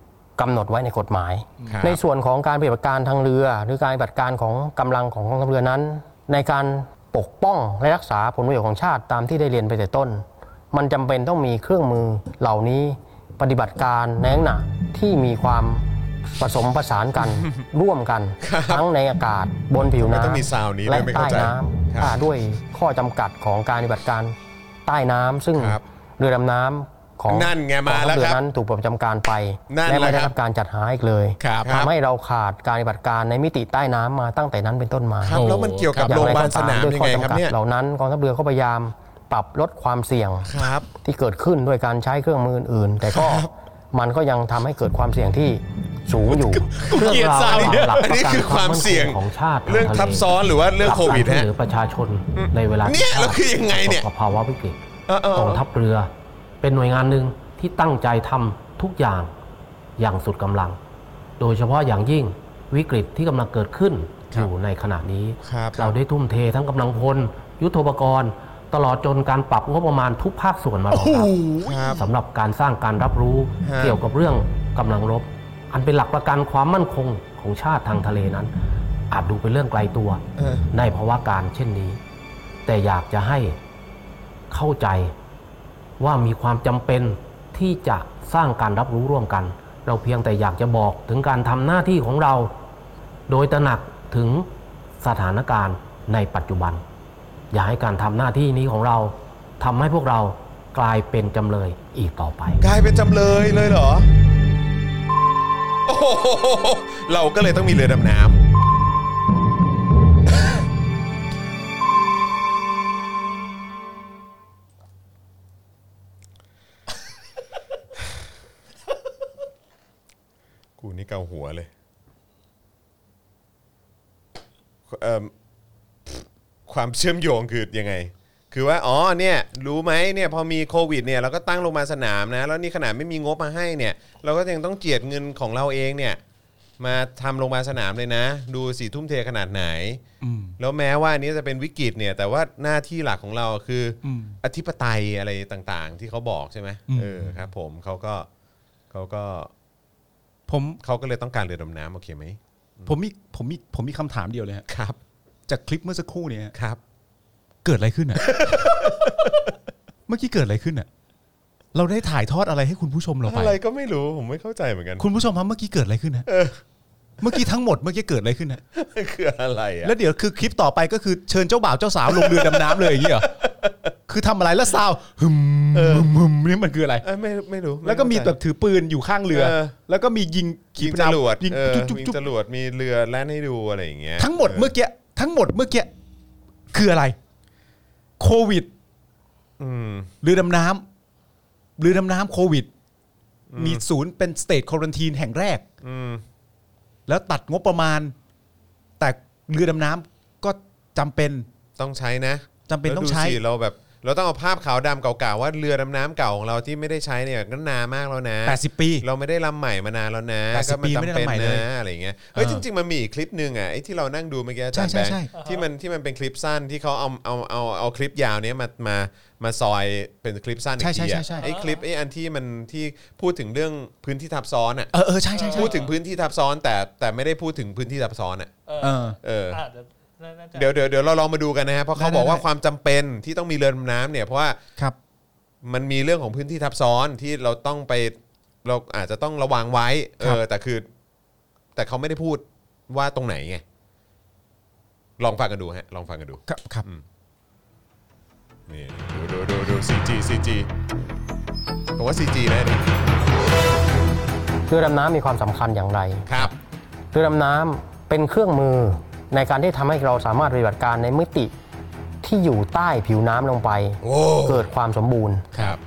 กำหนดไว้ในกฎหมาย ครับ ในส่วนของการปฏิบัติการทางเรือ หรือการปฏิบัติการของกำลังของกองทัพเรือนั้น ในการปกป้องและรักษาผลประโยชน์ของชาติตามที่ได้เรียนไปแต่ต้น มันจำเป็นต้องมีเครื่องมือเหล่านี้ปฏิบัติการในลักษณะที่มีความผสมผสาน กัน ร่วมกัน ทั้งในอากาศบนผิว มัน น้ำ ต้องมีซาวด์นี้ด้วและยไม่ ใต้ เข้าใจ น้ ครับ ำอ่าด้วยข้อจำกัดของการปฏิบัติการใต้น้ำซึ่ง ครับ เรือดำน้ำของ นั่นไงมาแล้ว กองทัพเรื ครั อบ นั้นถูกปลดประจำการไป นั่น และไม่ แห ได้ ละครับ รับ การจัดหาอีกเลย ครับ ทำให้เราขาดการปฏิบัติการในมิติใต้น้ำมาตั้งแต่นั้นเป็นต้นมา ครับแล้วมันเกี่ยวกับ อย่ โรงพยาบาล ไก็ ส ต นาม ด้วย ยังไงข้อครับ จำกัด เนี่ย เหล่านั้นกองทัพเรือก็พยายามปรับลดความเสี่ยง ครับ ที่เกิดขึ้นด้วยการใช้เครื่องมืออื่นๆแต่ก็มันก็ยังทำให้เกิดความเสี่ยงที่สูงอยู่ กูเกลียดสาวเนี่ยอันนี้คือความเสี่ยง ของชาติ เรื่องทับซ้อนหรือว่าเรื่องโควิดฮะ หรือประชาชนในเวลา เนี่ยแล้วคือยังไงเนี่ย ประสบกับภาวะวิกฤต เออเออก องทัพเรือ เป็นหน่วยงานหนึ่งที่ตั้งใจทำทุกอย่างอย่างสุดกำลัง โดยเฉพาะอย่างยิ่งวิกฤตที่กำลังเกิดขึ้นอยู่ในขณะนี้ ครับ เราได้ทุ่มเททั้งกำลังพล ยุทโธปกรณ์ ตลอดจนการปรับงบประมาณทุกภาคส่วนมารองรับ ครับ สำหรับการสร้างการรับรู้ ฮะ เกี่ยวกับเรื่องกำลังรบ อันเป็นหลักประกันความมั่นคงของชาติทางทะเลนั้น อาจดูเป็นเรื่องไกลตัว เออ ในภาวะการเช่นนี้ แต่อยากจะให้เข้าใจว่ามีความจำเป็นที่จะสร้างการรับรู้ร่วมกัน เราเพียงแต่อยากจะบอกถึงการทำหน้าที่ของเรา โดยตระหนักถึงสถานการณ์ในปัจจุบัน อย่าให้การทำหน้าที่นี้ของเราทำให้พวกเรากลายเป็นจำเลยอีกต่อไป กลายเป็นจำเลยเลยเหรอ โอ้โหเราก็เลยต้องมีเรือดำน้ำ กูนี่เกาหัวเลย เอิ่มความเชื่อมโยงคือยังไง คือว่า อ๋อ เนี่ย รู้ไหมเนี่ย พอมีโควิด เนี่ย เราก็ตั้งโรงพยาบาลสนามนะ แล้วนี่ขนาดไม่มีงบมาให้ เนี่ย เราก็ยังต้องเจียดเงินของเราเอง เนี่ย มาทำโรงพยาบาลสนามเลยนะ ดูสีทุ่มเทขนาดไหน แล้วแม้ว่าอันนี้จะเป็นวิกฤต เนี่ย แต่ว่าหน้าที่หลักของเราคือออธิปไตยอะไรต่างๆ ที่เขาบอกใช่ไหมเออ ครับ ผมเขาก็เขาก็ ผม เขาก็เลยต้องการเรือดำน้ำโอเคไหม ผมมีผมมีผมมีคำถามเดียวเลยฮะ ครับ จากคลิปเมื่อสักครู่เนี่ยฮะ ครับ เกิดอะไรขึ้นอ่ะ เมื่อกี้เกิดอะไรขึ้นอ่ะ เราได้ถ่ายทอดอะไรให้คุณผู้ชมเราไป อะไรก็ไม่รู้ ผมไม่เข้าใจเหมือนกัน คุณผู้ชมครับเมื่อกี้เกิดอะไรขึ้นฮะเมื่อกี้ทั้งหมดเมื่อกี้เกิดอะไรขึ้นฮะ คืออะไรอ่ะ แล้วเดี๋ยวคือคลิปต่อไปก็คือเชิญเจ้าบ่าวเจ้าสาวลงเรือดำน้ำเลยอย่างนี้เหรอ คือทำอะไรแล้วซาวฮึมฮึมฮึมนี่มันคืออะไร เอ้ยไม่ไม่รู้ไ แล้วก็มีแบบถือปืนอยู่ข้างเรือ เออ แล้วก็มียิง ยิงจรวด ยิง เออ จุ๊บจุ๊บ ยิง จุ๊บ จรวดมีเรือแล่นให้ดูอะไรอย่างเงี้ย ทั้งหมดเมื่อกี้ทั้งหมดเมื่อกี้คืออะไร โควิด อืม เรือดำน้ำเรือดำน้ำโควิด มีศูนย์เป็นสเตทควอรันทีนแห่งแรก อืม แล้วตัดงบประมาณ แต่เรือดำน้ำก็จำเป็น ต้องใช้นะ จำเป็นต้อง แล้วดู ใช้ สิเราแบบ เราต้องเอาภาพขาวดำเก่าๆว่าเรือดำน้ำเก่าของเราที่ไม่ได้ใช้เนี่ยก็นานมากแล้วนะ 80 ปี เราไม่ได้ลำใหม่มานานแล้วนะ แปดสิ ก็ บปีไม่ได้ลำใหม่เลย นะอะไรอย่างเงี้ยเฮ้ย เอ จ อ ริงๆมันมีอีกคลิปหนึ่งอ่ะไอ้ที่เรานั่งดูเมื่อกี้อาจารย์ ใช่ แบง ใช่ ค์ที่มันที่มันเป็นคลิปสั้นที่เขาเอาเอาเอาเอาคลิปยาวเนี้ยมามามาซอยเป็นคลิปสั้นอีกทีอ่ะไอ้คลิปไอ้อันที่มันที่พูดถึงเรื่องพื้นที่ทับซ้อนอ่ะ เออเออใช่ใช่ใช่ พูดถึงพื้นที่ทับซ้อน แต่แต่ไม่ได้พูดถึงพื้นที่ทับซ้อนอ่ะ เออ เออ เออ อ่ะเดี๋เดี๋ยวน่าจะยวเดี๋ยวเดี๋ยวเราลองมาดูกันนะฮะเพราะเขา ได้ได้ บอกว่า ได้ ความจำเป็นที่ต้องมีเรือดำน้ำเนี่ยเพราะว่า ครับ มันมีเรื่องของพื้นที่ทับซ้อนที่เราต้องไปเราอาจจะต้องระวังไว้เอ ครับ อแต่คือ แต่เขาไม่ได้พูดว่าตรงไหนไงลองฟังกันดูฮะลองฟังกันดู ครับครับ นี่ดูดูดูดูซีจีซีจีผมว่าซีจีนะนี่ เรือดำน้ำมีความสำคัญอย่างไร ครับ เรือดำน้ำเ เป็นเครื่องมือในการที่ทำให้เราสามารถปฏิบัติการในมิติที่อยู่ใต้ผิวน้ำลงไป โอ้ เกิดความสมบูรณ์ ครับ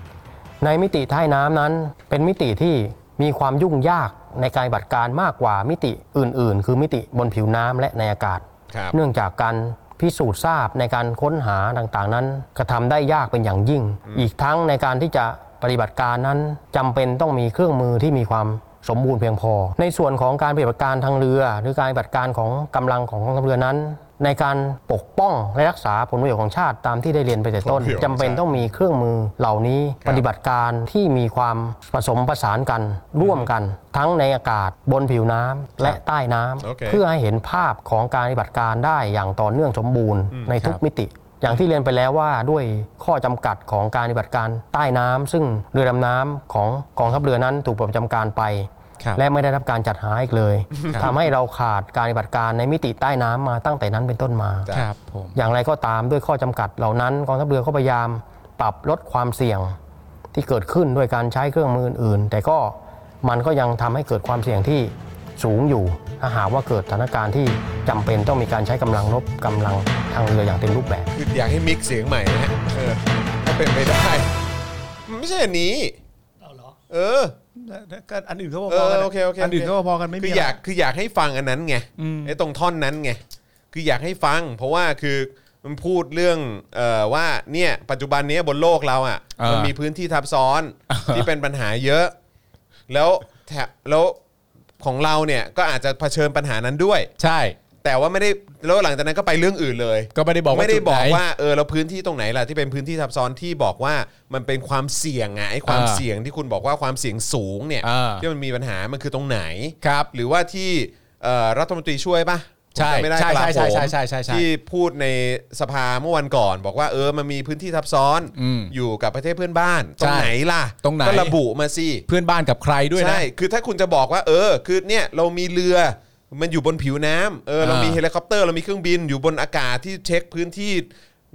ในมิติใต้น้ำนั้น เป็นมิติที่มีความยุ่งยากในการปฏิบัติการมากกว่ามิติอื่น ๆ คือมิติบนผิวน้ำและในอากาศ ครับ เนื่องจากการพิสูจน์ทราบในการค้นหาต่างๆ นั้นกระทำได้ยากเป็นอย่างยิ่ง อีกทั้งในการที่จะปฏิบัติการนั้นจำเป็นต้องมีเครื่องมือที่มีความสมบูรณ์เพียงพอ ในส่วนของการปฏิบัติการทางเรือ หรือการปฏิบัติการของกำลังของกองทัพเรือนั้น ในการปกป้องและรักษาผลประโยชน์ของชาติตามที่ได้เรียนไปแต่ต้นจำเป็นต้องมีเครื่องมือเหล่านี้ปฏิบัติการที่มีความผสมผสานกันร่วมกัน ทั้งในอากาศบนผิวน้ำและใต้น้ำ โอเค เพื่อ เพื่อให้เห็นภาพของการปฏิบัติการได้อย่างต่อเนื่องสมบูรณ์ในทุกมิติ อย่างที่เรียนไปแล้วว่าด้วยข้อจำกัดของการปฏิบัติการใต้น้ำซึ่งเรือดำน้ำของกองทัพเรือนั้นถูกปลดประจำการไป ครับ และไม่ได้รับการจัดหาอีกเลยทำให้เราขาดการปฏิบัติการในมิติใต้น้ำมาตั้งแต่นั้นเป็นต้นมา ครับผม อย่างไรก็ตามด้วยข้อจำกัดเหล่านั้นกองทัพเรือก็พยายามปรับลดความเสี่ยงที่เกิดขึ้นด้วยการใช้เครื่องมืออื่นๆ แต่ก็มันก็ยังทำให้เกิดความเสี่ยงที่สูงอยู่ ถ้าหากว่าเกิดสถานการณ์ที่จำเป็นต้องมีการใช้กำลังรบกำลังทางเรืออย่างเต็มรูปแบบ คืออยากให้มิกซ์เสียงใหม่นะฮะเออถ้าเป็นไปได้มันไม่ใช่อันนี้ เอาเหรอ เออ ก็อันอื่นเขาพ เอ อๆ อ กัน โอเคโอเค อันอื่น โเค เขาพอๆกันไม่มี คืออยากคืออยากให้ฟังอันนั้นไงไอ้ตรงท่อนนั้นไงคืออยากให้ฟัง เพราะว่าคือมันพูดเรื่องเอ่อว่าเนี่ยปัจจุบันเนี้ยบนโลกเราอ่ะ เออ มันมีพื้นที่ทับซ้อนที่เป็นปัญหาเยอะ แล้วแถบแล้วของเราเนี่ยก็อาจจะเผชิญปัญหานั้นด้วย ใช่ แต่ว่าไม่ได้แล้วหลังจากนั้นก็ไปเรื่องอื่นเลย ก็ไม่ได้บอกว่า ไม่ได้บอก จุดหน ว่าเออเราพื้นที่ตรงไหนล่ะที่เป็นพื้นที่ทับซ้อนที่บอกว่ามันเป็นความเสี่ยงอะไงความ อ่า เสี่ยงที่คุณบอกว่าความเสี่ยงสูงเนี่ย อ่า ที่มันมีปัญหามันคือตรงไหน ครับ หรือว่าที่เอ่อรัฐมนตรีช่วยปะ ใช่ ผมจำไม่ได้ ใช่ กลา ใช่ โหม ใช่ใช่ใช่ใช่ ที่พูดในสภาเมื่อวันก่อน บอกว่าเออมันมีพื้นที่ทับซ้อน อืม อยู่กับประเทศเพื่อนบ้านตรง ใช่ ไหนล่ะ ตรงไหน ก็ระบุมาสิ เพื่อนบ้านกับใครด้วยนะ ใช่ คือถ้าคุณจะบอกว่า เออ คือเนี่ยเรามีเรือ มันอยู่บนผิวน้ำเออ เรามี อ่า เฮลิคอปเตอร์ เรามีเครื่องบินอยู่บนอากาศที่เช็คพื้นที่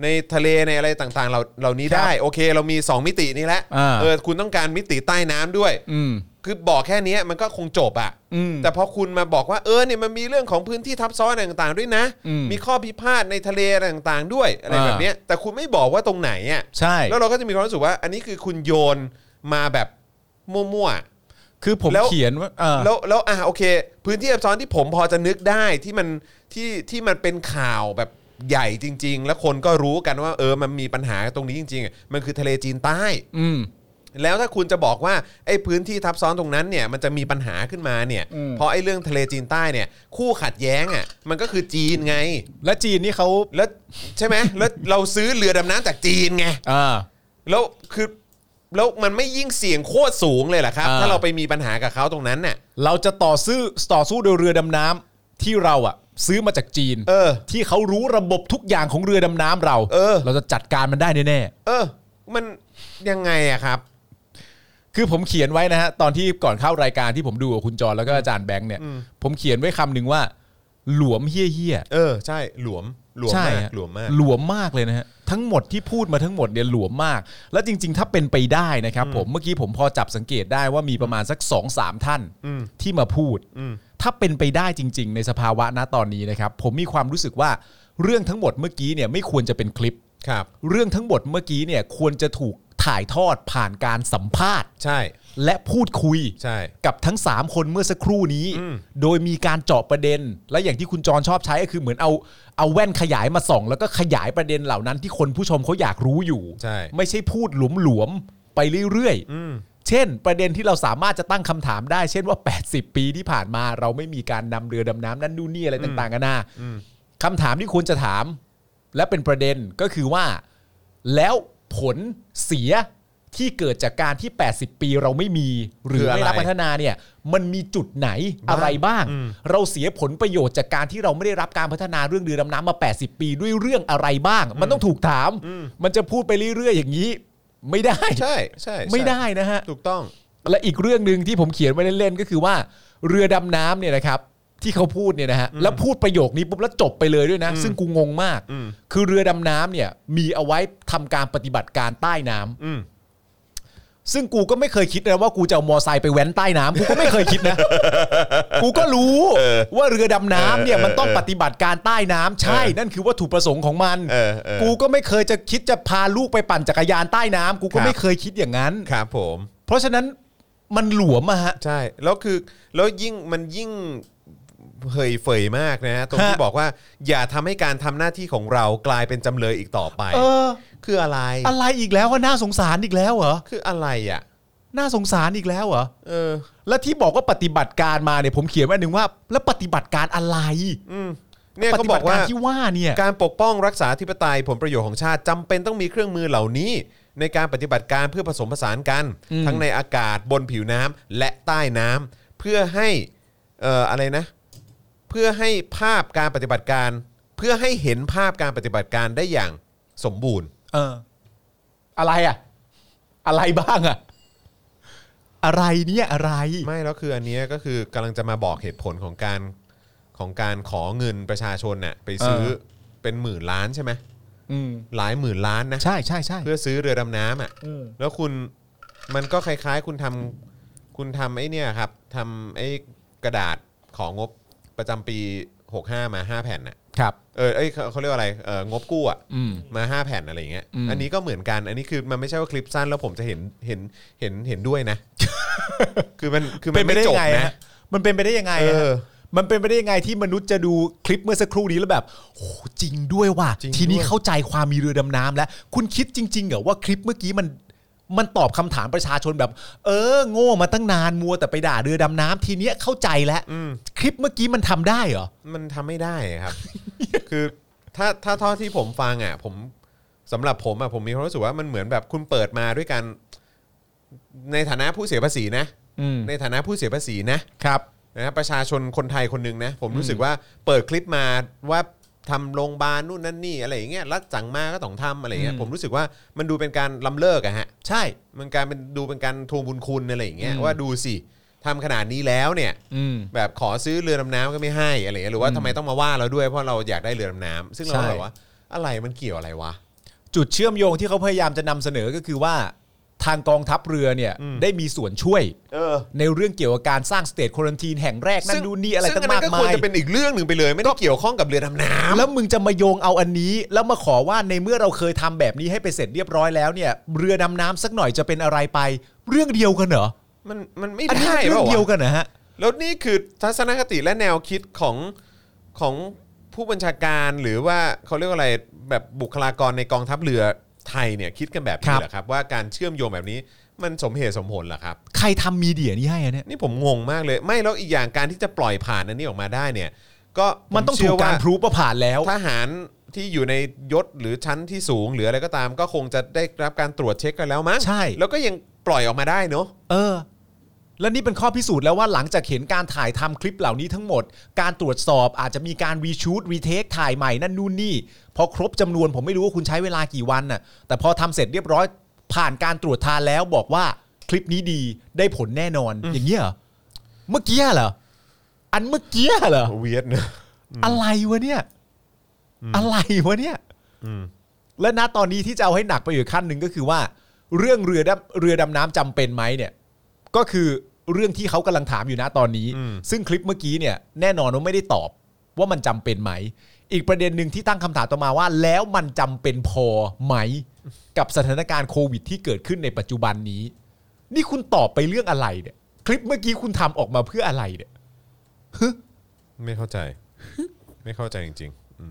ในทะเลในอะไรต่างๆ เราเหล่านี้ได้ โอเค เรามี 2 มิตินี่แหละ เออ คุณต้องการมิติใต้น้ำด้วย อืม คือบอกแค่เนี้ยมันก็คงจบอะ อืม แต่พอคุณมาบอกว่าเออเนี่ยมันมีเรื่องของพื้นที่ทับซ้อนอะไรต่างๆ ด้วยนะ อืม มีข้อพิพาทในทะเลอะไรต่างๆ ด้วยอะไร อ่า แบบเนี้ยแต่คุณไม่บอกว่าตรงไหนอ่ะ ใช่ แล้วเราก็จะมีความรู้สึกว่า อันนี้คือคุณโยนมาแบบมั่วๆ คือผม แล้ว เขียนว่าเออ แล้วแล้วอ่ะโอเค พื้นที่ซับซ้อนที่ผมพอจะนึกได้ที่มันที่ที่มันเป็นข่าวแบบใหญ่จริง ๆ แล้วคนก็รู้กันว่า เออมันมีปัญหาตรงนี้จริงๆอ่ะมันคือทะเลจีนใต้ อืม แล้วถ้าคุณจะบอกว่าไอ้พื้นที่ทับซ้อนตรงนั้นเนี่ยมันจะมีปัญหาขึ้นมาเนี่ย อืม เพราะไอ้เรื่องทะเลจีนใต้เนี่ยคู่ขัดแย้งอ่ะมันก็คือจีนไง และจีนนี่เขา แล้วใช่ไหมแล้วเราซื้อเรือดำน้ำจากจีนไง อ่า แล้วคือแล้วมันไม่ยิ่งเสี่ยงโคตรสูงเลยเหรอครับ อ่า ถ้าเราไปมีปัญหากับเขาตรงนั้นเนี่ย เราจะต่อสู้ต่อสู้โดยเรือดำน้ำที่เราอะซื้อมาจากจีน เออ ที่เขารู้ระบบทุกอย่างของเรือดำน้ำเรา เออ จะจัดการมันได้แน่ เออ มันยังไงอะครับ ๆคือผมเขียนไว้นะฮะตอนที่ก่อนเข้ารายการที่ผมดูกับคุณจรแล้วก็อาจารย์แบงค์เนี่ย ผมเขียนไว้คำหนึ่งว่า หลวมเฮี้ย เออ ใช่หลวมหลว ๆ ม ใช่ มาก ฮะ หลวมมาก หลวมมากเลยนะฮะทั้งหมดที่พูดมาทั้งหมดเนี่ยหลวมมาก แล้วจริง ๆ ถ้าเป็นไปได้นะครับ ผมเมื่อกี้ผมพอจับสังเกตได้ว่ามีประมาณสัก2อสามท่านที่มาพูด อืม ถ้าเป็นไปได้จริง ๆ ในสภาวะณตอนนี้นะครับ ผมมีความรู้สึกว่าเรื่องทั้งหมดเมื่อกี้เนี่ยไม่ควรจะเป็นคลิป ครับ เรื่องทั้งหมดเมื่อกี้เนี่ยควรจะถูกถ่ายทอดผ่านการสัมภาษณ์ ใช่ และพูดคุย ใช่ กับทั้ง 3 คนเมื่อสักครู่นี้ อืม โดยมีการเจาะประเด็น และอย่างที่คุณจรชอบใช้ก็คือเหมือนเอาเอาแว่นขยายมาส่อง แล้วก็ขยายประเด็นเหล่านั้นที่คนผู้ชมเขาอยากรู้อยู่ ใช่ ไม่ใช่พูดหลวมหลวมๆไปเรื่อยๆ อืม เช่น ประเด็นที่เราสามารถจะตั้งคำถามได้ เช่นว่า 80 ปีที่ผ่านมา เราไม่มีการนำเรือดำน้ำนั่นนู่นนี่อะไรต่างๆกันานา อืม คำถามที่ควรจะถาม และเป็นประเด็นก็คือว่า แล้วผลเสียที่เกิดจากการที่ 80 ปีเราไม่มีหรือไม่รับพัฒนาเนี่ย มันมีจุดไหนอะไรบ้าง เราเสียผลประโยชน์จากการที่เราไม่ได้รับการพัฒนาเรื่องเรือดำน้ำมา 80 ปีด้วยเรื่องอะไรบ้าง มันต้องถูกถาม มันจะพูดไปเรื่อยๆ อย่างนี้ ไม่ได้ ใช่ใช่ใช่ ไม่ได้นะฮะ ถูกต้อง และอีกเรื่องหนึ่งที่ผมเขียนไว้เล่นๆก็คือว่า เรือดำน้ำเนี่ยนะครับ ที่เขาพูดเนี่ยนะฮะแล้วพูดประโยคนี้ปุ๊บแล้วจบไปเลยด้วยนะ ซึ่งกูงงมาก อืม คือเรือดำน้ำเนี่ยมีเอาไว้ทำการปฏิบัติการใต้น้ำ อืม ซึ่งกูก็ไม่เคยคิดนะว่ากูจะเอามอไซค์ไปแว้นใต้น้ำกูก็ไม่เคยคิด นะ กูก็รู้ว่าเรือดำน้ำเนี่ยมันต้องปฏิบัติการใต้น้ำใช่ นั่นคือวัตถุประสงค์ของมัน เออเออ กูก็ไม่เคยจะคิดจะพาลูกไปปั่นจักรยานใต้น้ำกูก็ไม่เคยคิดอย่างนั้น ครับผม เพราะฉะนั้นมันหลวมอะฮะ ใช่แล้วคือแล้วยิ่งมันยิ่งเผยเฟยมากนะฮะตรงที่ ฮะ บอกว่า อย่าทำให้การทำหน้าที่ของเรากลายเป็นจำเลยอีกต่อไป เออ คืออะไร อะไรอีกแล้วว่าน่าสงสารอีกแล้วเหรอ คืออะไรอ่ะ น่าสงสารอีกแล้วเหรอ เออ และที่บอกว่าปฏิบัติการมาเนี่ยผมเขียนไว้หนึ่งว่า แล้วปฏิบัติการอะไร อืมเนี่ย ป เขา ฏิ บ บั อก ติ ว่า การที่ว่าเนี่ย การปกป้องรักษาธิปไตยผลประโยชน์ของชาติจำเป็นต้องมีเครื่องมือเหล่านี้ ในการปฏิบัติการเพื่อผสมผสานกัน อืม ทั้งในอากาศบนผิวน้ำและใต้น้ำเพื่อให้เอ่ออะไรนะ เพื่อให้ภาพการปฏิบัติการ เพื่อให้เห็นภาพการปฏิบัติการได้อย่างสมบูรณ์ เออ อะไรอะอะไรบ้างอะอะไรเนี่ยอะไร ไม่แล้วคืออันเนี้ยก็คือกำลังจะมาบอกเหตุผลของการของการขอเงินประชาชนน่ะไปซื้อ เออ เป็นหมื่นล้านใช่ไหม อืม หลายหมื่นล้านนะ ใช่ใช่ใช่ เพื่อซื้อเรือดำน้ำอ่ะ แล้วคุณมันก็คล้ายๆ คุณทำคุณทำไอ้เนี่ยครับทำไอ้กระดาษของงบประจำปี 65 มา 5 แผ่นน่ะ ครับ เออเอ้ยเขาเขาเรียกว่าอะไรเอองบกู้อ่ะ อืม มา 5 แผ่นอะไรอย่างเงี้ย อืม อันนี้ก็เหมือนกัน อันนี้คือมันไม่ใช่ว่าคลิปสั้นแล้วผมจะเห็นเห็นเห็นเห็นด้วยนะ คือมันคือมั เป็น นไป ไม่ ได้ จ ยั บ งไง นะ ฮะมันเป็นไปได้ยังไงฮะ เออ มันเป็นไปได้ยังไงที่มนุษย์จะดูคลิปเมื่อสักครู่นี้แล้วแบบโอ้โหจริงด้วยว่ะ จริง ทีนี้ ด้วย เข้าใจความมีเรือดำน้ำแล้ว คุณคิดจริงๆเหรอว่าคลิปเมื่อกี้มันมันตอบคำถามประชาชนแบบ เออ โง่มาตั้งนานมัวแต่ไปด่าเรือดำน้ำทีเนี้ยเข้าใจแล้วคลิปเมื่อกี้มันทำได้เหรอ มันทำไม่ได้อะครับ คือถ้าถ้าเท่าที่ผมฟังอ่ะ ผมสำหรับผมอ่ะผมมีความรู้สึกว่ามันเหมือนแบบคุณเปิดมาด้วยกันในฐานะผู้เสียภาษีนะ อืม ในฐานะผู้เสียภาษีนะครับ นะประชาชนคนไทยคนหนึ่งนะ ผมรู้สึกว่าเปิดคลิปมาว่าทำโรงพยาบาลนู่นนั่นนี่อะไรอย่างเงี้ยรัดจังมาก็ต้องทำอะไรอย่างเงี้ย อืม ผมรู้สึกว่ามันดูเป็นการลำเลิกอะฮะ ใช่ มันการเป็นดูเป็นการทวงบุญคุณอะไรอย่างเงี้ย อืม ว่าดูสิทำขนาดนี้แล้วเนี่ย อืม แบบขอซื้อเรือดำน้ำก็ไม่ให้อะไรเงี้ยหรือว่า อืม ทำไมต้องมาว่าเราด้วยเพราะเราอยากได้เรือดำน้ำซึ่งเรา ใช่ แบบว่า อะไรมันเกี่ยวอะไรวะ จุดเชื่อมโยงที่เขาพยายามจะนำเสนอก็คือว่าทางกองทัพเรือเนี่ย อืม ได้มีส่วนช่วย เออ ในเรื่องเกี่ยวกับการสร้างสเตทควอนตีนแห่งแรกนั่นดูนนี่อะไร ซึ่ ตั้งมาก ก็ มา ควร ย จะเป็นอีกเรื่องหนึ่งไปเลย ไม่ได้เกี่ยวข้องกับเรือดำน้ำ แล้วมึงจะมาโยงเอาอันนี้ แล้วมาขอว่าในเมื่อเราเคยทำแบบนี้ให้ไปเสร็จเรียบร้อยแล้วเนี่ย เรือดำน้ำสักหน่อยจะเป็นอะไรไป เรื่องเดียวกันเหรอ มันมันไม่ อันนี้ ได้ มันเรื่ เป อ ล่าง เดียว วะ กันนะฮะ แล้วนี่คือทัศนคติและแนวคิดของของผู้บัญชาการหรือว่าเขาเรียกว่าอะไรแบบบุคลากรในกองทัพเรือไทยเนี่ยคิดกันแบบ ค นี้ รับ เหรอครับ ว่าการเชื่อมโยงแบบนี้มันสมเหตุสมผลเหรอครับ ใครทำมีเดียนี่ให้อะเนี่ย นี่ผมงงมากเลย ไม่แล้วอีกอย่างการที่จะปล่อยผ่านอันนี้ออกมาได้เนี่ย ก็ผ มันต้อง เชื่ ถูกการพรูฟว่าผ่านแล้ว ทหารที่อยู่ในยศหรือชั้นที่สูงหรืออะไรก็ตาม ก็คงจะได้รับการตรวจเช็คกันแล้วมั้ง ใช่ แล้วก็ยังปล่อยออกมาได้เนาะ เออ และนี่เป็นข้อพิสูจน์แล้วว่าหลังจากเห็นการถ่ายทำคลิปเหล่านี้ทั้งหมด การตรวจสอบอาจจะมีการรีชูตรีเทคถ่ายใหม่นั่นนู่นนี่ พอครบจำนวนผมไม่รู้ว่าคุณใช้เวลากี่วันน่ะ แต่พอทำเสร็จเรียบร้อยผ่านการตรวจทานแล้วบอกว่าคลิปนี้ดีได้ผลแน่นอน อย่างเงี้ยเหรอเมื่อกี้เหรอ อันเมื่อกี้เหรอ เวียดเนอะ อะไรวะเนี่ย อะไรวะเนี่ย อืม และณตอนนี้ที่จะเอาให้หนักไปอีกขั้นหนึ่งก็คือว่า เรื่องเรือดำเรือดำน้ำจำเป็นไหมเนี่ย ก็คือเรื่องที่เขากำลังถามอยู่นะตอนนี้ อืม ซึ่งคลิปเมื่อกี้เนี่ย แน่นอนว่าไม่ได้ตอบว่ามันจำเป็นไหม อีกประเด็นหนึ่งที่ตั้งคำถามต่อมาว่า แล้วมันจำเป็นพอไหม กับสถานการณ์โควิดที่เกิดขึ้นในปัจจุบันนี้ นี่คุณตอบไปเรื่องอะไรเนี่ย คลิปเมื่อกี้คุณทำออกมาเพื่ออะไรเนี่ย ไม่เข้าใจ ไม่เข้าใจจริงๆอืม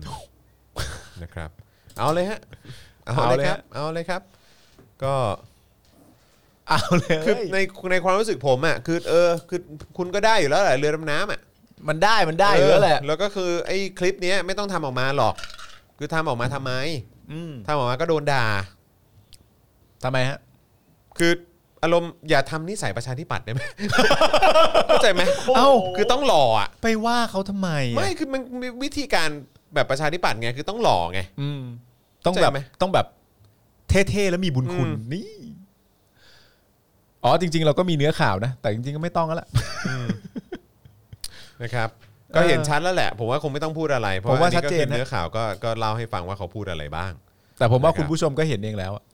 นะครับ เอาเลยฮะ เอาเลยครับ เอาเลยครับ ก็ เอาเล คือย ในในความรู้สึกผมอ่ะคือเออคือคุณก็ได้อยู่แล้วแหละเรือดำน้ำอ่ะ มันได้มันได้อยู่แล้วแหละ เออแล้วก็คือไอ้คลิปเนี้ยไม่ต้องทำออกมาหรอก คือทำออกมาทำไม อืม ทำออกมาก็โดนด่า ทำไมฮะ คืออารมณ์อย่าทำนิสัยประชาธิปัตย์ได้ไหม เข้าใจไหม เอ้า คือต้องหล่ออ่ะ ไปว่าเขาทำไมอะ ไม่คือมันมีวิธีการแบบประชาธิปัตย์ไงคือต้องหล่อไง อืมต้องแบ เข้า บ ใจไหม ต้องแบบเท่ๆ แล้วมีบุญคุณ อืม นี่ อ๋อจริง ๆ เราก็มีเนื้อข่าวนะ แต่จริง ๆ ก็ไม่ต้องแล้วล่ะ นะครับ ก็เห็นชัดแล้วแหละ ผมว่าคงไม่ต้องพูดอะไร เพราะ ผมว่า อัก็ ชัดเจคืนอ นะ เนื้อข่าวก็ก็เล่าให้ฟังว่าเขาพูดอะไรบ้าง แต่ผมว่า นะครับ คุณผู้ชมก็เห็นเองแล้วอะ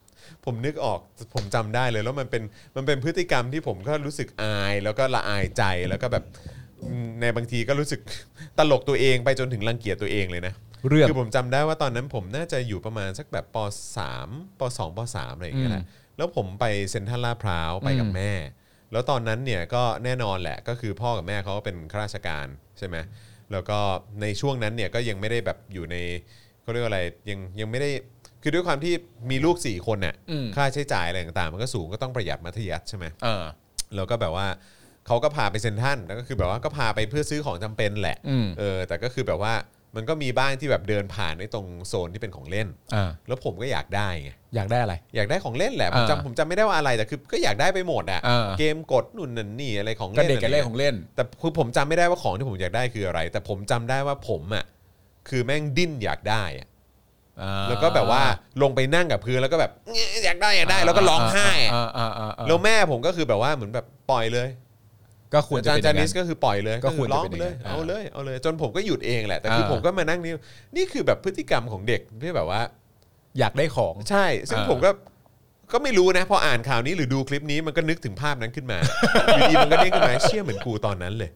ผมนึกออกผมจำได้เลย แล้วมันเป็นมันเป็นพฤติกรรมที่ผมก็รู้สึกอาย แล้วก็ละอายใจแล้วก็แบบอืมในบางทีก็รู้สึก ตลกตัวเองไปจนถึงรังเกียจตัวเองเลยนะ เรื่อง คือผมจำได้ว่าตอนนั้นผมน่าจะอยู่ประมาณสักแบบป .3 ป .2 ป .3 อะไรอย่างเงี้ยแหละแล้วผมไปเซ็นทรัลลาดพร้าวไปกับ อืม แม่ แล้วตอนนั้นเนี่ยก็แน่นอนแหละก็คือพ่อกับแม่เขาก็เป็นข้าราชการใช่ไหมแล้วก็ในช่วงนั้นเนี่ยก็ยังไม่ได้แบบอยู่ในเขาเรียกว่าอะไรยังยังไม่ได้คือด้วยความที่มีลูกสี่คนเนี่ย อืม ค่าใช้จ่ายอะไรต่างๆ มันก็สูงก็ต้องประหยัดมัธยัสถ์ใช่ไหม เออ แล้วก็แบบว่าเขาก็พาไปเซ็นทรันแล้วก็คือแบบว่าก็พาไปเพื่อซื้อของจำเป็นแหละ อืม เออแต่ก็คือแบบว่ามันก็มีบ้างที่แบบเดินผ่านในตรงโซนที่เป็นของเล่น อ่า แล้วผมก็อยากได้ไง อยากได้อะไร อยากได้ของเล่นแหละผม อ่า จำผมจำไม่ได้ว่าอะไรแต่คือก็อยากได้ไปหมดอ่ะ อ่า เกมกดนู่นนั่นนี่อะไรของ ก็ เล่เด็กกันะ น ไร เล่นของเล่น แต่คือผมจำไม่ได้ว่าของที่ผมอยากได้คืออะไร แต่ผมจำได้ว่าผมอ่ะคือแม่งดิ้นอยากได้อะ แล้วก็แบบว่าลงไปนั่งกับพื้นแล้วก็แบบอยากได้อยากได้แล้วก็ร้องไห้อะ อ่าอ่าอ่าอ่า แล้วแม่ผมก็คือแบบว่าเหมือนแบบปล่อยเลย ก็ควร อา จะ จารย์จาเป็นอย่าง นิ นั้ ส น ก็คือปล่อยเลย ก็ควร ร้อง จะไปเป็นอ เล ย่าย งนั้น เอาเลยเอาเลยจนผมก็หยุดเองแหละแต่คือ เออ ผมก็มานั่งนี่นี่คือแบบพฤติกรรมของเด็กที่แบบว่า อยากได้ของ ใช่ซึ่ง เออ ผมก็ก็ไม่รู้นะพออ่านข่าวนี้หรือดูคลิปนี้มันก็นึกถึงภาพนั้นขึ้นมา อยู่ดีมันก็เด้งขึ้นมาเชี่ยเหมือนกูตอนนั้นเลย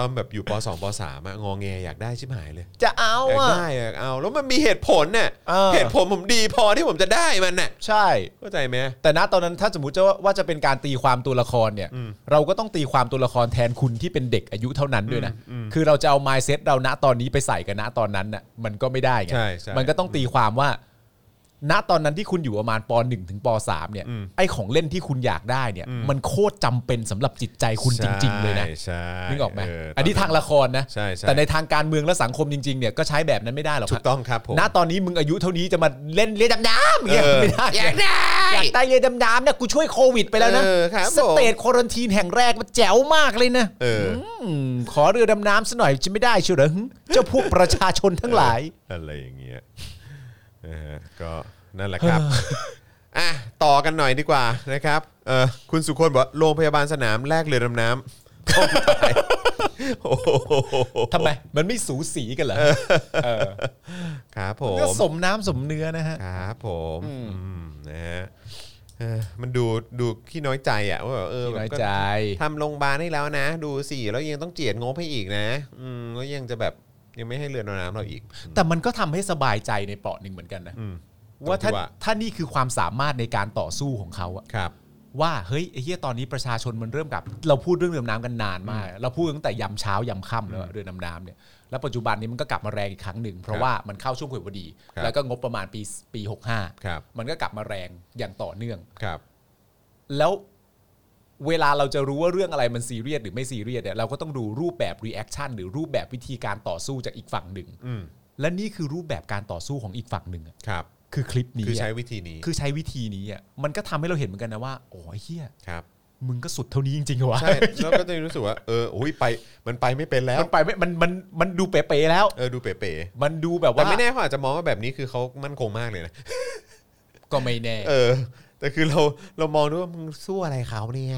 ตอนแบบอยู่ป .2 ป .3 อะงอแงอยากได้ชิบหายเลย จะเอา อยากได้อยากเอาแล้วมันมีเหตุผลน่ะ เออ เหตุผลผมดีพอที่ผมจะได้มันน่ะ ใช่ เข้าใจไหม แต่ณตอนนั้นถ้าสมมติจะว่าว่าจะเป็นการตีความตัวละครเนี่ย อืม เราก็ต้องตีความตัวละครแทนคุณที่เป็นเด็กอายุเท่านั้นด้วยนะ อืมอืม คือเราจะเอา mindset เราณตอนนี้ไปใส่กับณตอนนั้นน่ะมันก็ไม่ได้ไง ใช่ใช่ มันก็ต้องตีความว่า ณตอนนั้นที่คุณอยู่ประมาณป .1 ถึงป .3 เนี่ย อืม ไอของเล่นที่คุณอยากได้เนี่ย อืม มันโคตรจำเป็นสำหรับจิตใจคุณจริง ๆ เลยนะ ใช่ใช่ นึกออกไหม เ อันนี้ทางละครนะ ใช่ใช่ แต่ในทางการเมืองและสังคมจริงๆ เนี่ยก็ใช้แบบนั้นไม่ได้หรอกค ถู รับ กต้องครับผม ณตอนนี้มึงอายุเท่านี้จะมาเล่นเรือดำน้ำอย่างเงี้ย เออ ไม่ได้ อยากได้อยากได้เรือดำน้ำเนี่ยกูช่วยโควิดไปแล้วนะ เออครับผม สเตทควอรันทีนแห่งแรกมันแจ๋วมากเลยนะ เออ อืมขอเรือดำน้ำซะหน่อยจะไม่ได้เชียวเหรอหึเจ้าพวกประชาชนทั้งหลาย เอออะไรอย่างเงี้ย นะฮะก็นั่นแหละ ครับ อ่ะต่อกันหน่อยดีกว่านะครับเออคุณสุคนบอกว่าโรงพยาบาลสนามแลกเรือดำน้ำต้องตายโอ้โห ทำไม มันไม่สูสีกันเหรอเออ ครับผ ก็ ม สมน้ำสมเนื้อนะฮะ ครับผมอืมนะฮะเออมันดูดูขี้น้อยใจอ่ะว่าแบบเออ น้อย แบบก็ ใจ ทำโรงพยาบาลให้แล้วนะ ดูสิแล้วยังต้องเจียดงบให้อีกนะ อืมแล้วยังจะแบบยังไม่ให้เรือดำน้ำเราอีก แต่มันก็ทำให้สบายใจในเปราะหนึ่งเหมือนกันนะ อืม ว่าถ้า ตรงที่ว่า ถ้านี่คือความสามารถในการต่อสู้ของเขาอะ ครับ ว่าเฮ้ยไอ้เหี้ยตอนนี้ประชาชนมันเริ่มกลับ เราพูดเรื่องเรือดำน้ำกันนานมาก เราพูดตั้งแต่ยามเช้ายามค่ำแล้วอะเรือดำน้ำเนี่ยแล้วปัจจุบันนี้มันก็กลับมาแรงอีกครั้งหนึ่ง เพราะว่ามันเข้าช่วงเผยพอดี ครับ แล้วก็งบประมาณปีปีหกห้า ครับ มันก็กลับมาแรงอย่างต่อเนื่อง ครับ แล้วเวลาเราจะรู้ว่าเรื่องอะไรมันซีเรียสหรือไม่ซีเรียสเนี่ยเราก็ต้องดูรูปแบบรีแอคชั่นหรือรูปแบบวิธีการต่อสู้จากอีกฝั่งหนึ่ง อืม และนี่คือรูปแบบการต่อสู้ของอีกฝั่งหนึ่งอะ ครับ คือคลิปนี้ คือ อะ ใช้วิธีนี้ คือใช้วิธีนี้อ่ะมันก็ทำให้เราเห็นเหมือนกันนะว่าโอ้ยเฮีย ครับ มึงก็สุดเท่านี้จริงๆเหรอวะ ใช่ แล้วก็จะรู้สึกว่า เอออุ้ยไปมันไปไม่เป็นแล้ว มันไปไม่มันมันมันดูเป๊ะๆแล้ว เออ ดูเป๋ มันดูแบบ ๆแต่ ว่า ไม่แน่เขาอาจจะมองว่าแบบนี้คือเขามั่นคงมากเลยนะ ก็ไม่แน่ เออ แต่คือเราเรามองด้วยว่ามึงสู้อะไรเขาเนี่ย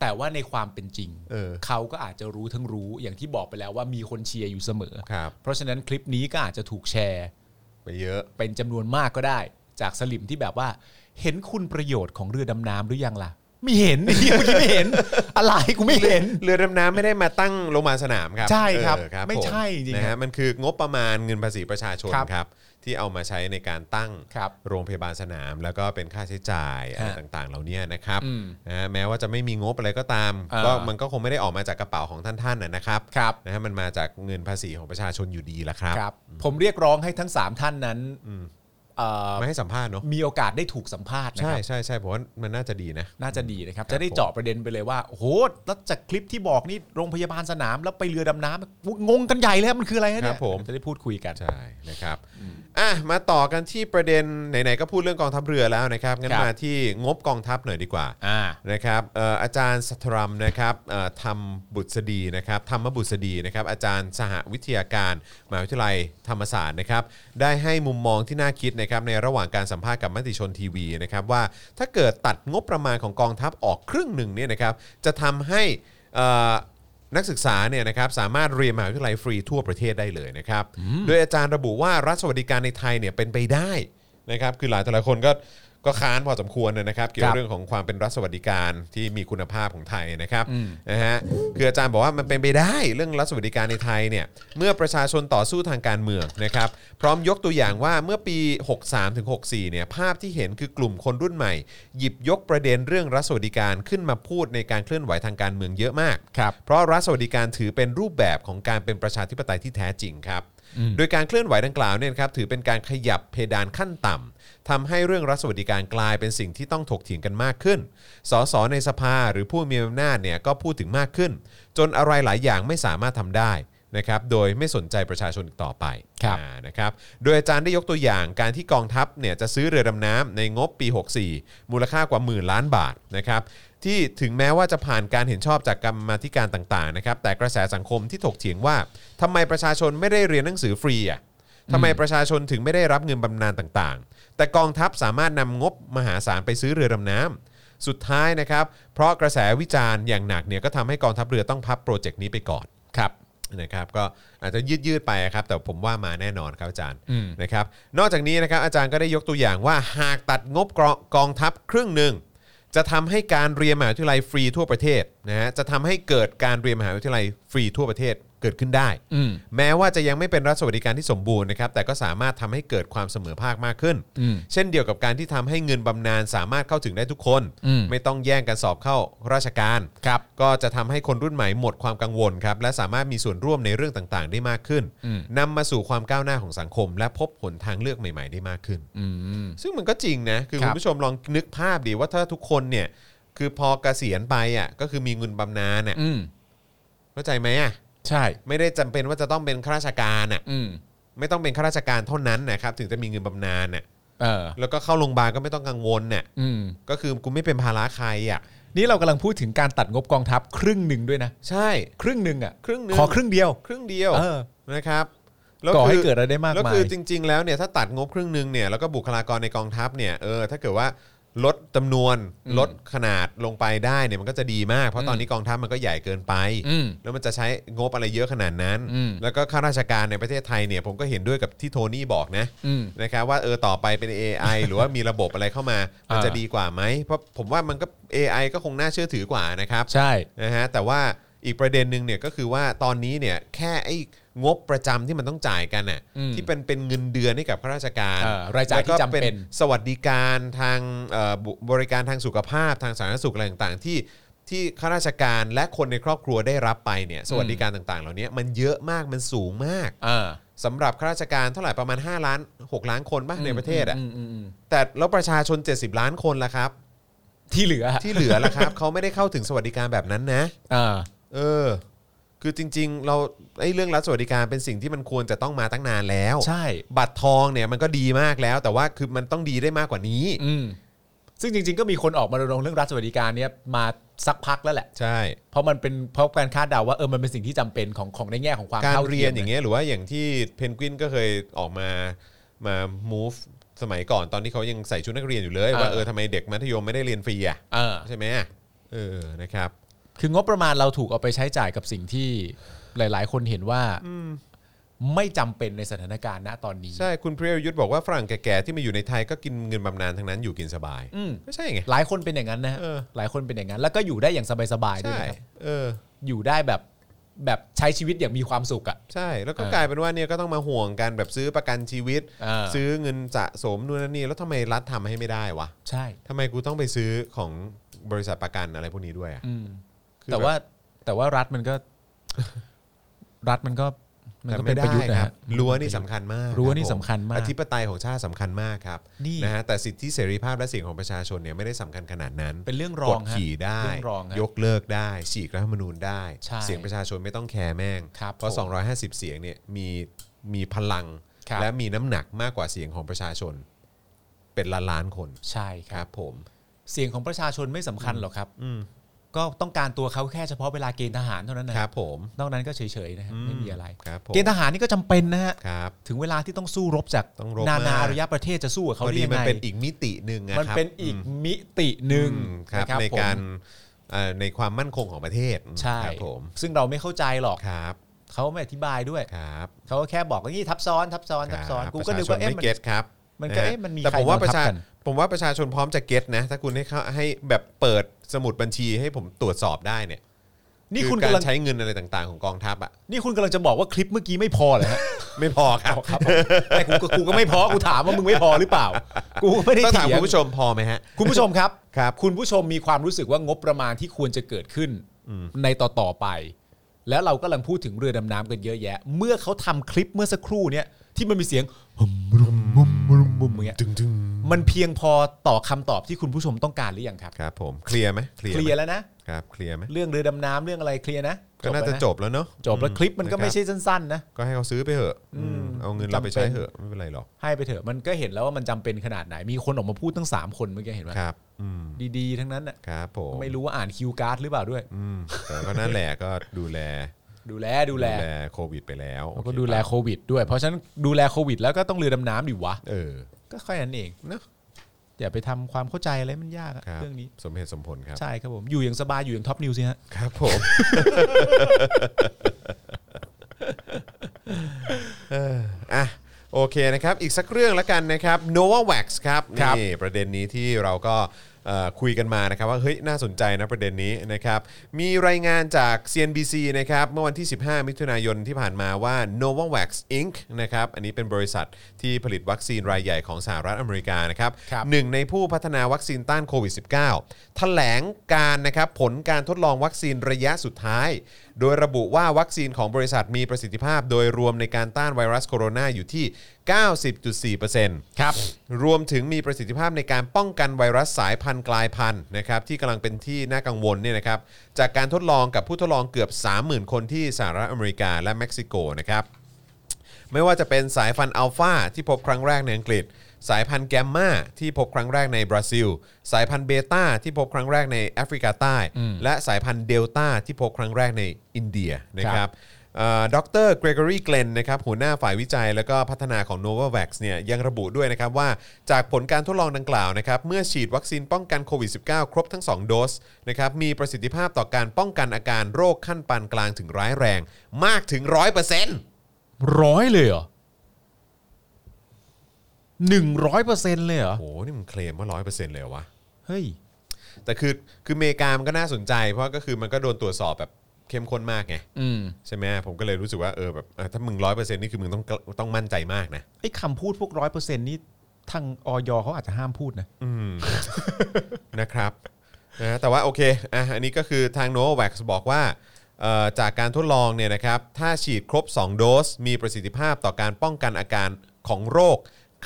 แต่ว่าในความเป็นจริง เออ เขาก็อาจจะรู้ทั้งรู้อย่างที่บอกไปแล้วว่ามีคนเชียร์อยู่เสมอ ครับ เพราะฉะนั้นคลิปนี้ก็อาจจะถูกแชร์ ไปเยอะ เป็นจำนวนมากก็ได้ จากสลิมที่แบบว่า เห็นคุณประโยชน์ของเรือดำน้ำหรือยังล่ะ ไม่ เห็นไอ้เหี้ยเมื่อกี้ไม่เห็น อะไรกูไม่เห็น เรือดำน้ำไม่ได้มาตั้งโรงพยาบาลสนามครับ ใช่ครับ เออ ไม่ใช่ ผ จริงๆ นะ ครั ฮะ บ มันคืองบประมาณเงินภาษีประชาชน ครับ ครับ ที่เอามาใช้ในการตั้ง ครับ โรงพยาบาลสนาม แล้วก็เป็นค่าใช้จ่ายอะไร ฮะ ต่างๆ เหล่านี้นะครับ อืม นะฮะแม้ว่าจะไม่มีงบอะไรก็ตาม อ่า ก็มันก็คงไม่ได้ออกมาจากกระเป๋าของท่านๆนะนะครับ ครับ นะฮะมันมาจากเงินภาษีของประชาชนอยู่ดีละครับ ครับผมเรียกร้องให้ทั้งสามท่านนั้นเอ่อ มาให้สัมภาษณ์เนาะ มีโอกาสได้ถูกสัมภาษณ์นะ ใช่ ครับ ใช่ใช่ผมว่ามันน่าจะดีนะ น่าจะดีนะครับ ครับ จะได้เจาะประเด็นไปเลยว่า โอ้โห แล้วจากคลิปที่บอกนี่โรงพยาบาลสนามแล้วไปเรือดำน้ำงงกันใหญ่เลยครับมันคืออะไรฮะคเนี่รั ย บผม จะได้พูดคุยกัน ใช่นะครับอ่ะมาต่อกันที่ประเด็นไหนๆก็พูดเรื่องกองทัพเรือแล้วนะครับงั้น ครับ มาที่งบกองทัพหน่อยดีกว่า อ่า นะครับเอ่ออาจารย์สัทรัมนะครับเอ่อธรรมบุษดีนะครับธรรมบุษดีนะครับอาจารย์สหวิทยาการมหาวิทยาลัยธรรมศาสตร์นะครับได้ให้มุมมองที่น่าคิดนะครับในระหว่างการสัมภาษณ์กับมติชนทีวีนะครับว่าถ้าเกิดตัดงบประมาณของกองทัพออกครึ่งหนึ่งเนี่ยนะครับจะทำให้เอ่อ นักศึกษาเนี่ยนะครับสามารถเรียนมหาวิทยาลัยฟรีทั่วประเทศได้เลยนะครับ โดยอาจารย์ระบุว่ารัฐสวัสดิการในไทยเนี่ยเป็นไปได้นะครับ คือหลายต่อหลายคนก็ ก็ค้านพอสมควรนะครับ เกี่ยว ครับ เรื่องของความเป็นรัฐสวัสดิการที่มีคุณภาพของไทยนะครับ อืม นะฮะคืออาจารย์บอกว่ามันเป็นไปได้เรื่องรัฐสวัสดิการในไทยเนี่ยเมื่อประชาชนต่อสู้ทางการเมืองนะครับ พร้อมยกตัวอย่างว่าเมื่อปี 63-64ถึง64เนี่ยภาพที่เห็นคือกลุ่มคนรุ่นใหม่ หยิบยกประเด็นเรื่องรัฐสวัสดิการขึ้นมาพูดในการเคลื่อนไหวทางการเมืองเยอะมาก ครับ เพราะรัฐสวัสดิการถือเป็นรูปแบบของการเป็นประชาธิปไตยที่แท้จริงครับ โดยการเคลื่อนไหวดังกล่าวเนี่ยนะครับถือเป็นการขยับเพดานขั้นต่ำทำให้เรื่องรัฐสวัสดิการกลายเป็นสิ่งที่ต้องถกเถียงกันมากขึ้น สสในสภาหรือผู้มีอำนาจเนี่ยก็พูดถึงมากขึ้น จนอะไรหลายอย่างไม่สามารถทำได้นะครับโดยไม่สนใจประชาชนอีกต่อไป ครับ อ่านะครับโดยอาจารย์ได้ยกตัวอย่างการที่กองทัพเนี่ยจะซื้อเรือดำน้ำในงบปี 64 มูลค่ากว่าหมื่นล้านบาทนะครับที่ถึงแม้ว่าจะผ่านการเห็นชอบจากกรรมาธิการต่างๆนะครับแต่กระแสสังคมที่ถกเถียงว่าทำไมประชาชนไม่ได้เรียนหนังสือฟรีอ่ะทำไมประชาชนถึงไม่ได้รับเงินบำนาญต่างๆ แต่กองทัพสามารถนำงบมหาศาลไปซื้อเรือดำน้ำสุดท้ายนะครับเพราะกระแสวิจารณ์อย่างหนักเนี่ยก็ทำให้กองทัพเรือต้องพับโปรเจกต์นี้ไปก่อน ครับ นะครับก็อาจจะยืดยืดๆไปครับแต่ผมว่ามาแน่นอนครับอาจารย์ อืม นะครับนอกจากนี้นะครับอาจารย์ก็ได้ยกตัวอย่างว่าหากตัดงบกองกองทัพครึ่งหนึ่ง จะทำให้การเรียนมหาวิทยาลัยฟรีทั่วประเทศนะฮะจะทำให้เกิดการเรียนมหาวิทยาลัยฟรีทั่วประเทศเกิดขึ้นได้ อืม แม้ว่าจะยังไม่เป็นรัฐสวัสดิการที่สมบูรณ์นะครับ แต่ก็สามารถทำให้เกิดความเสมอภาคมากขึ้น อืม เช่นเดียวกับการที่ทำให้เงินบำนาญสามารถเข้าถึงได้ทุกคน อืม ไม่ต้องแย่งกันสอบเข้าราชการ ครับ ก็จะทำให้คนรุ่นใหม่หมดความกังวลครับ และสามารถมีส่วนร่วมในเรื่องต่างๆ ได้มากขึ้น อืม นำมาสู่ความก้าวหน้าของสังคม และพบผลทางเลือกใหม่ๆ ได้มากขึ้น อืม ซึ่งมันก็จริงนะ คือ ครั คุ บ ณผู้ชมลองนึกภาพดีว่าถ้าทุกคนเนี่ยคือพอกเกษียณไปอ่ะก็คือมีเงินบำนาญอ่ะ อืม เข้าใจไหมอ่ะ ใช่ ไม่ได้จำเป็นว่าจะต้องเป็นข้าราชการอ่ะ อืม ไม่ต้องเป็นข้าราชการเท่านั้นนะครับถึงจะมีเงินบำนาญน่ะ เออ แล้วก็เข้าโรงพยาบาลก็ไม่ต้องกังวลน่ะ อืม ก็คือกูไม่เป็นภาระใครอ่ะ นี่เรากำลังพูดถึงการตัดงบกองทัพครึ่งหนึ่งด้วยนะ ใช่ ครึ่งหนึ่งอ่ะ ครึ่งหนึ่ง ขอครึ่งเดียว ครึ่งเดียว เออ นะครับ ก่อให้ คือ เกิดอะไรได้มาก แล้ว มาย คือจริง ๆ แล้วเนี่ยถ้าตัดงบครึ่งหนึ่งเนี่ยแล้วก็บุคลากรในกองทัพเนี่ยเออถ้าเกิดว่าลดจำนวน อืม ลดขนาดลงไปได้เนี่ยมันก็จะดีมาก เพ อื ราะ ม ตอนนี้กองทัพมันก็ใหญ่เกินไป อืม แล้วมันจะใช้งบอะไรเยอะขนาดนั้น อืม แล้วก็ข้าราชการในประเทศไทยเนี่ยผมก็เห็นด้วยกับที่โทนี่บอกนะ อืม นะครับว่าเออต่อไปเป็น AI หรือว่ามีระบบอะไรเข้ามา มันจะ อ่า ดีกว่าไหม เพราะผมว่ามันก็ AI ก็คงน่าเชื่อถือกว่านะครับ ใช่ นะฮะแต่ว่าอีกประเด็นหนึ่งเนี่ยก็คือว่าตอนนี้เนี่ยแค่ไอ้งบประจำที่มันต้องจ่ายกันน่ะ อืม ที่เป็นเป็นเงินเดือนให้กับข้าราชการ เออรายจ่ายที่จำเป็น แล้วก็สวัสดิการทางเอ่อบุบริการทางสุขภาพทางสาธารณสุขอะไรต่างๆ ที่ที่ข้าราชการและคนในครอบครัวได้รับไปเนี่ยสวัสดิการต่างๆ เหล่านี้มันเยอะมากมันสูงมาก ่า สำหรับข้าราชการเท่าไหร่ประมาณ 5 ล้าน 6 ล้านคนบ้างในประเทศอ่ะ มมม แต่แล้วประชาชน 70 ล้านคนล่ะครับ ที่เหลืออะ ที่เหลือล่ะครับ เขาไม่ได้เข้าถึงสวัสดิการแบบนั้นนะ อ่า เออ คือจริง ๆ เราไอ้เรื่องรัฐสวัสดิการเป็นสิ่งที่มันควรจะต้องมาตั้งนานแล้ว ใช่ บัตรทองเนี่ยมันก็ดีมากแล้ว แต่ว่าคือมันต้องดีได้มากกว่านี้ อืมซึ่งจริง ๆ ก็มีคนออกมารณรงค์เรื่องรัฐสวัสดิการเนี้ยมาสักพักแล้วแหละ ใช่ เพราะมันเป็นเพราะการคาดเดาว่าเออมันเป็นสิ่งที่จำเป็นของของในแง่ของความ การ ท่ เรียน ม อย่างเงี้ยหรือว่าอย่างที่เพนกวินก็เคยออกมามา move สมัยก่อนตอนที่เขายังใส่ชุดนักเรียนอยู่เลยว่าเออทำไมเด็กมัธยมไม่ได้เรียนฟรีอ่ะ เออ ใช่ไหมเออ นะครับ คืองบประมาณเราถูกเอาไปใช้จ่ายกับสิ่งที่หลาย ๆ คนเห็นว่าไม่จำเป็นในสถานการณ์ณตอนนี้ ใช่ คุณเพรียยุทธบอกว่าฝรั่งแก่ๆที่มาอยู่ในไทยก็กินเงินบำนาญทั้งนั้นอยู่กินสบาย อืม ก็ใช่ไง หลายคนเป็นอย่างนั้นนะฮะ เออ หลายคนเป็นอย่างนั้น แล้วก็อยู่ได้อย่างสบายๆด้วย ใช่ นะครับ เออ อยู่ได้แบบแบบใช้ชีวิตอย่างมีความสุขอ่ะ ใช่ แล้วก็ เออก ลายเป็นว่าเนี่ยก็ต้องมาห่วงกันแบบซื้อประกันชีวิต เออ ซื้อเงินสะสมนู่นนั่นนี่ แล้วทำไมรัฐทำให้ไม่ได้วะ ใช่ ทำไมกูต้องไปซื้อของบริษัทประกันอะไรพวกนี้ด้วยอะ อืม คือ แต่ บบ ว่าแต่ว่ารัฐมันก็ รัฐมันก็มันก็เป็นประยุทธ์นะฮะ รั้วนี่สำคัญมาก รั้วนี่ บผ สำคัญมาก อธิปไตยของชาติสำคัญมากครับ นี่ นะฮะแต่สิทธิเสรีภาพและเสียงของประชาชนเนี่ยไม่ได้สำคัญขนาดนั้น เป็นเรื่องรอง กดขี่ได้ ฮะเรื่องรองฮะ ยกเลิกได้ฉีกรัฐธรรมนูญได้ ใช่ เสียงประชาชนไม่ต้องแคร์แม่ง ครับ เพราะ ผม 250 เสียงเนี่ยมีมีพลัง ครับ และมีน้ำหนักมากกว่าเสียงของประชาชน เป็นล้านล้านๆคน ใช่ค ค รั รับ บผม เสียงของประชาชนไม่สำคัญหรอกครับ อืม ก็ต้องการตัวเขาแค่เฉพาะเวลาเกณฑ์ทหารเท่านั้นนะครับ ผม นอกนั้นก็เฉยๆนะฮะไม่มีอะไร ครับผม เกณฑ์ทหารนี่ก็จำเป็นนะฮะ ครับ ถึงเวลาที่ต้องสู้รบจาก ต้องรบ นานา มา อารยประเทศจะสู้กับเขา พอ ได้ ดี ยัง มัน ไง เป็นอีกมิติหนึ่งนะครับ มันเป็นอีกมิติหนึ่ง อืมครับ ะครับ ใน ผม การเอ่อในความมั่นคงของประเทศ ใช่ ครับผม ซึ่งเราไม่เข้าใจหรอก ครับ เขาไม่อธิบายด้วย ครับ เขาก็แค่บอกว่านี่ทับซ้อนทับซ้อนทับซ้อน ครับ กูก็นึกว่า ประชช เอ๊ะ ไม่ มัน เก็ตครับ มันก็ นะฮะ เอ๊ะมันมี แต่ผมว่า ใค ป บั ระ งคั ชา บกัน ผมว่าประชาชนพร้อมจะเก็ตนะ ถ้าคุณให้เขาให้แบบเปิดสมุดบัญชีให้ผมตรวจสอบได้เนี่ย นี่คุอกณำลั กาง รใช้เงินอะไรต่างๆ ของกองทัพอ่ะ นี่คุณกำลังจะบอกว่าคลิปเมื่อกี้ไม่พอเหรอฮะ ไม่พอครับ ครับ ผมแต่กูก็กูก็ไม่พอ กูถามว่ามึงไม่พอหรือเปล่า กูก็ไม่ได้ ต้องถาม เถียง คุณผู้ชมพอไหมฮะ คุณผู้ชมครับ ครับ คุณผู้ชมมีความรู้สึกว่างบประมาณที่ควรจะเกิดขึ้นในต่อต่อๆไป แล้วเรากำลังพูดถึงเรือดำน้ำกันเยอะแยะ เมื่อเขาทำคลิปเมื่อสักครู่เนี้ยที่มันมีเสียงฮึมรุมมุมรุมมุมอย่างเงี้ยมันเพียงพอต่อคำตอบที่คุณผู้ชมต้องการหรือยังครับ ครับผมเคลียร์ไหมเคลีย เค ร์ไหม ลียร์แล้วนะ ครับเคลียร์ไหม เรื่องเรือดำน้ำเรื่องอะไรเคลียร์นะ ก็น่าจะ แล้ว จบแล้วเนาะ จบแล้วคลิปมันก็ไม่ใช่สั้นๆนะ ก็ให้เขาซื้อไปเถอะเอาเงินเราไปใช้เถอะไม่เป็นไรหรอก ให้ไปเถอะมันก็เห็นแล้วว่ามันจำเป็นขนาดไหน มีคนออกมาพูดตั้ง 3 คนเมื่อกี้เห็นไหม ครับ อืม ดีๆ ทั้งนั้นน่ะ ครับผม ไม่รู้ว่าอ่านคิวการ์ดหรือเปล่าด้วย อืมแต่ก็นั่นแหละก็ดูแล ดูแลดูแล โควิดไปแล้ว แล้วก็ โอเค ดูแล ปะ โควิดด้วย เพราะฉะนั้นดูแลโควิด แล้วก็ต้องเรือดำน้ำดิวะ เออ ก็แค่นั้นเอง เนอะ อย่าไปทำความเข้าใจอะไรมันยากอะ ครับ เรื่องนี้ สมเหตุสมผลครับ ใช่ครับผม อยู่อย่างสบายอยู่อย่างท็อปนิวสิฮะ ครับผม เออ อ่ะโอเคนะครับ อีกสักเรื่องละกันนะครับ Novavax ครับ ครับ นี่ประเด็นนี้ที่เราก็เอ่อคุยกันมานะครับ ว่าเฮ้ยน่าสนใจนะประเด็นนี้นะครับ มีรายงานจาก CNBC นะครับเมื่อวันที่ 15 มิถุนายนที่ผ่านมาว่า Novavax Inc. นะครับอันนี้เป็นบริษัทที่ผลิตวัคซีนรายใหญ่ของสหรัฐอเมริกานะครับ ครับ หนึ่งในผู้พัฒนาวัคซีนต้านโควิด -19 แถลงการนะครับผลการทดลองวัคซีนระยะสุดท้าย โดยระบุว่าวัคซีนของบริษัทมีประสิทธิภาพ โดยรวมในการต้านไวรัสโคโรนาอยู่ที่ 90.4%ครับ รวมถึงมีประสิทธิภาพในการป้องกันไวรัสสายพันธุ์กลายพันธุ์นะครับที่กำลังเป็นที่น่ากังวลเนี่ยนะครับจากการทดลองกับผู้ทดลองเกือบ 30,000 คนที่สหรัฐอเมริกาและเม็กซิโกนะครับ ไม่ว่าจะเป็นสายพันธุ์อัลฟาที่พบครั้งแรกในอังกฤษ สายพันธุ์แกมมาที่พบครั้งแรกในบราซิล สายพันธุ์เบต้าที่พบครั้งแรกในแอฟริกาใต้ และสายพันธุ์เดลต้าที่พบครั้งแรกในอินเดียนะครับดรเกรกอรีเกลนนะครับหัวหน้าฝ่ายวิจัยและก็พัฒนาของ Novavax เนี่ยยังระบุด้วยนะครับว่าจากผลการทดลองดังกล่าวนะครับเมื่อฉีดวัคซีนป้องกันโควิด -19 ครบทั้ง 2 โดสนะครับมีประสิทธิภาพต่อการป้องกันอาการโรคขั้นปานกลางถึงร้ายแรง มากถึง 100% ร้อยเลยเหรอหนึ่งร้อยเปอร์เซ็นต์เลยเหรอ โอ้โห นี่มันเคลมว่าร้อยเปอร์เซ็นต์เลยเหรอวะ เฮ้ย แต่คือ คืออเมริกามันก็น่าสนใจ เพราะก็คือมันก็โดนตรวจสอบแบบเข้มข้นมากไง อืม ใช่ไหมผมก็เลยรู้สึกว่า เออ แบบเออถ้ามึงร้อยเปอร์เซ็นต์นี่คือมึงต้องต้องมั่นใจมากนะ ไอ้คำพูดพวกร้อยเปอร์เซ็นต์นี่ทางออยเขาอาจจะห้ามพูดนะ อืม นะครับนะแต่ว่าโอเคอ่ะอันนี้ก็คือทางโนวัคบอกว่าเอ่อจากการทดลองเนี่ยนะครับ ถ้าฉีดครบ 2 โดส มีประสิทธิภาพต่อการป้องกันอาการของโรค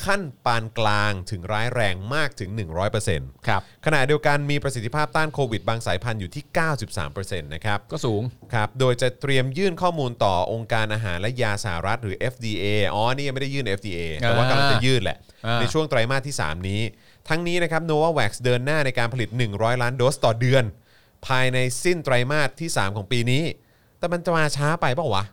ขั้นปานกลางถึงร้ายแรงมากถึง 100% ครับ ขณะเดียวกันมีประสิทธิภาพต้านโควิดบางสายพันธุ์อยู่ที่ 93%นะครับ ก็สูง ครับโดยจะเตรียมยื่นข้อมูลต่อองค์การอาหารและยาสหรัฐหรือ FDA อ๋อ นี่ยังไม่ได้ยื่น FDA แต่ว่ากำลังจะยื่นแหละ อ่า ในช่วงไตรมาสที่ 3 นี้ ทั้งนี้นะครับ Novavax เดินหน้าในการผลิต 100 ล้านโดสต่อเดือน ภายในสิ้นไตรมาสที่ 3 ของปีนี้ แต่มันจะมาช้าไปเปล่าวะ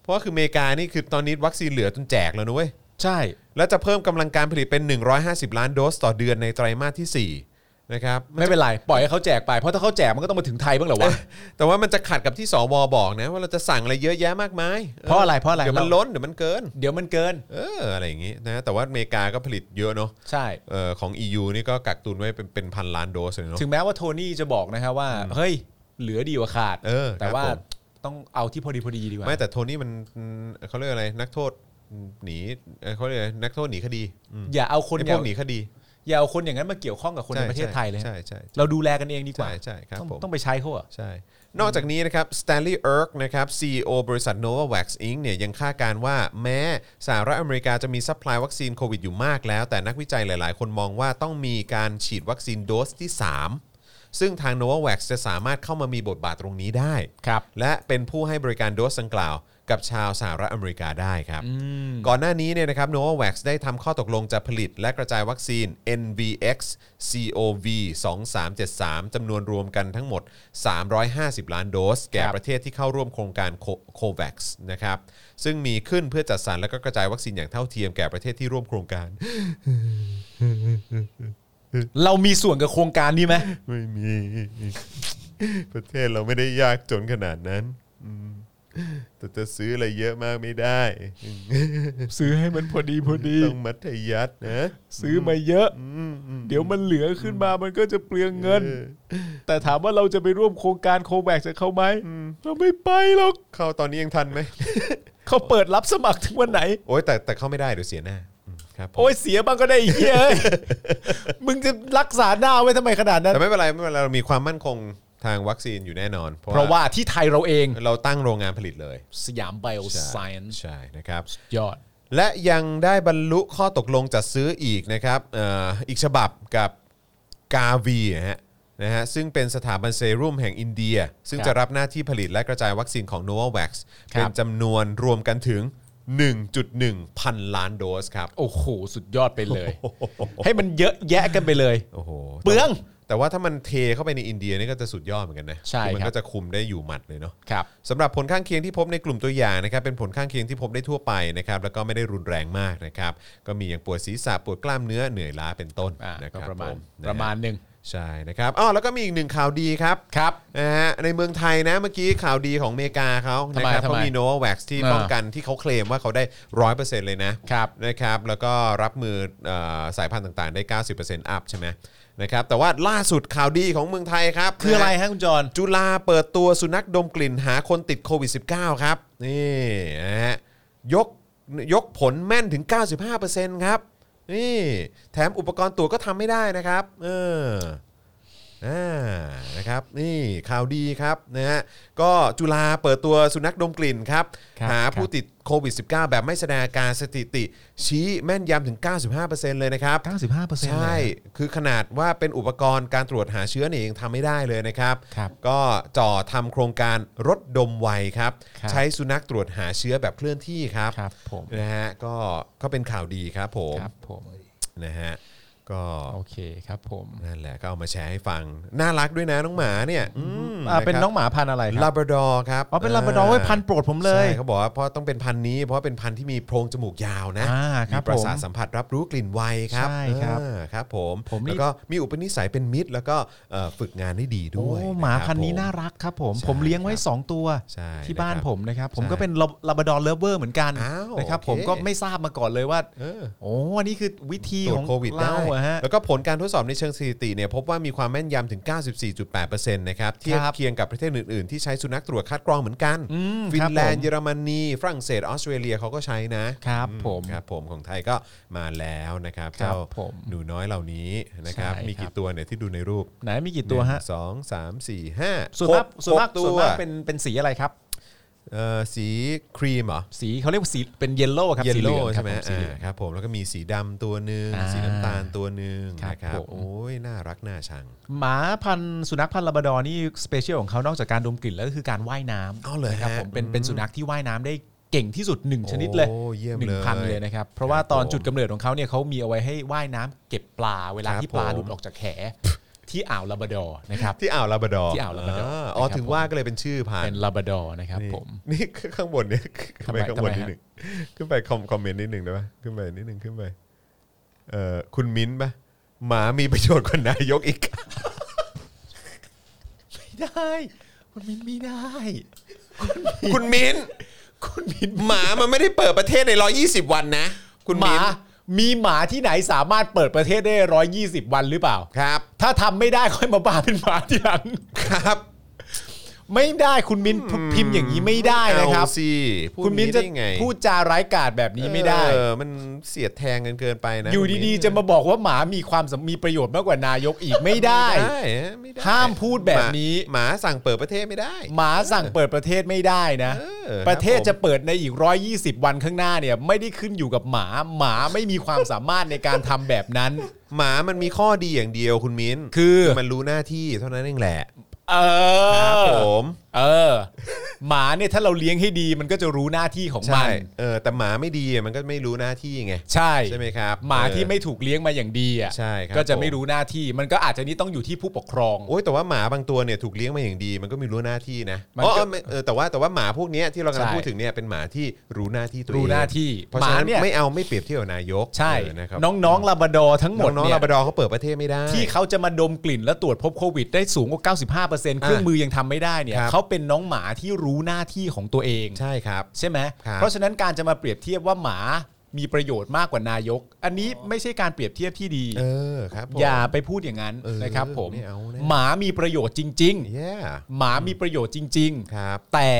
เพราะว่าคืออเมริกานี่คือตอนนี้วัคซีนเหลือจนแจกแล้วนุ้ย ใช่ แล้วจะเพิ่มกำลังการผลิตเป็น 150 ล้านโดสต่อเดือนในไตรมาสที่ 4 นะครับ ไม่เป็นไร ปล่อยให้เขาแจกไป เพราะถ้าเขาแจกมันก็ต้องมาถึงไทยบ้างเหรอวะ แต่ว่ามันจะขัดกับที่สวบอกนะ ว่าเราจะสั่งอะไรเยอะแยะมากมาย เพราะอะไรเพราะอะไร เดี๋ยวมันล้นเดี๋ยวมันเกิน เดี๋ยวมันเกิน เอออะไรอย่างงี้นะแต่ว่าอเมริกาก็ผลิตเยอะเนาะ ใช่ เออของ EU นี่ก็กักตุนไว้เป็นเป็นพันล้านโดสเลยเนาะ ถึงแม้ว่าโทนี่จะบอกนะครับว่า เฮ้ย เหลือดีกว่าขาด เออ แต่ว่า ครับผม ต้องเอาที่พอดีพอดีดีกว่า ไม่แต่โทนี่มันอืมเขาเรียกอะไรนักโทษหนีเอ่อเขาเรียกอะไรนักโทษหนีคดีอืม อย่าเอาคน ไอ้ อ พ ย่าว กหนีคดี อย่าเอาคนอย่างนั้นมาเกี่ยวข้องกับคนในประเทศไทยเลย ใช่ใช่ใช่ เราดูแลกันเองดีกว่า ใช่ใช่ครับ ต้อง ผม ต้องไปใช้เขาเหรอะ ใช่ นอกจากนี้นะครับ Stanley Erk นะครับ CEO บริษัท Novavax Inc. เนี่ยยังคาดการณ์ว่าแม้สหรัฐอเมริกาจะมีซัพพลายวัคซีนโควิดอยู่มากแล้ว แต่นักวิจัยหลายๆ คนมองว่าต้องมีการฉีดวัคซีนโดสที่ 3 ซึ่งทาง Novavax จะสามารถเข้ามามีบทบาทตรงนี้ได้ ครับ และเป็นผู้ให้บริการโดสดังกล่าว กับชาวสหรัฐอเมริกาได้ครับ ก่อนหน้านี้เนี่ยนะครับ Novavax ได้ทำข้อตกลงจะผลิตและกระจายวัคซีน NVX COV 2373จำนวนรวมกันทั้งหมด 350 ล้านโดส แก่ ครับ ประเทศที่เข้าร่วมโครงการ Co- COVAX นะครับ ซึ่งมีขึ้นเพื่อจัดสรรและก็กระจายวัคซีนอย่างเท่าเทียมแก่ประเทศที่ร่วมโครง การ เรามีส่วนกับโครงการนี้ไหม ไม่มี ประเทศเราไม่ได้ยากจนขนาดนั้น แต่จะซื้ออะไรเยอะมากไม่ได้ ซื้อให้มันพอดีพอดี ต้องมัธยัตินะ ซื้อมาเยอะ อืมอืม เดี๋ยวมันเหลือขึ้นมามันก็จะเปลืองเงิน ออ แต่ถามว่าเราจะไปร่วมโครงการโคแบกจากเขาไหมเราไม่ไปหรอก เข้าตอนนี้ยังทันไหม เขาเปิดรับสมัครถึงวันไหน โอ้ยแต่แต่เข้าไม่ได้เดี๋ยวเสียหน้าอืมครับผม โอ้ยเสียบ้างก็ได้ไอ้เฮียเอ้ย มึงจะรักษาหน้าไว้ทำไมขนาดนั้น แต่ไม่เป็นไรไม่เป็นไรเรามีความมั่นคงทางวัคซีนอยู่แน่นอน เพราะว่าที่ไทยเราเอง เราตั้งโรงงานผลิตเลย สยามไบโอไซเอนซ์ ใช่นะครับ ยอด และยังได้บรรลุข้อตกลงจัดซื้ออีกนะครับเอ่ออีกฉบับกับกาวีฮะนะฮะซึ่งเป็นสถาบันเซรุ่มแห่งอินเดีย ซึ่ง ครับ จะรับหน้าที่ผลิตและกระจายวัคซีนของ Novavax ครับ เป็นจำนวนรวมกันถึง 1.1 พันล้านโดสครับ โอ้โห สุดยอดไปเลย ให้มันเยอะแยะกันไปเลย โอ้โห เปลือง แต่ว่าถ้ามันเทเข้าไปในอินเดียนี่ก็จะสุดยอดเหมือนกันนะ ใช่ คือมั ครับ ก็จะคุมได้อยู่หมัดเลยเนาะ ครับ สำหรับผลข้างเคียงที่พบในกลุ่มตัวอย่างนะครับเป็นผลข้างเคียงที่พบได้ทั่วไปนะครับแล้วก็ไม่ได้รุนแรงมากนะครับก็มีอย่างปวดศีรษะปวดกล้ามเนื้อเหนื่อยล้าเป็นต้น อ่า นะค ก็ รับ ประมาณ ผนฮ ประมาณหนึ่ง ใช่นะครับอ๋อแล้วก็มีอีกหนึ่งข่าวดีครับ ครับ นะฮะในเมืองไทยนะเมื่อกี้ข่าวดีของอเมริกาเขานะครั ทำไมทำไม เขามีโนวาแว็กซ์ที่ อ่า ป้องกันที่เขาเคลมว่าเขาได้ร้อยเปอร์เซ็นต์เลยนะ ครับ นะครับแล้วก็รับมือเอ่อสายพันธุ์ต่างๆ ได้ 90%อัพใช่ไหมนะครับแต่ว่าล่าสุดข่าวดีของเมืองไทยครับ คืออะไร น ฮะคุณจร จุฬาเปิดตัวสุนัขดมกลิ่นหาคนติดโควิด -19 ครับ นี่นะฮะยกยกผลแม่นถึง 95%ครับ นี่แถมอุปกรณ์ตรวจก็ทำไม่ได้นะครับ เออ อ่านะครับนี่ข่าวดีครับนะฮะก็จุฬาเปิดตัวสุนัขดมกลิ่นครับ ครับ หา ครับ ผู้ติดโควิด -19 แบบไม่แสดงอาการสถิติ ชี้แม่นยำถึง 95%เลยนะครับ 95% ใช่ คือขนาดว่าเป็นอุปกรณ์การตรวจหาเชื้อเนี่ยยังทำไม่ได้เลยนะครับ ครับ ก็จ่อทำโครงการรถดมไวครับ ครับ ใช้สุนัขตรวจหาเชื้อแบบเคลื่อนที่ครับ ครับผม นะฮะก็ก็เป็นข่าวดีครับผม ครับผม นะฮะก็ โอเคครับผม นั่นแหละก็เอามาแชร์ให้ฟัง น่ารักด้วยนะน้องหมาเนี่ยอืม อ่าเป็นน้อะงหมาพันธุ์อะไร ครับ ค ลา รับบ ราดอร์ครับ อ๋อเป็นลาบราดอร์เว้ยพันธุ์โปรดผมเลย ใช่เขาบอกว่าเพราะต้องเป็นพันธุ์นี้ เพราะว่าเป็นพันธุ์ที่มีโพรงจมูกยาวนะ อ่าครั มี บ ประสาท ผม สัมผัสรับรู้กลิ่นไวครับ ใช่ครับ อ่าครับผม ผมนี่ แล้วก็มีอุปนิสัยเป็นมิตร แล้วก็เอ่อฝึกงานได้ดีด้วย โอ้หมา ะครับ พันธุ์นี้ ผม น่ารักครับผม ใช่ ผมเลี้ยงไว้ 2 ตัว ใช่ ที่บ้าน นะครับ ผมนะครับ ผม ใช่ ก็เป็นลาบดอ r เลเวอร์เหมือนกัน อ้าว นะครับ โอเค ผมก็ไม่ทราบมาก่อนเลยว่า เออ โอ้อันนี้คือวิธี ตรวขอ จ ง โควิด เล่า ได้ อะฮะ แล้วก็ผลการทดสอบในเชิงสถิติเนี่ยพบว่ามีความแม่นยำถึง 94.8%นะครับเทียบเคียงกับประเทศอื่น ๆ ที่ใช้สุนัขตรวจคัดกรองเหมือนกัน อืม ฟิ ครับ นแลน ผ ด์ ม เยอรมนีฝรั่งเศสออสเตรเลียเขาก็ใช้นะครับ ผม ครับผมของไทยก็มาแล้วนะครับ ครั เจ้า บผม หนูน้อยเหล่านี้นะครับ ใช่ มี ครั กี่ บ ตัวเนี่ยที่ดูในรูป ไหนมีกี่ตัวฮะ หนึ่งสองสามสี่ห้า ส่วนมาก ห ส่วนมาหกส่ ตั วน ว มากเป็นเป็นสีอะไรครับ เอ่อสีครีมเหรอ สีเขาเรียกว่าสีเป็นเยลโล่ครับ เยล สีเหลื โล่ องครั ใช่ บ ไหม ผมสีเหลือง อ่าครับผมแล้วก็มีสีดำตัวหนึ่ง อ่า สีน้ำตาลตัวหนึ่ง ครับ นะครับ ผม โอ้ยน่ารักน่าชัง หมาพันธุ์สุนัขพันธุ์ลาบราดอร์นี่สเปเชียลของเขานอกจากการดมกลิ่นแล้วก็คือการว่ายน้ำ เอาเลยคนะครั รั บบ ผมเป็นเป็นสุนัขที่ว่ายน้ำได้เก่งที่สุดหนึ่งชนิดเลย โอ้เยี่ยม หนึ่ เล ง ย พันเลยนะครับ เพราะว่าตอน ผม จุดกำเนิดของเขาเนี่ยเขามีเอาไว้ให้ว่ายน้ำเก็บปลาเวลา ครับ ที่ปลา ผม หลุดออกจากแหที่อ่าวลาบราดอร์นะครับ ที่อ่าวลาบราดอร์ ที่อ่าวลาบราดอร์ าอ๋อ นะครับ ถึง ผม ว่าก็เลยเป็นชื่อผ่าน เป็นลาบราดอร์นะครับ นี่ ผม นี่ข้างบนเนี่ย ขึ้นไป ทำไม ข้างบน ทำไม นิดหฮะนึ่งขึ้นไปคอมคอมเมนต์นิดหนึ่งได้ปะขึ้นไปนิดหนึ่งขึ้นไปเอ่อคุณมิ้นท์ปะหมามีประโยชน์กว่านายกอีก ไม่ได้คุณมินไม่ได้ คุณมิ้นคุณมิ้นหมามันไม่ได้เปิดประเทศใน 120 วันนะ คุณ หมา มิ้นท์ มีหมาที่ไหนสามารถเปิดประเทศได้ 120 วันหรือเปล่า ครับ ถ้าทำไม่ได้ค่อยมาบ้าเป็นหมาทีหลัง ครับ ไม่ได้คุณมินพิมพ์อย่างนี้ไม่ได้นะครับ เอาสิพูด คุณมิน งี้ จะ ได้ไง พูดจาร้ายกาจแบบนี้ไม่ได้ เออมันเสียดแทงกันเกินไปนะ อยู่ดีๆ จะมาบอกว่าหมามีความสำมีประโยชน์มากกว่านายกอีกไม่ได้ ไม่ได้ไม่ได้ ห้ามพูดแบบนี้ หมาหมาสั่งเปิดประเทศไม่ได้ หมาสั่งเปิดประเทศไม่ได้นะ เออ ประเทศ ครับผม จะเปิดในอีก 120 วันข้างหน้าเนี่ยไม่ได้ขึ้นอยู่กับหมาหมาไม่มีความสามารถในการทำแบบนั้น หมามันมีข้อดีอย่างเดียวคุณมิ้น คือ มันรู้หน้าที่เท่านั้นเองแหละ เอ ครับ อ ผม เออ หมาเนี่ยถ้าเราเลี้ยงให้ดีมันก็จะรู้หน้าที่ของมั ใช่ น เออแต่หมาไม่ดีอะมันก็ไม่รู้หน้าที่ไง ใช่ ใช่ไหมครับ หมา เออ ที่ไม่ถูกเลี้ยงมาอย่างดีอ่ะ ใช่ครับ ก็จะไม่รู้หน้าที่มันก็อาจจะนี่ต้องอยู่ที่ผู้ปกครอง โอ้ยแต่ว่าหมาบางตัวเนี่ยถูกเลี้ยงมาอย่างดี มันก็ไมีรู้หน้าที่นะ มัน อ๋อ ก็ ไม่เออแต่ว่าแต่ว่าหมาพวกเนี้ยที่เรากำลัง ใช่ พูดถึงเนี่ยเป็นหมาที่รู้หน้าที่ตัวเอง รู้หน้าที่ เพราะฉะนั้นหมาเนี่ย ไม่เอาไม่เปรียบเทียบกับนายก ใช่ เนะครับ น้องๆลาบราดอร์ทั้งหมด น้อง เนี่ ๆ ย ลาบราดอร์เขาเปิดประเทศไม่ได้ ที่เขาจะมาดมกลิ่นและตรวจพบโควิดได้สูงกว่า 95%เครื่องมือยังทำไม่ได้เนี่ย ครับ เขา เป็นน้องหมาที่รู้หน้าที่ของตัวเอง ใช่ครับ ใช่ไหม ครับ เพราะฉะนั้นการจะมาเปรียบเทียบว่าหมามีประโยชน์มากกว่านายก อันนี้ไม่ใช่การเปรียบเทียบที่ดี เออครับผม อย่าไปพูดอย่างนั้น เออ นะครับผม ไม่เอานะ หมามีประโยชน์จริง แย่ ๆ หมามีประโยชน์จริง ครับ ๆ แต่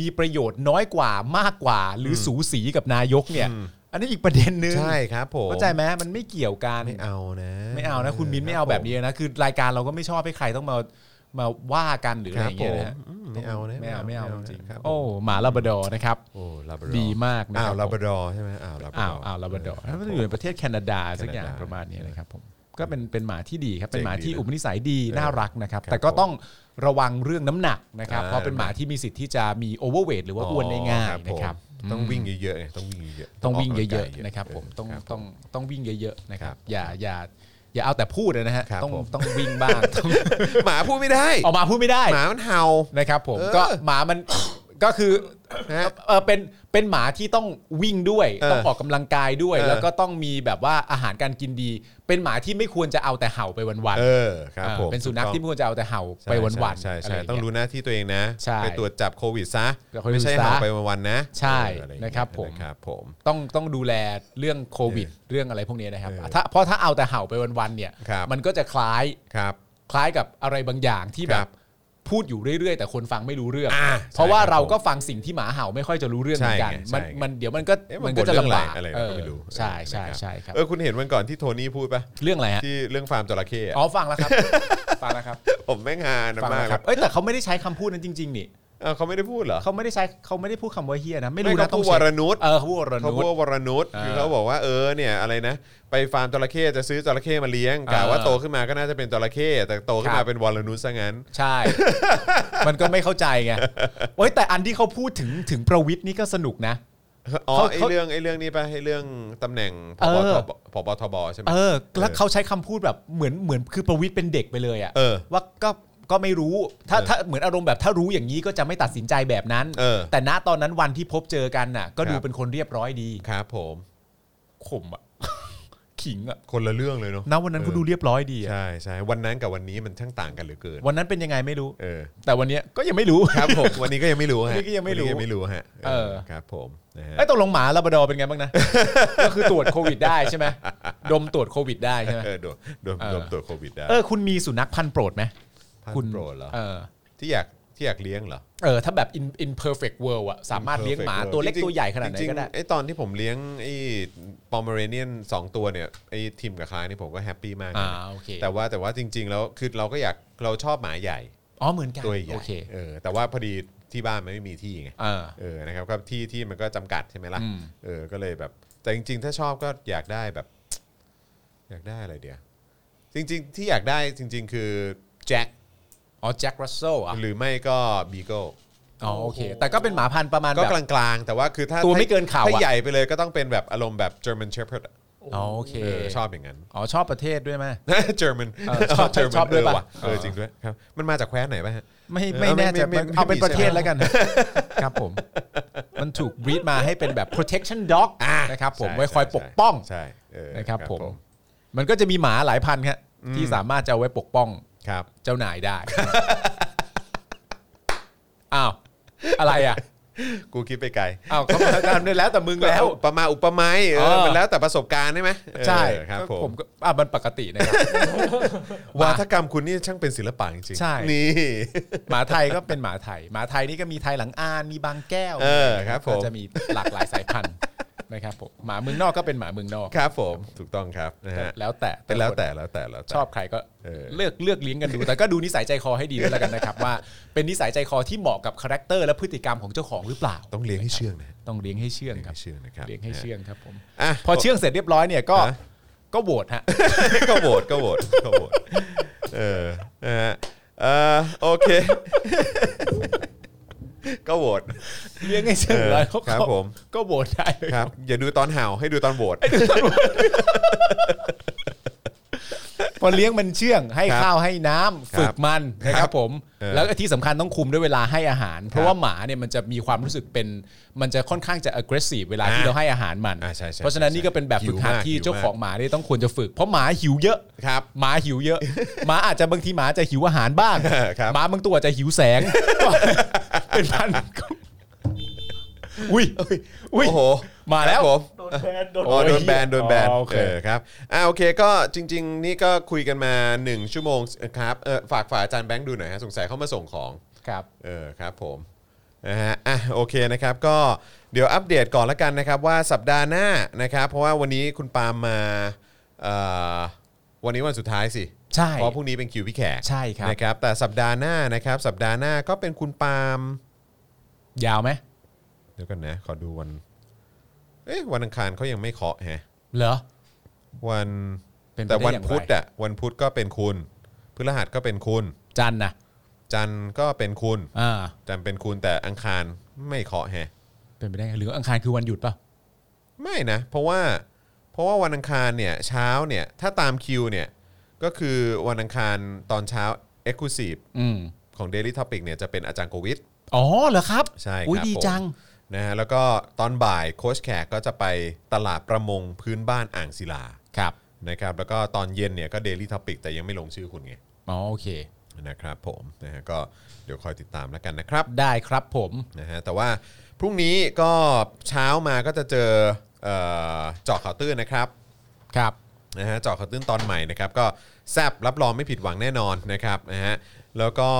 มีประโยชน์น้อยกว่ามากกว่า หรืออสูสีกับนายกเนี่ย อันนี้อีกประเด็นนึง ใช่ครับผม เข้าใจไหมมันไม่เกี่ยวกัน ไม่เอานะ ไม่เอานะ คุณมิ้นไม่เอาแบบนี้นะ คือรายการเราก็ไม่ชอบให้ใครต้องมามาว่ากันหรืออะ ค ไร รั อบ ย่าง ผมเงี้ยนะฮะ อืมไม่เอานะ ไม่เอาไม่เอาจริง นะ ๆโอ้หมาลาบราดอร์นะครับ โอ้ลาบราดอร์ ดีมากนะ อ้า คว รับ ลาบ ผม ราดอร์ใช่ไหมอ้าวลาบราด อ้า อ ว ร์ อ้าวลาบราดอร์ คบ มัน ผม อยู่ในประเทศแคนาดาสักอย่าง แคนาดา ประมาณนี้นะครับผมก็เป็นเป็นหมาที่ดีครับเป็นหมาที่ เจ๋งดีนะ อุปนิสัยดีน่ารักนะครับ เออ แต่ก็ต้องระวังเรื่องน้ำหนักนะครับ อ่า เพราะเป็นหมาที่มีสิทธิ์ที่จะมีโอเวอร์เวทหรือว่าอ้วนได้ง่ายนะครับ ผมต้องวิ่งเยอะๆไงต้องวิ่งเยอะๆ ต้องวิ่งเยอะ กกำลักา ๆนะครับผมต้องต้องต้องวิ่งเยอะๆนะครั ครับ บ อย่าอย่าอย่าเอาแต่พูดนะฮะ ครับ ต้อง ผม ต้องวิ่งบ้ างต้อง หมาพูดไม่ได้ ออกมาพูดไม่ได้ หมามันเห่า นะครับผม เออ ก็หมามัน ก็คือ นะ เออเป็นเป็นหมาที่ต้องวิ่งด้วย เออ ต้องออกกำลังกายด้วย เออ แล้วก็ต้องมีแบบว่าอาหารการกินดี เป็นหมาที่ไม่ควรจะเอาแต่เห่าไปวัน เอ ๆ อครับ อ่า ผม เป็นสุนัขที่ไม่ควรจะเอาแต่เห่า ใช่ ไปวันใช่ๆะ ใช่ ไย่า ใช่ เย ต้องรู้หน้าที่ตัวเองนะ ใช่ ไปตรวจจับโควิดซะ ตรวจโควิด ไม่ใช่ ซะ เห่าไปวันๆนะ ใช่ เอออไอย่างเงี้ย นะครับผม นะครับผม ต้องต้องดูแลเรื่องโควิด เรื่องอะไรพวกนี้นะครับ เออ ถ้าเพราะถ้าเอาแต่เห่าไปวันๆเนี่ย ครับ มันก็จะคล้าย ครับ คล้ายกับอะไรบางอย่างที่คแบรับ บพูดอยู่เรื่อยๆ แต่คนฟังไม่รู้เรื่อง อ่า เพราะว่า ใช่ครับ เราก็ฟังสิ่งที่หมาเห่าไม่ค่อยจะรู้เรื่องเหมือนกัน ใช่ไง มัน ใช่ไง มันเดี๋ยวมันก็ เอ๊ มันก็จะ บ่เรื่อง ลำบาก อะไร เอ อะไรก็อไม่รู้ ใช่ใช่ เออนะ ใช่ครับ เออคุณเห็นวันก่อนที่โทนี่พูดปะ เรื่องอะไรฮะ ที่เรื่องฟาร์มจระเข้อะ อ๋อฟัง แล้วครับ ฟังแล้วครับ ผมแม่งฮานะ ฟัง มา แล้ ก วครับ เอ้ยแต่เขาไม่ได้ใช้คำพูดนั้นจริง ๆ นี่ เออเขาไม่ได้พูดเหรอ เขาไม่ได้ใช้เขาไม่ได้พูดคำว่าเฮียนะไม่ ไม่ รู้นะ เขา ต้อง พูดวรนุช เออเขาพูดวร เขา นุ พูด ช ว่าวรนุชคือ เออ เขาบอกว่าเออเนี่ยอะไรนะ ไปฟาร์มจระเข้จะซื้อจระเข้มาเลี้ยงกะ เออ ว่าโตขึ้นมาก็น่าจะเป็นจระเข้แต่โตขึ้น ครั มา บ เป็นวรนุชซะงั้น ใช่ มันก็ไม่เข้าใจไงโอ้ยแต่อันที่เขาพูดถึงถึงประวิทย์นี่ก็สนุกนะ อ๋อ เขา ไอ้ เขา เรื่องไอ้เรื่องนี้ป่ะไอ้เรื่องตำแหน่งพ เอบ อ ทบพบทบใช่ไหม เออแล้ว เออ เขาใช้คำพูดแบบเหมือนเหมือนคือประวิทย์เป็นเด็กไปเลยอะ เออ ว่าก็ก็ไม่รู้ถ้า เออ ถ้าเหมือนอารมณ์แบบถ้ารู้อย่างนี้ก็จะไม่ตัดสินใจแบบนั้น เออ แต่ณตอนนั้นวันที่พบเจอกันน่ะ ก็ดู ครับ เป็นคนเรียบร้อยดี ครับผม ข่ม อะ ขิงอะ คนละเรื่องเลยเนาะ ณวันนั้นก็ดูเรียบร้อยดีอะ ใช่ใช่วันนั้นกับวันนี้มันช่างต่างกันเหลือเกิน วันนั้นเป็นยังไงไม่รู้ เออ แต่วันเนี้ยก็ยังไม่รู้ ครับผม วันนี้ก็ยังไม่รู้ฮะ วันนี้ก็ยังไม่วัรู้นนี้ยังไม่รู้ฮะ เออ ครับผมนะฮะ ไอ้ยตกลงหมาลาบราดอร์เป็นไงบ้างนะ ก็คือตรวจโควิดได้ ใช่ไหมดมตรวจโควิดได้ใช่ไหม เออโดนโดน เออ โดนตรวจโควิดได้ เออคุณมีสุนัขพันธุ์โปรดไหม พัน คุณ โปรดเหรอ เออ ที่อยากที่อยากเลี้ยงเหรอ เออถ้าแบบ in in perfect world อะสามารถเลี้ยงหมา Perfect ตัวเล็ก จริงๆ ตัวใหญ่ขนาดไหน จริงๆ ก็ได้ ไอตอนที่ผมเลี้ยงไอ้ปอมเมเรเนียนสองตัวเนี่ยไอ้ทิมกับคล้ายนี่ผมก็แฮปปี้มากเลย อ่า นะ โอเค แต่ว่าแต่ว่าจริง ๆ แล้วคือเราก็อยากเราชอบหมาใหญ่ อ๋อเหมือนกัน ตัวใหญ่ โอเค เออแต่ว่าพอดีที่บ้านมันไม่มีที่ไง เออ เออนะครับก็ที่ที่มันก็จำกัดใช่ไหมล่ะ อืม เออก็เลยแบบ แต่จริง ๆ ถ้าชอบก็อยากได้แบบ อยากได้อะไรเดียวจริง ๆ ที่อยากได้จริง ๆ คือแจ็ค อ๋อแจ็ครัสเซลอ่ะ หรือไม่ก็บีโก้ อ๋อโอเค แต่ก็เป็นหมาพันธุ์ประมาณ ก็ แบบ กลางๆ แต่ว่าคือถ้า ตัวไม่เกินเข่าอะ ถ้าใหญ่ไปเลยก็ต้องเป็นแบบอารมณ์แบบ German Shepherd อะ อ๋อโอเค เออชอบอย่างนั้น อ๋อชอบประเทศด้วยไหม German เออชอบ German ชอบด้วยปะ เะเออจริงด้วยครับมันมาจากแคว้นไหนป่ะฮะ ไม่ เออ ไม่แน่ใจ ไม่ไม่ไม่ เอาเป็น ไม่มี ประเทศ ใช่ไหม แล้วกัน ครับผม มันถูกบรีดมาให้เป็นแบบ protection dog อ่า นะครับผม ใช่ ไว้คอย ใช่ ปกป้อง ใช่เออ นะครับผม มันก็จะมีหมาหลายพันธุ์ครับที่สามารถจะเอาไว้ปกป้อง ครับ เจ้านายได้ อ้าว อะไรอ่ะ กูคิดไปไกล อ้าวเขาทำได้แล้วแต่มึงแล้ว ประมาณอุปมาเอ เอ อ อ มันแล้วแต่ประสบการณ์ใช่ไหม ใช่ เออครับผม ก็อ่ะมันปกติ นะครับ วาทกรรมคุณนี่ช่างเป็นศิลปะจริงๆ ใช่ นี่ หมาไทยก็เป็นหมาไทย หมาไทยนี่ก็มีไทยหลังอานมีบางแก้ว เออครับผม ก็จะมีหลากหลายสายพันธุ์ นะครับผมหมาเมืองนอกก็เป็นหมาเมืองนอก ครับผมถูกต้องครับนะฮะ แล้วแต่ เป็นแล้วแต่แล้วแต่แล้วแต่ ชอบใครก็ เออ เลือกเลือกเลี้ยงกันดู แต่ก็ดูนิสัยใจคอให้ดีด้วยแล้วกัน นะครับ ว่าเป็นนิสัยใจคอที่เหมาะกับคาแรคเตอร์และพฤติกรรมของเจ้าของหรือเปล่า ต้องเลี้ยงให้เชื่องนะ ต้องเลี้ยงให้เชื่องครับ เลี้ยงให้เชื่องนะครับ เลี้ยงให้เชื่องครับผม อ่ะ พอเชื่องเสร็จเรียบร้อยเนี่ยก็ก็โหวตฮะ ก็โหวตก็โหวตก็โหวตเออนะฮะเออโอเค ก็โหวต เลี้ยงให้เชื่องแล้ว เออครับผม ก็โหวตได้เลย ครับ อย่าดูตอนเห่าให้ดูตอนโหวต พอเลี้ยงมันเชื่อง ให้ ครับ ข้าวให้น้ำฝึกมันนะค ครั รั บบ ผม เออ แล้วก็ที่สำคัญต้องคุมด้วยเวลาให้อาหาร เพ ครั ราะ บ ว่าหมาเนี่ยมันจะมีความรู้สึกเป็นมันจะค่อนข้างจะ aggressive เวลาที่ อ่า เราให้อาหารมัน อ่าใช่ใช่ เพราะฉะนั้นนี่ก็เป็นแบบฝึกหัด หิวมาก ที่ หิวมาก เจ้าของหมาเนี่ยต้องควรจะฝึก เพราะหมาหิวเยอะ ครับ หมาหิวเยอะ หมาอาจจะบางทีหมาอาจจะหิวอาหารบ้าง เออครับ หมาบางตัวอาจจะหิวแสง ก็เป็นพันก็อุ้ยอุ้ย โอ้โห มาแล้ควรับผม โดนแบนโดน อ๋อโดนแบนโดนแบน อ๋อโอเค ครับอ่าโอเคก็จริง ๆ นี่ก็คุยกันมา 1 ชั่วโมงครับเออฝากฝากอาจารย์แบงค์ดูหน่อยฮะสงสัยเขามาส่งของ ครับ เออครับผมนะฮะอ่ะโอเคนะครับก็เดี๋ยวอัปเดตก่อนละกันนะครับว่าสัปดาห์หน้านะครับ เพราะว่าวันนี้คุณปาล์มมาเอ่อวันนี้วันสุดท้ายสิ ใช่ เพราะพรุ่งนี้เป็นคิวพี่แขก ใช่ครับ นะครับ แต่สัปดาห์หน้านะครับ สัปดาห์หน้าก็เป็นคุณปาล์ม ยาวไหม เดี๋ยวกันนะขอดูวันเอ๊ะวันอังคารเขายังไม่เคาะแฮะ เหรอ วัน เป็นไปได้ แต่วัน อย่างไร พุธอะวันพุธก็เป็นคุณพฤหัสก็เป็นคุณ จันทร์นะ จันทร์ก็เป็นคุณ อ่า จันทร์เป็นคุณแต่อังคารไม่เคาะแฮะ เป็นไปได้ไงหรืออังคารคือวันหยุดป่ะ ไม่นะเพราะว่าเพราะว่าวันอังคารเนี่ยเช้าเนี่ยถ้าตามคิวเนี่ยก็คือวันอังคารตอนเช้า e x c l u s i v e อืม ของ Daily Topic เนี่ยจะเป็นอาจารย์โควิด อ๋อเหรอครับ ใช่ครับ อุ้ยดี ผม จัง นะฮะแล้วก็ตอนบ่ายโค้ชแขกก็จะไปตลาดประมงพื้นบ้านอ่างศิลา ครับ นะครับแล้วก็ตอนเย็นเนี่ยก็ Daily Topic แต่ยังไม่ลงชื่อคุณไง อ๋อโอเค นะครับผมนะฮะก็เดี๋ยวคอยติดตามแล้วกันนะครับ ได้ครับผม นะฮะแต่ว่าพรุ่งนี้ก็เช้ามาก็จะเจอเอ่อเจาะข่าวตื้นนะครับ ครับ นะฮะเจาะข่าวตื้นตอนใหม่นะครับก็แซบรับรองไม่ผิดหวังแน่นอนนะครับนะฮะแล้วก็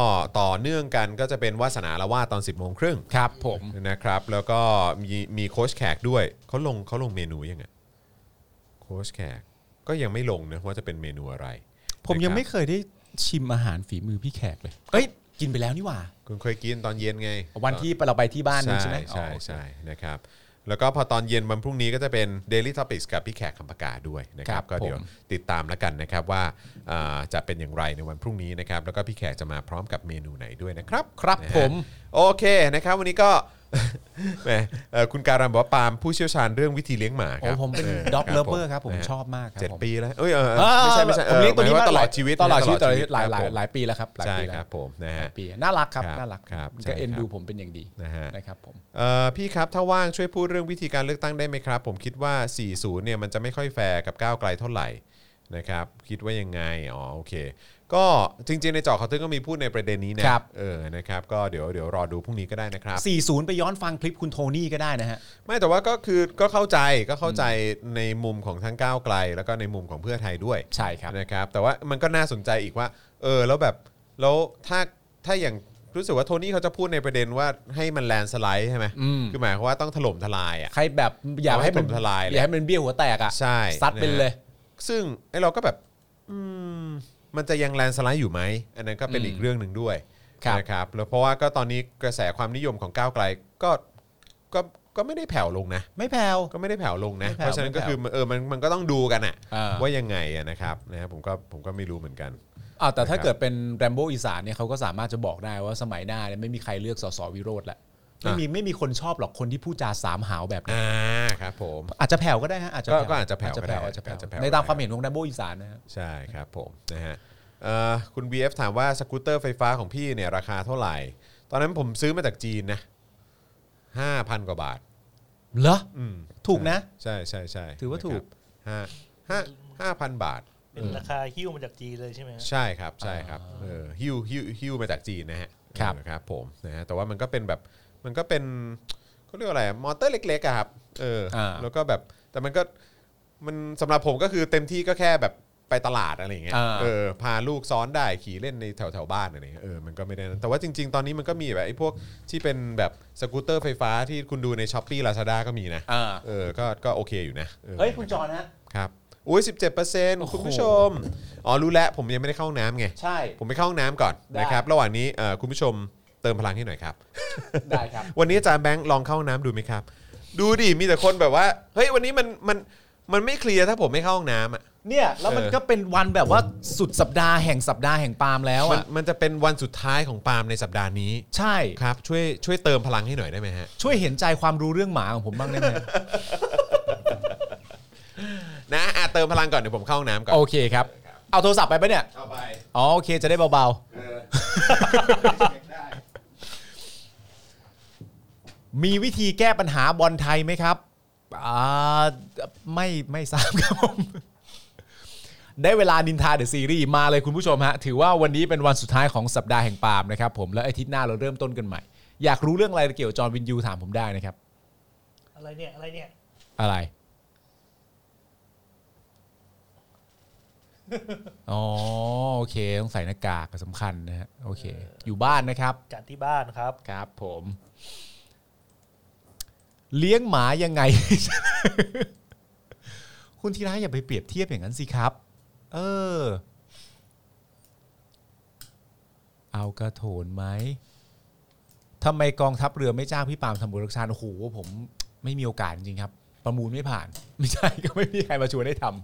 ต่อเนื่องกันก็จะเป็นวาสนาละว่าดตอน 10บโมงครึ่ง ครับผม นะครับแล้วก็มีมีโค้ชแขกด้วยเขาลงเขาลงเมนูยังไงโค้ชแขกก็ยังไม่ลงนะว่าจะเป็นเมนูอะไร ผมยังไม่ นะครั เคยได้ชิมอาหารฝีมือพี่แขกเลย เอ้ย กินไปแล้วนี่หว่า บคุณเคยกินตอนเย็นไง วันที่เราไปที่บ้านนึงใช่ไหม ใช่ อ๋อ ใช่นะครับ แล้วก็พอตอนเย็นวันพรุ่งนี้ก็จะเป็น Daily Topics กับพี่แขกคำปากาด้วยนะครับ ครับ ก็เดี๋ยว ผม ติดตามแล้วกันนะครับว่าอ่าจะเป็นอย่างไรในวันพรุ่งนี้นะครับ แล้วก็พี่แขกจะมาพร้อมกับเมนูไหนด้วยนะครับ ครับ นะฮะ ผม โอเคนะครับ วันนี้ก็ แหมเอ่อคุณการันบอกว่าปาล์มผู้เชี่ยวชาญเรื่องวิธีเลี้ยงหมาค โอ้ รับ ผมเป็น ออ ด็อก ค เล รับ เวอร์ครับ ผม นะฮะ ชอบมากครับ เจ็ด ผม ปีแล้วเอ้ยเออ อ่า ไม่ใช่ไม่ใช่ ผมเลี้ยงตัวนี้ ออหมาย มา ว่าตลอดชีวิต ตลอดชีวิต นะ ตลอดชีวิตหลาคยห รับ ลาผยม หลายปีแล้วครับหลาย ใช่ ปีแล้ว ครับผมนะ ห ฮะ ลายปีน่ารักครับ ครับ น่ารัก ครับ มัน ใช่ ก็เอ็น ครับ ดูผมเป็นอย่างดี นะฮะ นะครับผม เอ่อพี่ครับถ้าว่างช่วยพูดเรื่องวิธีการเลือกตั้งได้ไหมครับ ผมคิดว่า 40เนี่ยมันจะไม่ค่อยแฟร์กับก้าวไกลเท่าไหร่นะครับ คิดว่ายังไงอ๋อโอเค ก็จริงๆในเจอเขาวตึ้งก็มีพูดในประเด็นนี้นะครับ เออนะครับก็เดี๋ยวเดี๋ยวรอดูพรุ่งนี้ก็ได้นะครับ 40 ไปย้อนฟังคลิปคุณโทนี่ก็ได้นะฮะ ไม่แต่ว่าก็คือก็เข้าใจก็เข้าใจในมุมของทั้งก้าวไกล แล้วก็ในมุมของเพื่อไทยด้วย ใช่ครับ นะครับ แต่ว่ามันก็น่าสนใจอีกว่า เออแล้วแบบแล้วถ้าถ้าอย่างรู้สึกว่าโทนี่เขาจะพูดในประเด็นว่าให้มันแลนสไลด์ใช่ไหม อืม คือหมายความว่าต้องถล่มทลายอ่ะ ใครแบบอยากให้มัน เอาให้ผมทลายเลย อยากให้มันเบี้ยวหัวแตกอ่ะ ใช่ ซัดไปเลย นะฮะซึ่งไอ้เราก็แบบอืมมันจะยังแลนสไลด์อยู่ไหม อันนั้นก็เป็น อืม อีกเรื่องหนึ่งด้วย ครับ นะครับแล้วเพราะว่าก็ตอนนี้กระแสความนิยมของก้าวไกลก็ก็ก็ไม่ได้แผ่วลงนะ ไม่แผ่ว ก็ไม่ได้แผ่วลงนะ ไม่แผ่ว เพราะฉะนั้นก็คือเออมันมันก็ต้องดูกันอะ อ่า ว่ายังไงอะนะครับนะฮะผมก็ผมก็ไม่รู้เหมือนกัน อ้าวแต่ถ้า นะครับ เกิดเป็นแรมโบอีสานเนี่ยเขาก็สามารถจะบอกได้ว่าสมัยหน้าเนี่ยไม่มีใครเลือกสสวิโรธละไม่มีไม่มีคนชอบหรอกคนที่พูดจาสามหาวแบบนี้ อ่าครับผม อาจจะแผ่วก็ได้ฮะอาจจะ ก็ แผ่ว ก็อาจจะแผ่วก็ได้ อาจจะแผ่ว อาจจะแผ่ว ในตาก็มได้ ความเห็นของแรมโบอีสานนะฮะ ใช่ครับผมนะฮะเอ่อคุณ VF ถามว่าสกูตเตอร์ไฟฟ้าของพี่เนี่ยราคาเท่าไหร่ ตอนนั้นผมซื้อมาจากจีนนะห้าพันกว่าบาท เหรอ อืม ถูกนะ ใช่ใช่ใช่ ถือว่าถูก นะครับห้าห้าห้าพันบาท เป็นราคาหิ้วมาจากจีนเลยใช่ไหมฮะ ใช่ครับใช่ครับเออฮิวฮิวฮิวมาจากจีนนะฮะ ครับ เออครับผมนะฮะแต่ว่ามันก็เป็นแบบมันก็เป็นเขาเรียกว่าอะไรอะมอเตอร์เล็กๆอะครับเอออา แล้วก็แบบแต่มันก็มันสำหรับผมก็คือเต็มที่ก็แค่แบบไปตลาดอะไรอย่างเงี้ย อ่า เออพาลูกซ้อนได้ขี่เล่นในแถวแถวๆบ้านอะไรอย่างเงี้ยเออมันก็ไม่ได้นะแต่ว่าจริง ๆ ตอนนี้มันก็มีแบบไอ้พวกที่เป็นแบบสกูตเตอร์ไฟฟ้าที่คุณดูในช้อปปี้ลาซาด้าก็มีนะ อ่า เออก็ก็โอเคอยู่นะออ เฮ้ยคุณจอนฮะ ครับอุ้ย 17%คุณผู้ชม อ๋อ รู้แล้ว ผมยังไม่ได้เข้าห้องน้ำไง ใช่ ผมไปเข้าห้องน้ำก่อน ได้ นะครับ ระหว่างนี้เอ่อคุณผู้ชมเติมพลังให้หน่อยครับ ได้ครับ วันนี้อาจารย์แบงค์ลองเข้าห้องน้ำดูไหมครับ ดูดิ มีแต่คนแบบว่า เฮ้ย วันนี้มัน มัน มันไม่เคลียร์ถ้าผมไม่เข้าห้องน้ำอ่ะ เนี่ยแล้วมัน เออ ก็เป็นวันแบบว่าสุดสัปดาห์แห่งสัปดาห์แห่งปาล์มแล้ว มัน อ่ะ มันจะเป็นวันสุดท้ายของปาล์มในสัปดาห์นี้ ใช่ ครับ ช่วย ช่วยเติมพลังให้หน่อยได้ไหมฮะ ช่วยเห็นใจความรู้เรื่องหมาของผมบ้างได้ไหม นะอ่ะเติมพลังก่อนเดี๋ยวผมเข้าห้องน้ำก่อน โอเคครับ เอาโทรศัพท์ไปปะเนี่ย เอาไป อ๋อโอเคจะได้เบาๆ มีวิธีแก้ปัญหาบอลไทยไหมครับ อ่า ไม่ไม่ทราบครับผม ได้เวลานินทาเดอะซีรีส์มาเลยคุณผู้ชมฮะ ถือว่าวันนี้เป็นวันสุดท้ายของสัปดาห์แห่งปาล์มนะครับผม แล้วอาทิตย์หน้าเราเริ่มต้นกันใหม่ อยากรู้เรื่องอะไรเกี่ยวกับจอห์นวินยูถามผมได้นะครับ อะไรเนี่ยอะไรเนี่ย อะไร อ๋อโอเค ต้องใส่หน้ากากสำคัญนะฮะโอเค อยู่บ้านนะครับ จัดที่บ้านครับ ครับผม เลี้ยงหมายัง ไง คุณทีระอย่าไปเปรียบเทียบอย่างนั้นสิครับ เออ เอากระโถนไหมทำไมกองทัพเรือไม่จ้างพี่ปาล์มทำโปรดักชันโอ้โหผมไม่มีโอกาสจริงๆครับ ประมูลไม่ผ่าน ไม่ใช่ ก็ไม่มีใครมาชวนให้ทำ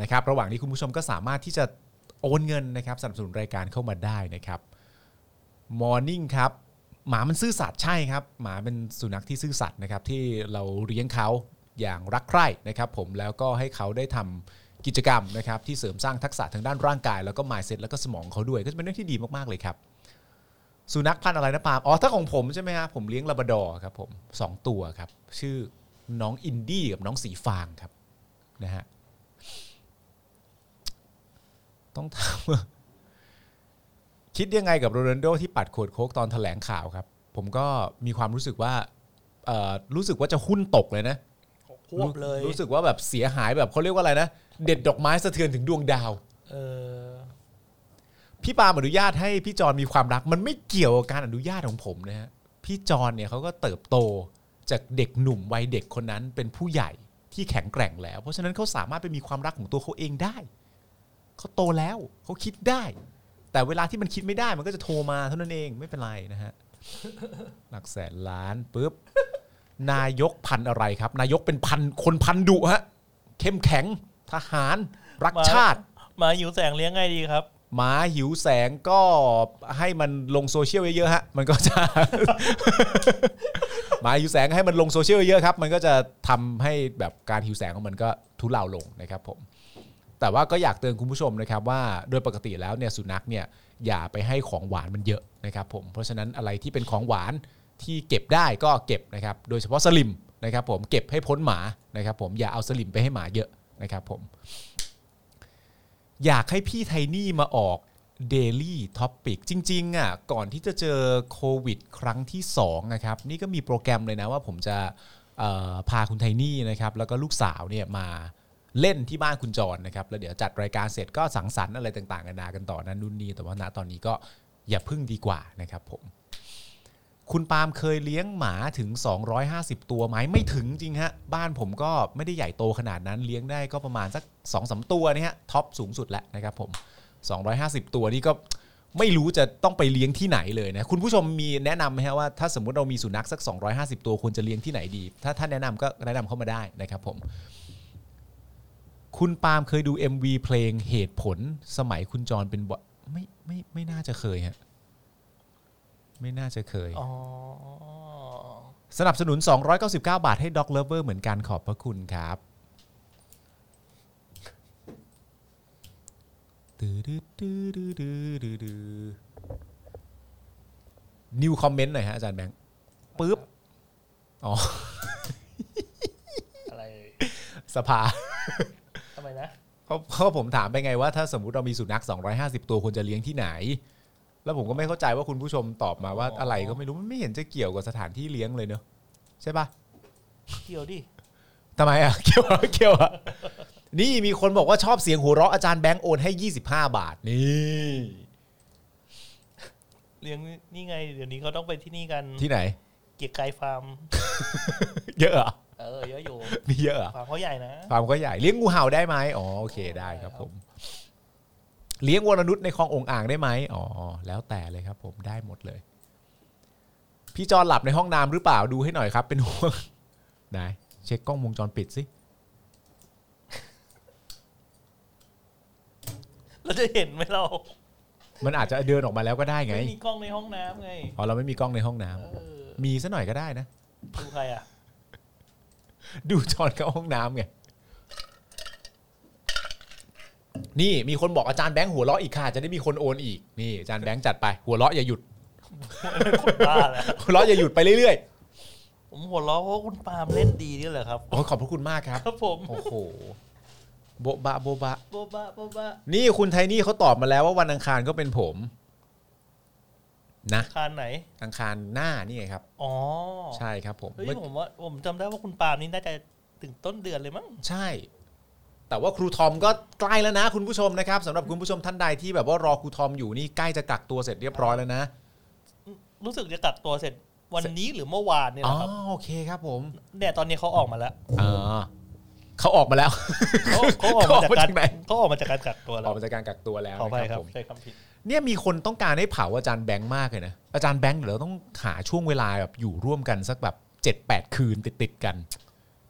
นะครับระหว่างนี้คุณผู้ชมก็สามารถที่จะโอนเงินนะครับสนับสนุนรายการเข้ามาได้นะครับมอร์นิ่งครับหมามันซื่อสัตย์ใช่ครับ หมาเป็นสุนัขที่ซื่อสัตย์นะครับที่เราเลี้ยงเขาอย่างรักใคร่นะครับ ผมแล้วก็ให้เขาได้ทำกิจกรรมนะครับที่เสริมสร้างทักษะทางด้านร่างกาย แล้วก็ mindset แล้วก็สมองเขาด้วย ก็จะเป็นเรื่องที่ดีมากๆเลยครับ สุนัขพันธุ์อะไรนะปาล์มอ๋อถ้าของผมใช่ไหมฮะผมเลี้ยงลาบราดอร์ครับผมสองตัวครับ ชื่อน้องอินดี้กับน้องสีฟางครับนะฮะ ต้องถาม ว่าคิดยังไงกับโรนัลโดที่ปัดขวดโค้กตอนแถลงข่าวครับ ผมก็มีความรู้สึกว่าเอ่อรู้สึกว่าจะหุ้นตกเลยนะ ควบเลย รู้สึกว่าแบบเสียหายแบบเขาเรียกว่าอะไรนะ เด็ดดอกไม้สะเทือนถึงดวงดาว เออ พี่ปาล์มอนุญาตให้พี่จอนมีความรัก มันไม่เกี่ยวกับการอนุญาตของผมนะฮะพี่จอนเนี่ยเขาก็เติบโตจากเด็กหนุ่มวัยเด็กคนนั้นเป็นผู้ใหญ่ที่แข็งแกร่งแล้ว เพราะฉะนั้นเขาสามารถไปมีความรักของตัวเขาเองได้เขาโตแล้วเขาคิดได้ แต่เวลาที่มันคิดไม่ได้มันก็จะโทรมาเท่านั้นเองไม่เป็นไรนะฮะหลักแสนล้านปุ๊บนายกพันอะไรครับ นายกเป็นพันคนพันดุฮะเข้มแข็งทหารรักชาติ มาหิวแสงเลี้ยงไงดีครับ หมาหิวแสงก็ให้มันลงโซเชียลเยอะๆฮะ มันก็จะ หมาหิวแสงให้มันลงโซเชียลเยอะๆครับ มันก็จะทำให้แบบการหิวแสงของมันก็ทุเลาลงนะครับผม แต่ว่าก็อยากเตือนคุณผู้ชมนะครับว่าโดยปกติแล้วเนี่ยสุนัขเนี่ยอย่าไปให้ของหวานมันเยอะนะครับผมเพราะฉะนั้นอะไรที่เป็นของหวานที่เก็บได้ก็เก็บนะครับโดยเฉพาะสลิมนะครับผมเก็บให้พ้นหมานะครับผมอย่าเอาสลิมไปให้หมาเยอะนะครับผม อยากให้พี่ไทนี่มาออก Daily Topic จริงๆอ่ะก่อนที่จะเจอโควิดครั้งที่2นะครับนี่ก็มีโปรแกรมเลยนะว่าผมจะเอ่อพาคุณไทนี่นะครับแล้วก็ลูกสาวเนี่ยมาเล่นที่บ้านคุณจรนะครับแล้วเดี๋ยวจัดรายการเสร็จก็สังสรรค์อะไรต่างๆกันานากันต่อนั้นนู่นนี่แต่ว่าณตอนนี้ก็อย่าพึ่งดีกว่านะครับผม คุณปาล์มเคยเลี้ยงหมาถึง 250 ตัวไหมไม่ถึงจริงฮะ บ้านผมก็ไม่ได้ใหญ่โตขนาดนั้นเลี้ยงได้ก็ประมาณสัก2อสตัวเนี่ยฮะท็อปสูงสุดแล้วนะครับผม 250 ตัวนี่ก็ไม่รู้จะต้องไปเลี้ยงที่ไหนเลยนะ คุณผู้ชมมีแนะนำไหมฮะว่าถ้าสมมติเรามีสุนัขสัก 250 ตัวควรจะเลี้ยงที่ไหนดี ถ้าท่านแนะนำก็แนะนำเข้ามาได้นะครับผม คุณปาล์มเคยดู MV เพลงเหตุผลสมัยคุณจรเป็นบอยไม่ไม่ไม่น่าจะเคยฮะไม่น่าจะเคย อ๋อ สนับสนุน 299 บาทให้ด็อกเลเวอร์เหมือนกันขอบพระคุณครับดือดือดือดือดือดือดือนิวคอมเมนต์หน่อยฮะอาจารย์แบงค์ปึ๊บ อ๋อ อะไร สภา ทำไมนะ เพราะเพราะผมถามไปไงว่าถ้าสมมติเรามีสุนัข 250 ตัวควรจะเลี้ยงที่ไหน แล้วผมก็ไม่เข้าใจว่าคุณผู้ชมตอบมาว่าอะไรก็ไม่รู้มันไม่เห็นจะเกี่ยวกับสถานที่เลี้ยงเลยเนอะใช่ปะ เกี่ยวดิ ทำไมอ่ะ เกี่ยวเหรอเกี่ยวอ่ะ นี่มีคนบอกว่าชอบเสียงหัวเราะอาจารย์แบงค์โอนให้ 25 บาท นี่ เลี้ยงนี่ไง เดี๋ยวนี้เขาต้องไปที่นี่กัน ที่ไหน เกียรติกายฟาร์ม เยอะเหรอ่ะ เออ เยอะอยู่ มีเยอะเหรอ่ะ ฟาร์มเขาใหญ่นะ ฟาร์มก็ใหญ่เลี้ยงงูเห่าได้ไหมอ๋อโอเคได้ครับผม เลี้ยงวรนุษย์ในคลององอ่างได้ไหมอ๋อแล้วแต่เลยครับ ผมได้หมดเลย พี่จอนหลับในห้องน้ำหรือเปล่าดูให้หน่อยครับ เป็นห่วง ไหนเช็คกล้องวงจรปิดสิ เราจะเห็นไหมเรา มันอาจจะเดินออกมาแล้วก็ได้ไง ไม่มีกล้องในห้องน้ำไง อ๋อเราไม่มีกล้องในห้องน้ำ เออ มีซะหน่อยก็ได้นะ ดูใครอ่ะ ดูจอนเข้าห้องน้ำไง นี่มีคนบอกอาจารย์แบงค์หัวเราะอีกค่ะจะได้มีคนโอนอีกนี่อาจารย์แบงค์จัดไปหัวเราะอย่าหยุด คนบ้าแล้ว หัวเราะอย่าหยุดไปเรื่อย ผมหัวเราะเพราะคุณปาล์มเล่นดีนี่แหละครับ ๆโอ้ยขอบพระคุณมากครับ ครับผม โอ้โหโบะบะโบะบะ โบบะโบบะ นี่คุณไทนี่เขาตอบมาแล้วว่าวันอังคารก็เป็นผม นะ คานไหน อังคารหน้านี่ไงครับ อ๋อ ใช่ครับผม เฮ้ย เมื่อ ผมว่าผมจำได้ว่าคุณปาล์มนี่น่าจะถึงต้นเดือนเลยมั้ง ใช่ แต่ว่าครูทอมก็ใกล้แล้วนะ คุณผู้ชมนะครับสำหรับคุณผู้ชมท่านใดที่แบบว่ารอครูทอมอยู่นี่ใกล้จะกักตัวเสร็จเรียบร้อยแล้วนะ รู้สึกจะกักตัวเสร็จวันนี้หรือเมื่อวานเนี่ย อ๋อ นะครับ โอเคครับผม เนี่ยตอนนี้เขาออก มาแล้ว อ่าเขาออกมาแล้ว เขาเขาออกมาจากการ เขาออกมาจากไหน เขาออกมาจากการกักตัว อ แล้ อกวมาจากการกักตัวแล้ว ขอไป นะคครั รั บบ ผม ใช้คำผิด เนี่ยมีคนต้องการให้เผาอาจารย์แบงค์มากเลยนะอาจารย์แบงค์เดี๋ยวเราต้องหาช่วงเวลาแบบอยู่ร่วมกันสักแบบเจ็ดแปดคืนติดๆกัน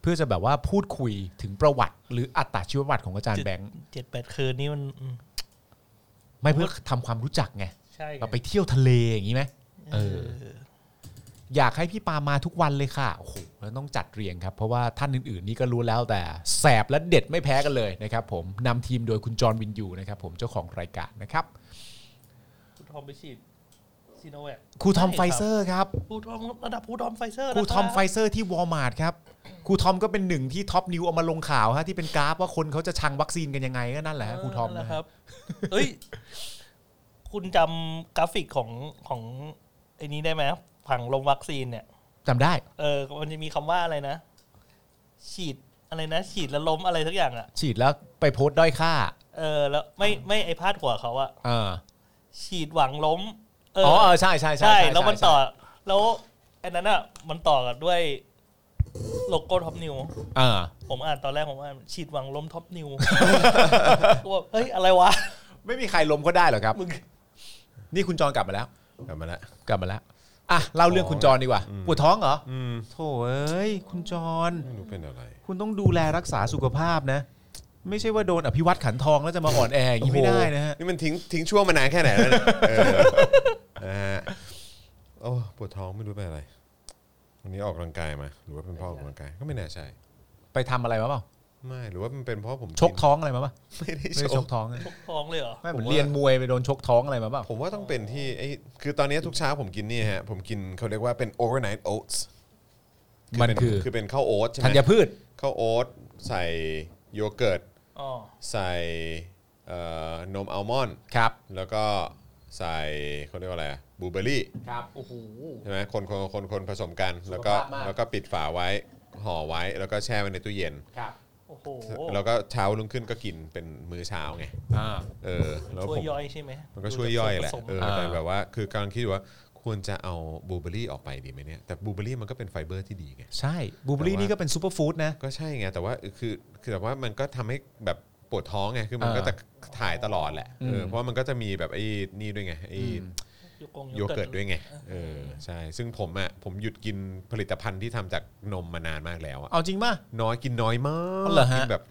เพื่อจะแบบว่าพูดคุยถึงประวัติ หรืออัตชีวประวัติของอาจารย์แบงค์ เจ็ดแปดคืนนี่มันอืม ไม่เพื่อทำความรู้จักไง ใช่ไง เราไปเที่ยวทะเลอย่างนี้ไหม เออ อยากให้พี่ปามาทุกวันเลยค่ะ โอ้โหแล้วต้องจัดเรียงครับ เพราะว่าท่านอื่นๆ นี่ก็รู้แล้วแต่แสบและเด็ดไม่แพ้กันเลยนะครับผมนำทีมโดยคุณจอห์นวินยูนะครับผมเจ้าของรายการนะครับ คุณทอมไปฉีดซีโนแวค ครูทอมไฟเซอร์ครับ ครูทอมระดับครูทอมไฟเซอร์ ครูทอม นะบ ไฟเซอร์ที่วอลมาร์ทครับครูทอมก็เป็นหนึ่งที่ท็อปนิวเอามาลงข่าวฮะที่เป็นกราฟว่าคนเขาจะชังวัคซีนกันยังไงก็นั่นแหละฮะครูทอม นั่นนะคแหละค รั รั บบ เอ้ย คุณจำกราฟิกของของไอ้นี้ได้ไหมผังลงวัคซีนเนี่ย จำได้ เออ มันจะมีคำว่าอะไรนะ ฉีดอะไรนะ ฉีดแล้วล้มอะไรสักอย่างอ่ะ ฉีดแล้วไปโพสต์ด้อยค่า เออ แล้วไม่ไม่ไอพาดหัวเขาอะ เออ ฉีดหวังล้ม เอ อ๋อ อ เออใช่ใช่ ใช่ แล้วมันต่อ แล้วไอันนั้นอะมันต่อกันด้วยโลโก้ท็อปนิว เออ ผมอ่านตอนแรกผมอ่านฉีดหวังล้มท็อป นิวก็แบบเฮ้ย อะไรวะ ไม่มีใครล้มก็ได้หรอกครับ นี่คุณจรกลับมาแล้ว กลับมาละ กลับมาแล้ว อ่ะ เล่าเรื่องคุณจรดีกว่า ปวดท้องเหรออ อืม โถเอ้ย คุณจร ไม่รู้เป็นอะไร คุณต้องดูแลรักษาสุขภาพนะ ไม่ใช่ว่าโดนอภิวัตขันทองแล้วจะมาอ่อนแออย่างนี้ไม่ได้นะฮะ โอ้โหนี่มันทิ้งทิ้งช่วงมานานแค่ไหนแล้วเนี่ยเออนะฮะโอ้ปวดท้องไม่รู้เป็นอะไร วันนี้ออกกำลังกายมา หรือว่าเป็นเพ่อออกกำลังกายก็ไม่น่าใช่ ไปทำอะไรมาเปล่า ไม่หรือว่ามันเป็นเพราะผม ชกท้องอะไรมาปะ ไม่ได้ ไม่ได้ ช ช ก กท้องนะ ท้องเลยเหรอ ไม่เหมือน ผมว่า เรียนมวยไปโดนชกท้องอะไรมาเปล่า ผมว่าต้องเป็นที่ไอ้คือตอนนี้ทุกเช้าผมกินนี่ฮะ ผมกินเขาเรียกว่าเป็น overnight oats มันคือ คือเป็นข้าวโอ๊ตใช่ไหม ธัญพืช ข้าวโอ๊ตใส่โยเกิร์ต อ๋อ ใส่เอ่อนมอัลมอนด์ ครับ แล้วก็ใส่เขาเรียกว่าอะไรบลูเบอรี่ ครับ โอ้โห ใช่ไหมคนคนคนคนผสมกันแล้วก็ สุขภาพมาก แล้วก็ปิดฝาไว้ห่อไว้แล้วก็แช่ไว้ในตู้เย็น ครับ โอ้โห แล้วก็เช้าลุกขึ้นก็กินเป็นมื้อเช้าไง อ่า เออแล้ว ช่ว ผ ย ม ย่อยใช่ไหม มันก็ช่วยย่อยแหละ ดูเอจากส่วนผสอมแต่ อ่า แบบว่าคือกำลังคิดอยู่ว่าควรจะเอาบลูเบอรี่ออกไปดีไหมเนี่ยแต่บลูเบอรี่มันก็เป็นไฟเบอร์ที่ดีไง ใช่บลูเบอรี่ แต่ว่า นี่ก็เป็นซูเปอร์ฟู้ดนะ ก็ใช่ไงแต่ว่าคือคือแต่ว่ามันก็ทำให้แบบปวดท้องไงคือมัน อ่า ก็จะถ่ายตลอดแหละเอออ ม เพราะมันก็จะมีแบบไอ้นี่ด้วยไงไอ้ โยกง โยเกิร์ตด้วยไงเออใช่ซึ่งผมอ่ะผมหยุดกินผลิตภัณฑ์ที่ทำจากนมมานานมากแล้วอะ เอาจริงป่ะ น้อยกินน้อยมาก อ๋อเหรอฮะ กินแบบ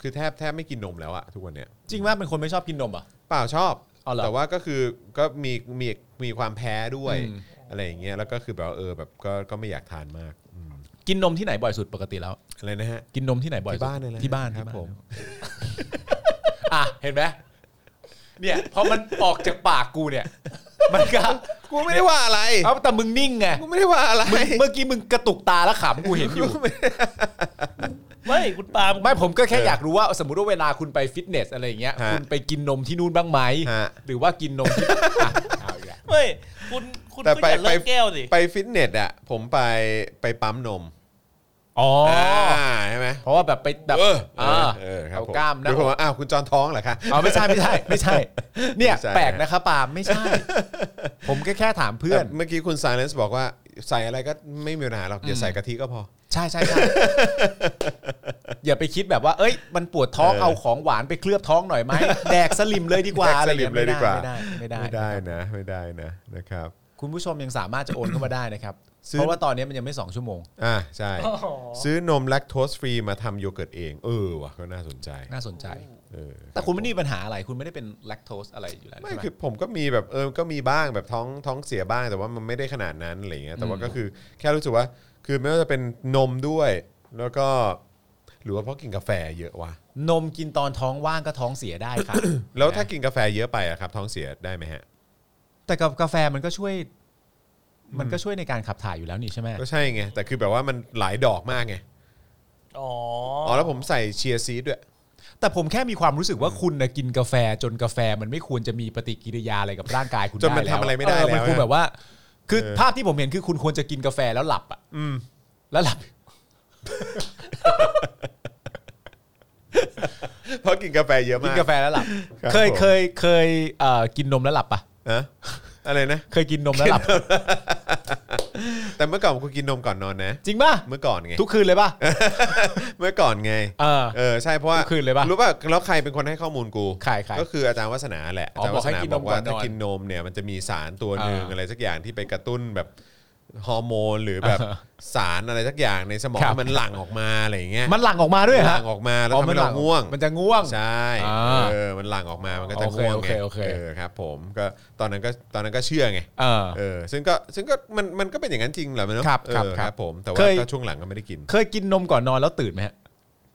คือแทบแทบไม่กินนมแล้วอะทุกวันเนี้ย จริงป่ะเป็นคนไม่ชอบกินนมเหรอ่ะ เปล่าชอบ อ๋อเหรอ แต่ว่าก็คือก็มีมีมีความแพ้ด้วย อืม อะไรอย่างเงี้ยแล้วก็คือแบบว่าเออแบบก็ก็ไม่อยากทานมากอืม กินนมที่ไหนบ่อยสุดปกติแล้ว อะไรนะฮะ กินนมที่ไหนบ่อยที่สุดบ้านเลยแหละ ที่บ้าน ครับ ที่าน ผม อ่ะเห็นไหมเนี่ยพอมันออกจากปากกูเนี่ย มันก็ กูไม่ได้ว่าอะไร เอาแต่มึงนิ่งไง กูไม่ได้ว่าอะไร เมื่อกี้มึงกระตุกตาแล้วขำกูเห็นอยู่ ไม่คุณปาล์ม ไม่ผมก็แค่อยากรู้ว่า สมมติว่าเวลาคุณไปฟิตเนสอะไรอย่างเงี้ย ฮะ คุณไปกินนมที่นู่นบ้างไหม ฮะ หรือว่ากินนม ที่อ่ะเอาอีกแล้ว เฮ้ยคุณคุณ แต่ ก็ ไป อย่า ไป เลิกแก้วสิ ไปฟิตเนสอะผมไปไปปั๊มนม อ๋อ อ่าใช่ไหม เพราะว่าแบบไปแบบ เออเอ อ่า อเออครับ เอา ผม กล้ามหนะ เดี๋ยวผมว่าอ้าวคุณจอนท้องเหรอคะ อ๋อไม่ใช่ไม่ใช่ไม่ใช่ เนี่ย ไม่ใช่ แปลกนะครับปาล์มไม่ใช่ ผมก็แค่ถามเพื่อน แต่เมื่อกี้คุณไซเลนส์บอกว่าใส่อะไรก็ไม่มีปัญหาหรอกอย่าใส่กะทิก็พอ ใช่ใช่ใช่ อย่าไปคิดแบบว่า เอ้ย มันปวดท้อง เออ เอาของหวานไปเคลือบท้องหน่อย ไหม แดกสลิมเลยดีกว่า แจ็คสลิมเลยดีกว่า ไม่ได้ไม่ได้ ไม่ ไม่ได้ ได้นะไม่ได้นะนะครับ คุณผู้ชมยังสามารถจะโอนเข้ามาได้นะครับ ซื้อ เพราะว่าตอนนี้มันยังไม่สองชั่วโมง อ่าใช่ อ๋อ ซื้อนมแลคโตสฟรีมาทำโยเกิร์ตเอง เออว่ะก็น่าสนใจ น่าสนใจ เออ แต่คุณไม่ได้มีปัญหาอะไร คุณไม่ได้เป็นแลคโตสอะไรอยู่แล้ว ไม่ ใช่ไหม คือผมก็มีแบบเออก็มีบ้างแบบท้องท้องเสียบ้างแต่ว่ามันไม่ได้ขนาดนั้นอะไรเงี้ยแต่ว่าก็คือแค่รู้สึกว่าคือไม่ว่าจะเป็นนมด้วย แล้วก็ หรือว่าเพราะกินกาแฟเยอะวะ นมกินตอนท้องว่างก็ท้องเสียได้ครับ แล้วถ้ากินกาแฟเยอะไปอะครับท้องเสียได้ไหมฮะ แต่กับกาแฟมันก็ช่วย มันก็ช่วยในการขับถ่ายอยู่แล้วนี่ใช่ไหม ก็ใช่ไง แต่คือแบบว่ามันหลายดอกมากไง อ๋อ อ๋อแล้วผมใส่เชียร์ซีดด้วย แต่ผมแค่มีความรู้สึกว่าคุณนะกินกาแฟจนกาแฟมันไม่ควรจะมีปฏิกิริยาอะไรกับร่างกายคุณ จนมัน ด้แล้ว ทำอะไรไม่ได้ เมัน แล้ว ควร นะ แบบว่า คือ เออ ภาพที่ผมเห็นคือคุณควรจะกินกาแฟแล้วหลับอ่ะ อืม แล้วหลับ เพราะกินกาแฟเยอะมาก กินกาแฟแล้วหลับ ครับ เคย ผม เคยเคยเอ่อกินนมแล้วหลับปะ อะอะไรนะ เคยกินนมแล้วหลับ แต่เมื่อก่อนกูกินนมก่อนนอนนะ จริงป่ะ เมื่อก่อนไง ทุกคืนเลยป่ะ เมื่อก่อนไง เออ เออใช่เพราะว่า ทุกคืนเลยปะ รู้ป่ะแล้วใครเป็นคนให้ข้อมูลกู ใครใคร ก็คืออาจารย์วัฒนาแหละ อ๋ อา อ จารย์วัฒนาอก กบบ อให้กินนมก่อ ว่าน นอน ถ้ากินนมเนี่ยมันจะมีสารตัวหนึ่ง อ่า อะไรสักอย่างที่ไปกระตุ้นแบบฮอร์โมนหรือแบบ อ่าฮะ สารอะไรสักอย่างในสมอง ครับ ให้มันหลั่งออกมาอะไรอย่างเงี้ย มันหลั่งออกมาด้วย ห ฮะ ลั่งออกมาแล้ว อ๋อ ทำให้เราง่วง มันจะง่วง ใช่ อ่า เออมันหลั่งออกมามันก็จะง่วง โอ ไง เคโอเคโอเอเคอครับผมก็ตอนนั้นก็ตอนนั้นก็เชื่อไง เออ เออซึ่งก็ซึ่งก็มันมันก็เป็นอย่างนั้นจริงแหละมันเนาะ ครับครับ เออ ครับ ครับผมแต่ เค ว่าย ก็ช่วงหลังก็ไม่ได้กิน เคยกินนมก่อนนอนแล้วตื่นไหมฮะ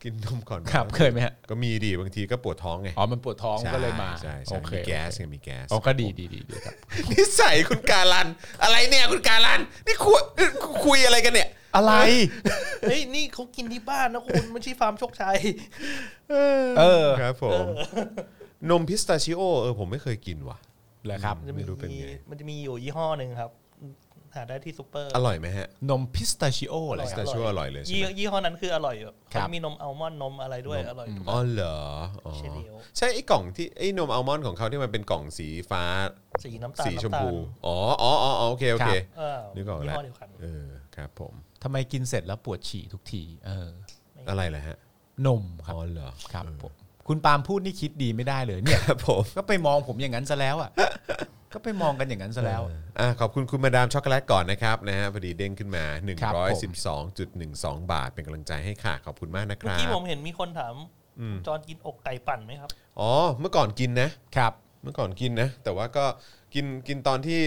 กินนมก่อนนอน ครับ เคยไหมฮะ ก็มีดีบางทีก็ปวดท้องไง อ๋อมันปวดท้อง ใช่ ก็เลยมา ใช่ โอ ใช่ เค มีแก๊สไงมีแก๊ส อ๋อก็ดีดีดีดีครับ นิสัยคุณการัน อะไรเนี่ยคุณการัน นี่คุยคุยอะไรกันเนี่ย อะไร เฮ้ยนี่เขากินที่บ้านนะคุณไม่ใช่ฟาร์มโชคชัย เออ ครับผม นมพิสตาชิโอเออผมไม่เคยกินว่ะ เหรอครับ มันจะมี ไม่รู้เป็นไง มันจะมีอยู่ยี่ห้อหนึ่งครับ หาได้ที่ซูเปอร์ อร่อยไหมฮะ นมพิสตาชิโอเหรอ พิส ค ตา รับ ชิโออร่อยเลยใช่ ยี่ ไหม ยี่ห้อนั้นคืออร่อยแบบ ครับ มีนมอัลมอนด์นมอะไรด้วยอร่อยทุก อ๋อเหรออ๋อ เชเดียว ใช่ไอ้กล่องที่ไอ้นมอัลมอนด์ของเขาที่มันเป็นกล่องสีฟ้า สีน้ำตาล สีชมพู น้ำตาล อ๋ออ๋ออ๋อโอเคโอเค เออ นึกออก ยี่ แล้ว ห้อเดียวกัน เออครับผม ทำไมกินเสร็จแล้วปวดฉี่ทุกที เออ อะไรเหรอฮะ นมครั อ๋ บ อเหรอ ครับผมคุณปาล์มพูดนี่คิดดีไม่ได้เลยเนี่ย ครับผม ก็ไปมองผมอย่างนั้นซะแล้ว อ่ะ ก็ไปมองกันอย่างนั้นซะแล้ว อ่ะขอบคุณคุณมาดามช็อกโกแลตก่อนนะครับนะฮะพอดีเด้งขึ้นมา ครับผม 112.12 บาท เป็นกำลังใจให้ค่ะ ขอบคุณมากนะค เมื่อ รับ กี้ผมเห็นมีคนถามคุณจอนกินอกไก่ปั่นไหมครับ อ๋อ เมื่อก่อนกินนะ ครับ เมื่อก่อนกินนะ แต่ว่าก็กินกินตอนที่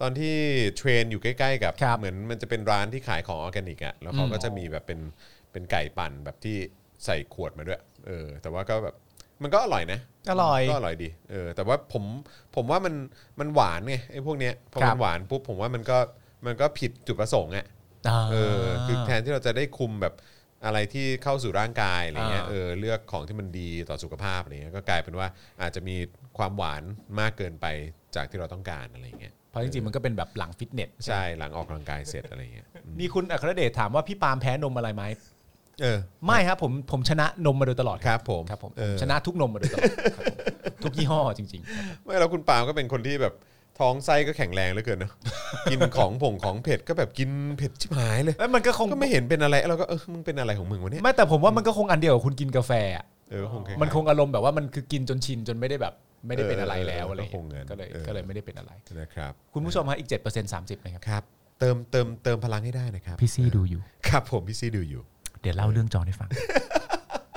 ตอนที่เทรนอยู่ใกล้ๆกับ ครับ เหมือนมันจะเป็นร้านที่ขายของออร์แกนิกอะแล้วเขา อืม ก็จะมีแบบเป็นเป็นไก่ปั่นแบบที่ใส่ขวดมาด้วย เออ แต่ว่าก็แบบมันก็อร่อยนะ อร่อย ก็อร่อยดี เออ แต่ว่าผมผมว่ามันมันหวานไงไอ้พวกเนี้ยพอ ครั มัน บ หวานปุ๊บผมว่ามันก็มันก็ผิดจุดประสงค์อ่ะ เออคือแทนที่เราจะได้คุมแบบอะไรที่เข้าสู่ร่างกายอะไรเงี้ย อ่า เออเลือกของที่มันดีต่อสุขภาพอะไรเงี้ยก็กลายเป็นว่าอาจจะมีความหวานมากเกินไปจากที่เราต้องการอะไรเงี้ย เพราะจริงๆมันก็เป็นแบบหลังฟิตเนส ใช่หลังออกกำลังกายเสร็จอะไรเงี้ย นี่คุณอัครเดชถามว่าพี่ปาล์มแพ้นมอะไรไหม เออ ไม่ครับผมผมชนะนมมาโดยตลอด ค ครับ รับผม ครับผม เออ ชนะทุกนมมาโดยตลอดครับผมทุกยี่ห้อจริงๆครับผม ไม่แล้วคุณปาล์มก็เป็นคนที่แบบท้องไส้ก็แข็งแรงเหลือเกินเนอะ กินของผงของเผ็ดก็แบบกินเผ็ดชิบหายเลย แล้วมันก็คง ก็ไม่เห็นเป็นอะไรเราก็เออมึงเป็นอะไรของมึงวะเนี่ย ไม่แต่ผมว่ามันก็คงอันเดียวกับคุณกินกาแฟอะ เออคงล้ายๆ มันคงอารมณ์แบบว่ามันคือกินจนชินจนไม่ได้แบบ ไม่ได้เป็นอะไรแล้วอะไร เออเออก็คงงั้น ก็เลย เออ ก็เลยไม่ได้เป็นอะไร นะครับ คุณผู้ชมฮะอีก7% 30นะครับ ครับ เติมเติมเติมพลังให้ได้นะครับ พี่ซี่ดูอยู่ ครับผมพี่ซี่ดูอยู่ เดี๋ยวเล่าเรื่องจอนให้ฟัง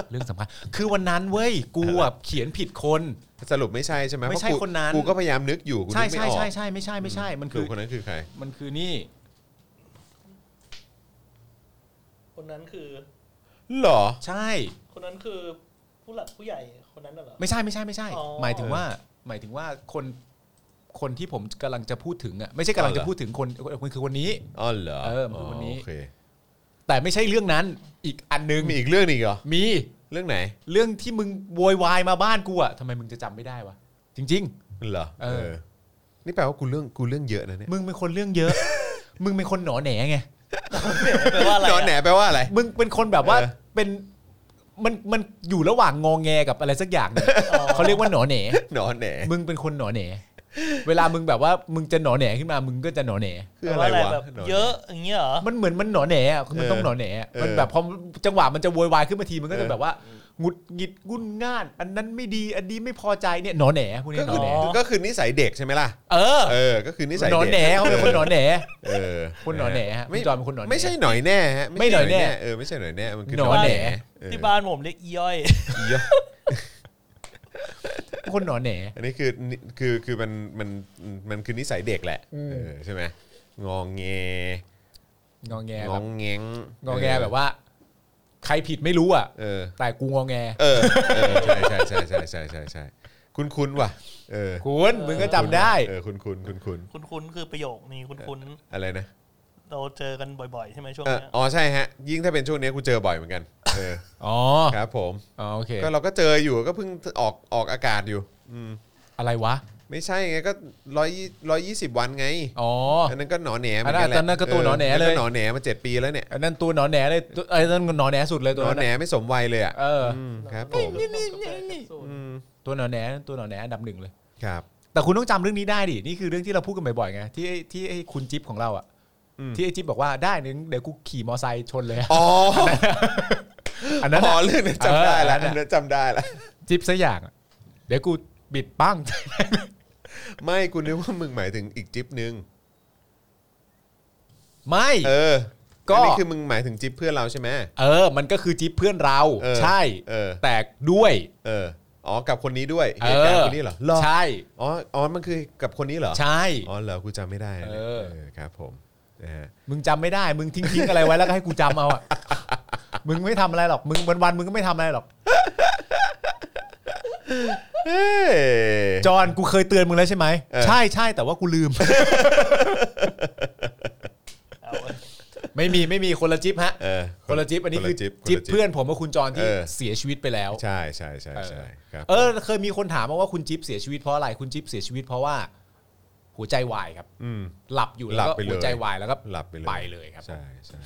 เรื่องสำคัญ คือวันนั้นเว้ย กูอ่ะเขียนผิดคน สรุปไม่ใช่ใช่ไหม ไม่ใช่ เพราะกู คนนั้น กูก็พยายามนึกอยู่กูนึ ใช่ กไม่ ใช่ ออก ใช่ใช่ไม่ใช่ไม่ใช่ มัน คื คือ อ คนนั้นคือใคร มันคือนี่ คนนั้นคือ เหรอ ใช่ คนนั้นคือผู้หลักผู้ใหญ่คนนั้นน่ะเหรอ ไม่ใช่ไม่ใช่ไม่ใช่ อ๋อ หมายถึงว่า หมายถึงว่าคนคนที่ผมกำลังจะพูดถึงอ่ะไม่ใช่กำลังจะ อ๋อเหรอ พูดถึงคนคนคือคนนี้ อ๋อเหรอ เออมันคือคนนี้ โอเค แต่ไม่ใช่เรื่องนั้นอีกอันนึง มีอีกเรื่องหนึ่งอีกเหรอ มี เรื่องไหน เรื่องที่มึงโวยวายมาบ้านกูอ่ะทำไมมึงจะจำไม่ได้วะจริง เหรอ เออ นี่แปลว่ากูเรื่องกูเรื่องเยอะนะเนี่ย ๆ มึงเป็นคนเรื่องเยอะ มึงเป็นคนหนอแหนไง แปลว่าอะไร นอนแหน อะ แปลว่าอะไร มึงเป็นคนแบบว่า เออ เป็นมันมันอยู่ระหว่างงองแงกับอะไรสักอย่างเนี่ยเขาเรียกว่าหนอแหน นอนแหน มึงเป็นคนหนอแหน เวลามึงแบบว่ามึงจะหนอแหนขึ้นมามึงก็จะหนอแหน คืออะไร แปลาว ะ แบบ หนอนแหน่ เยอะอย่างเงี้ยเหรอ มันเหมือนมันหนอแหนอ่ะคือมัน เออ ต้องหนอแหนอ่ะมัน เออ แบบพอจังหวะมันจะโวยวายขึ้นมาทีมันก็ เอ จะ อ แบบว่าหงุดหงิดงุนง่าน อันนั้นไม่ดีอันนี้ไม่พอใจเนี่ยหนอแหนพวกนี้ ก็ หน คือ อแหน อก็คือนิสัยเด็กใช่ไหมล่ะ เออ เออ ก็คือนิสัย หนอ เด็ก แหนเขาเป็นคนหนอแหน เออ คนหนอนแหน่ฮะ ไม่ พี่จอยเป็นคนหนอนแหน่ ไม่ใช่หน่อยแน่ฮะ ไม่หน่อยแน่ เออไม่ใช่หน่อยแน่มันคือ หนอนแหน่ เออ ที่บ้านผมเรียกอีย่ อย เยอะ คนหนอแหน อันนี้คือนิคือคือมันมันมันคือนิสัยเด็กแหละเออใช่ไหมงองเง งองแง ง แบ อบ งเงง งองแงแบบว่า ใครผิดไม่รู้อ่ะ เออ แต่กูงอแง เออเออใช่ใช่ใช่ใช่ใช่ใช่ใช่คุณคุณว่ะ เออ คุณมึงก็จำได้ เออคุณคุณคุณคุณ คุณคุ้นคือประโยคนี้คุณคุ้น อะไรนะ เราเจอกันบ่อยๆ ใช่ไหมช่วง เออ เนี้ย อ๋อใช่ฮะ ยิ่งถ้าเป็นช่วงนี้กูเจอบ่อยเหมือนกันเออ อ๋อ ครับผม อ๋อโอเค ก็เราก็เจออยู่ก็เพิ่งออกออกอากาศอยู่ อืม อะไรวะ ไม่ใช่ไงก็ร้อยร้อยยี่สิบวันไง อ๋อ อันนั้นก็หนอแหนเหมือนกันแหละ อันนั้นก็ตัวหนอแหนเลย ก็หนอแหนมาเจ็ดปีแล้วเนี่ย อันนั้นตัวหนอนแหนเลยตัวไอ้นั่นหนอนแหนสุดเลย ห ตั น ว อ นั้น แหน อะ ไม่สมวัยเลยอ่ะ เออ มครับผมอืม ตัวหนอนแหนตัวหนอนแหนอันดับหนึ่งเลย ครับ แต่คุณต้องจำเรื่องนี้ได้ดิ นี่คือเรื่องที่เราพูดกันบ่อยๆไง ที่ไอ้ที่ไอ้คุณจิ๊บของเราอ่ะ อืม ที่ไอ้จิ๊บบอกว่าได้เดี๋ยวเดี๋ยวกูขี่มอไซค์ชนเลยอะ อ๋อ อันนั้น อ๋อ อะ เรื่องนั้นจำได้ละ เอออันอันั้นอะนนั้นจำได้ละ จิ๊บซะอย่างอะเดี๋ยวกูบิดปั้ง ไม่กูนึกว่ามึงหมายถึงอีกจิ๊บนึง ไม่ เออ ก็ อันนี่คือมึงหมายถึงจิ๊บเพื่อนเราใช่ไหม เออ มันก็คือจิ๊บเพื่อนเรา เออ ใช่ เออ แต่ด้วย เออ อ๋อ กับคนนี้ด้วย เอ เหตุการณ์ อ คนนี้เหรอเหรอ ใช่ อ๋อ อ๋อ มันคือกับคนนี้เหรอ ใช่ อ๋อ เหรอ กูจำไม่ได้นะ เออ ครับผมนะฮะ มึงจำไม่ได้ มึงทิ้งทิ้งๆอะไรไว้แล้วก็ให้กูจำ เอาอ่ะ มึงไม่ทำอะไรหรอก มึงวันวันๆมึงก็ไม่ทำอะไรหรอก เฮ้ย จอห์นกูเคยเตือนมึงแล้วใช่ไหม เออ ใช่ใช่แต่ว่ากูลืม เอาเว้ย ไม่มีไม่มีคนละจิ๊บฮะ เออ คนละจิ๊บอันนี้คือจิ๊บ ละ เพื่อนผมกับคุณจรที่ เออ เสียชีวิตไปแล้ว ใช่ใช่ใช่ใช่ครับ เออเคยมีคนถามมาว่าคุณจิ๊บเสียชีวิตเพราะอะไรคุณจิ๊บเสียชีวิตเพราะว่า หัวใจวายครับ อืม หลับอยู่แล้ว หลั ก็ บไปเลย หัวใจวายแล้วก็ หลับไปเลย ไปเลยครับ ใช่ใช่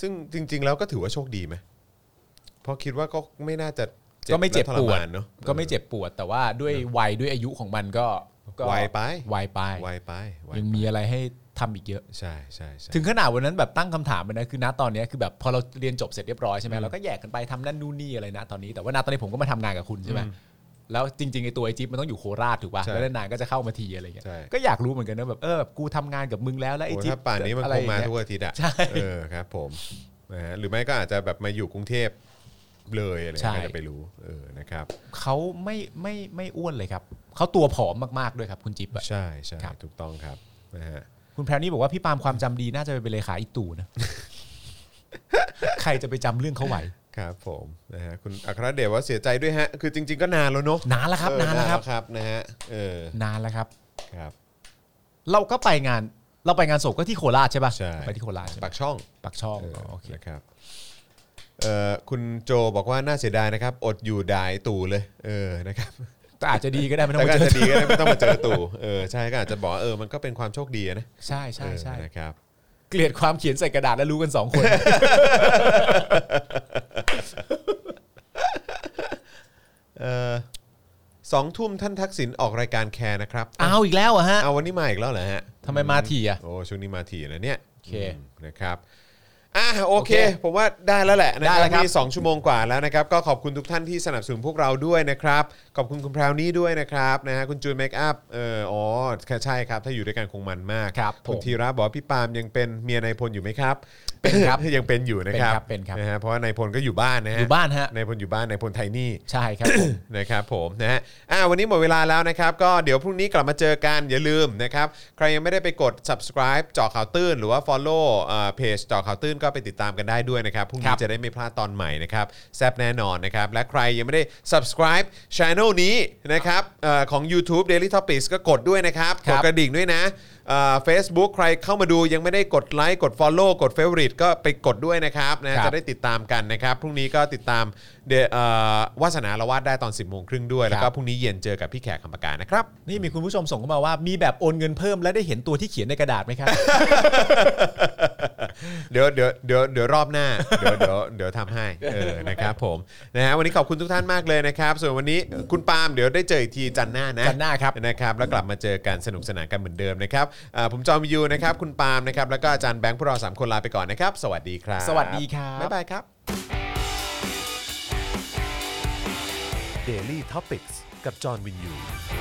ซึ่งจริง ๆ แล้วก็ถือว่าโชคดีไหมเพราะคิดว่าก็ไม่น่าจะ ก็ไม่เจ็บ และ ป ทร วด มานเนอะ ก็ไม่เจ็บปวด แต่ว่าด้วยวัยด้วยอายุของมันก็ก็ วัยไป วัยไป ไวไปไว ยังมีอะไรให้ทำอีกเยอะ ใช่ใช่ใช่ ถึงขนาดวันนั้นแบบตั้งคำถามเลยนะคือณตอนเนี้ยคือแบบพอเราเรียนจบเสร็จเรียบร้อยใช่ไหมเราก็แยกกันไปทำนั่นนู่นนี่อะไรนะตอนนี้แต่ว่าณตอนนี้ผมก็มาทำงานกับคุณใช่ไหมแล้วจริงๆไอ้ตัวไอจิ๊บมันต้องอยู่โคราชถูกป่ะ ใช่ แล้วนานๆก็จะเข้ามาทีอะไรเงี้ย ใช่ ก็อยากรู้เหมือนกันนะแบบเออแบบกูทำงานกับมึงแล้วแล้วไอ้ โอ้ จิ๊บ ถ้าป่านนี้มัน อะ ค ไรง อย่ มา เย ทุกอาทิตย์อ่ะ ใช่ เออครับผมนะฮะหรือไม่ก็อาจจะแบบมาอยู่กรุงเทพเลยอะไร ใช่ เงี้ยก็จะไปรู้เออนะครับ เขาไม่ไม่ไม่อ้วนเลยครับเขาตัวผอมมากๆด้วยครับคุณจิ๊บอะ ใช่ใช่ ครับ ถูกต้องครับนะฮะ คุณแพรวนี่บอกว่าพี่ปาล์มความจำดีน่าจะไปเป็นเลขาอีตู่นะ ใครจะไปจำเรื่องเขาไหว ครับผมนะฮะคุณอัครเดชว่าเสียใจด้วยฮะ คือจริง ๆ ก็นานแล้วเนอะ นานแล้วครัเออนบานแล้วครับ ครับนะฮะเออน านแล้วครับ ครับ เราก็ไปงานเราไปงานศพก็ที่โคราชใช่ปะ ใช่ ไปที่โคราชใช่ ปา ปะ กช่อง ปักช่อง เออ โอเค นะครับเอ่อคุณโจบอกว่าน่าเสียดายนะครับ อดอยู่ดายตู่เลย เออนะครับ แต่อาจจะดีก็ได้ไม่ต้อ แต่ก็งมา อาจ เจ จะ อ ดีก็ได้ไม่ต้องมาเจอตู่เออใช่ก็อาจจะบอกว่าเออมันก็เป็นความโชคดีนะ ใช่ใช่ใช่ เออนะครับ เกลียดความเขียนใส่กระดาษแล้วรู้กันสองคน เออสองทุ่มท่านทักษิณออกรายการแคร์นะครับ เอาอีกแล้วอะฮะ เอาวันนี้มาอีกแล้วเหรอฮะ ทำไมมาถี่อะ โอ้ช่วงนี้มาถี่นะเนี่ย โอเค มนะครับอ่ะโอเค โอเค ผมว่าได้แล้วแหละนะ ได้แล้วครับ นี่สองชั่วโมงกว่าแล้วนะครับ ก็ขอบคุณทุกท่านที่สนับสนุนพวกเราด้วยนะครับ ขอบคุณคุณพราวนี่ด้วยนะครับนะฮะคุณจูนเมคอัพเอออ๋อใช่ครับ ถ้าอยู่ด้วยกันคงมันมาก ครับ คุณ ผม ธีระบอกว่าพี่ปาล์มยังเป็นเมียนายพลอยู่ไหมครับ เป็นครับ ยังเป็นอยู่นะครับ เป็นครับเป็นครับ นะฮะเพราะว่านายพลก็อยู่บ้านนะฮะ อยู่บ้านฮะ นายพลอยู่บ้านนายพลไทนี่ ใช่ครับผม นะครับผมนะฮะอ่าวันนี้หมดเวลาแล้วนะครับ ก็เดี๋ยวพรุ่งนี้กลับมาเจอกันอย่าลืมนะครับ ใครยังไม่ได้ไปกด subscribe เจอข่าวตื้น หรือว่า follow เอ่อเพจเจอข่าวตื้นก็ไปติดตามกันได้ด้วยนะครับ พรุ่ง ค นี้ รับ จะได้ไม่พลาดตอนใหม่นะครับ แซบแน่นอนนะครับ และใครยังไม่ได้ subscribe channel นี้นะครับเอ่อของ YouTube Daily Topics ก็กดด้วยนะครับกครั ด บ กระดิ่งด้วยนะเอ่อ Facebook ใครเข้ามาดูยังไม่ได้กดไลค์กด Follow กด Favorite ก็ไปกดด้วยนะครับนะ ครั จะ บ ได้ ได้ติดตามกันนะครับ พรุ่งนี้ก็ติดตามเดเอ่อวาสนาละวาดได้ตอน 10บโมงครึ่งด้วย แล้วก็พรุ่งนี้เย็นเจอกับพี่แขกคำปากานะครับ นี่มีคุณผู้ชมส่งเข้ามาว่ามีแบบโอนเงินเพิ่มและได้เห็นตัวที่เขียนในกระดาษไหม ครับ เดี๋ยวเดี๋ยวเดี๋ยวเดี๋ยวรอบหน้า เดี๋ยวเดี๋ยวเดี๋ยวทำให้เออนะครับผมนะฮะวันนี้ขอบคุณทุกท่านมากเลยนะครับ ส่วนวันนี้คุณปาล์มเดี๋ยวได้เจออีกทีจันทร์หน้านะ จันทร์หน้าครับ นะครับแล้วกลับมาเจอกันสนุกสนานกันเหมือนเดิมนะครับอ่าผมจอมยูนะครับคุณปาล์มนะครับแล้วก็อาจารย์แบงค์พวกเราสามคนลาไปก่อนนะครับสวัสดีครับ สวัสดีครับ บ๊ายบายครับ Daily t o p i c กกับจอห์นวินยู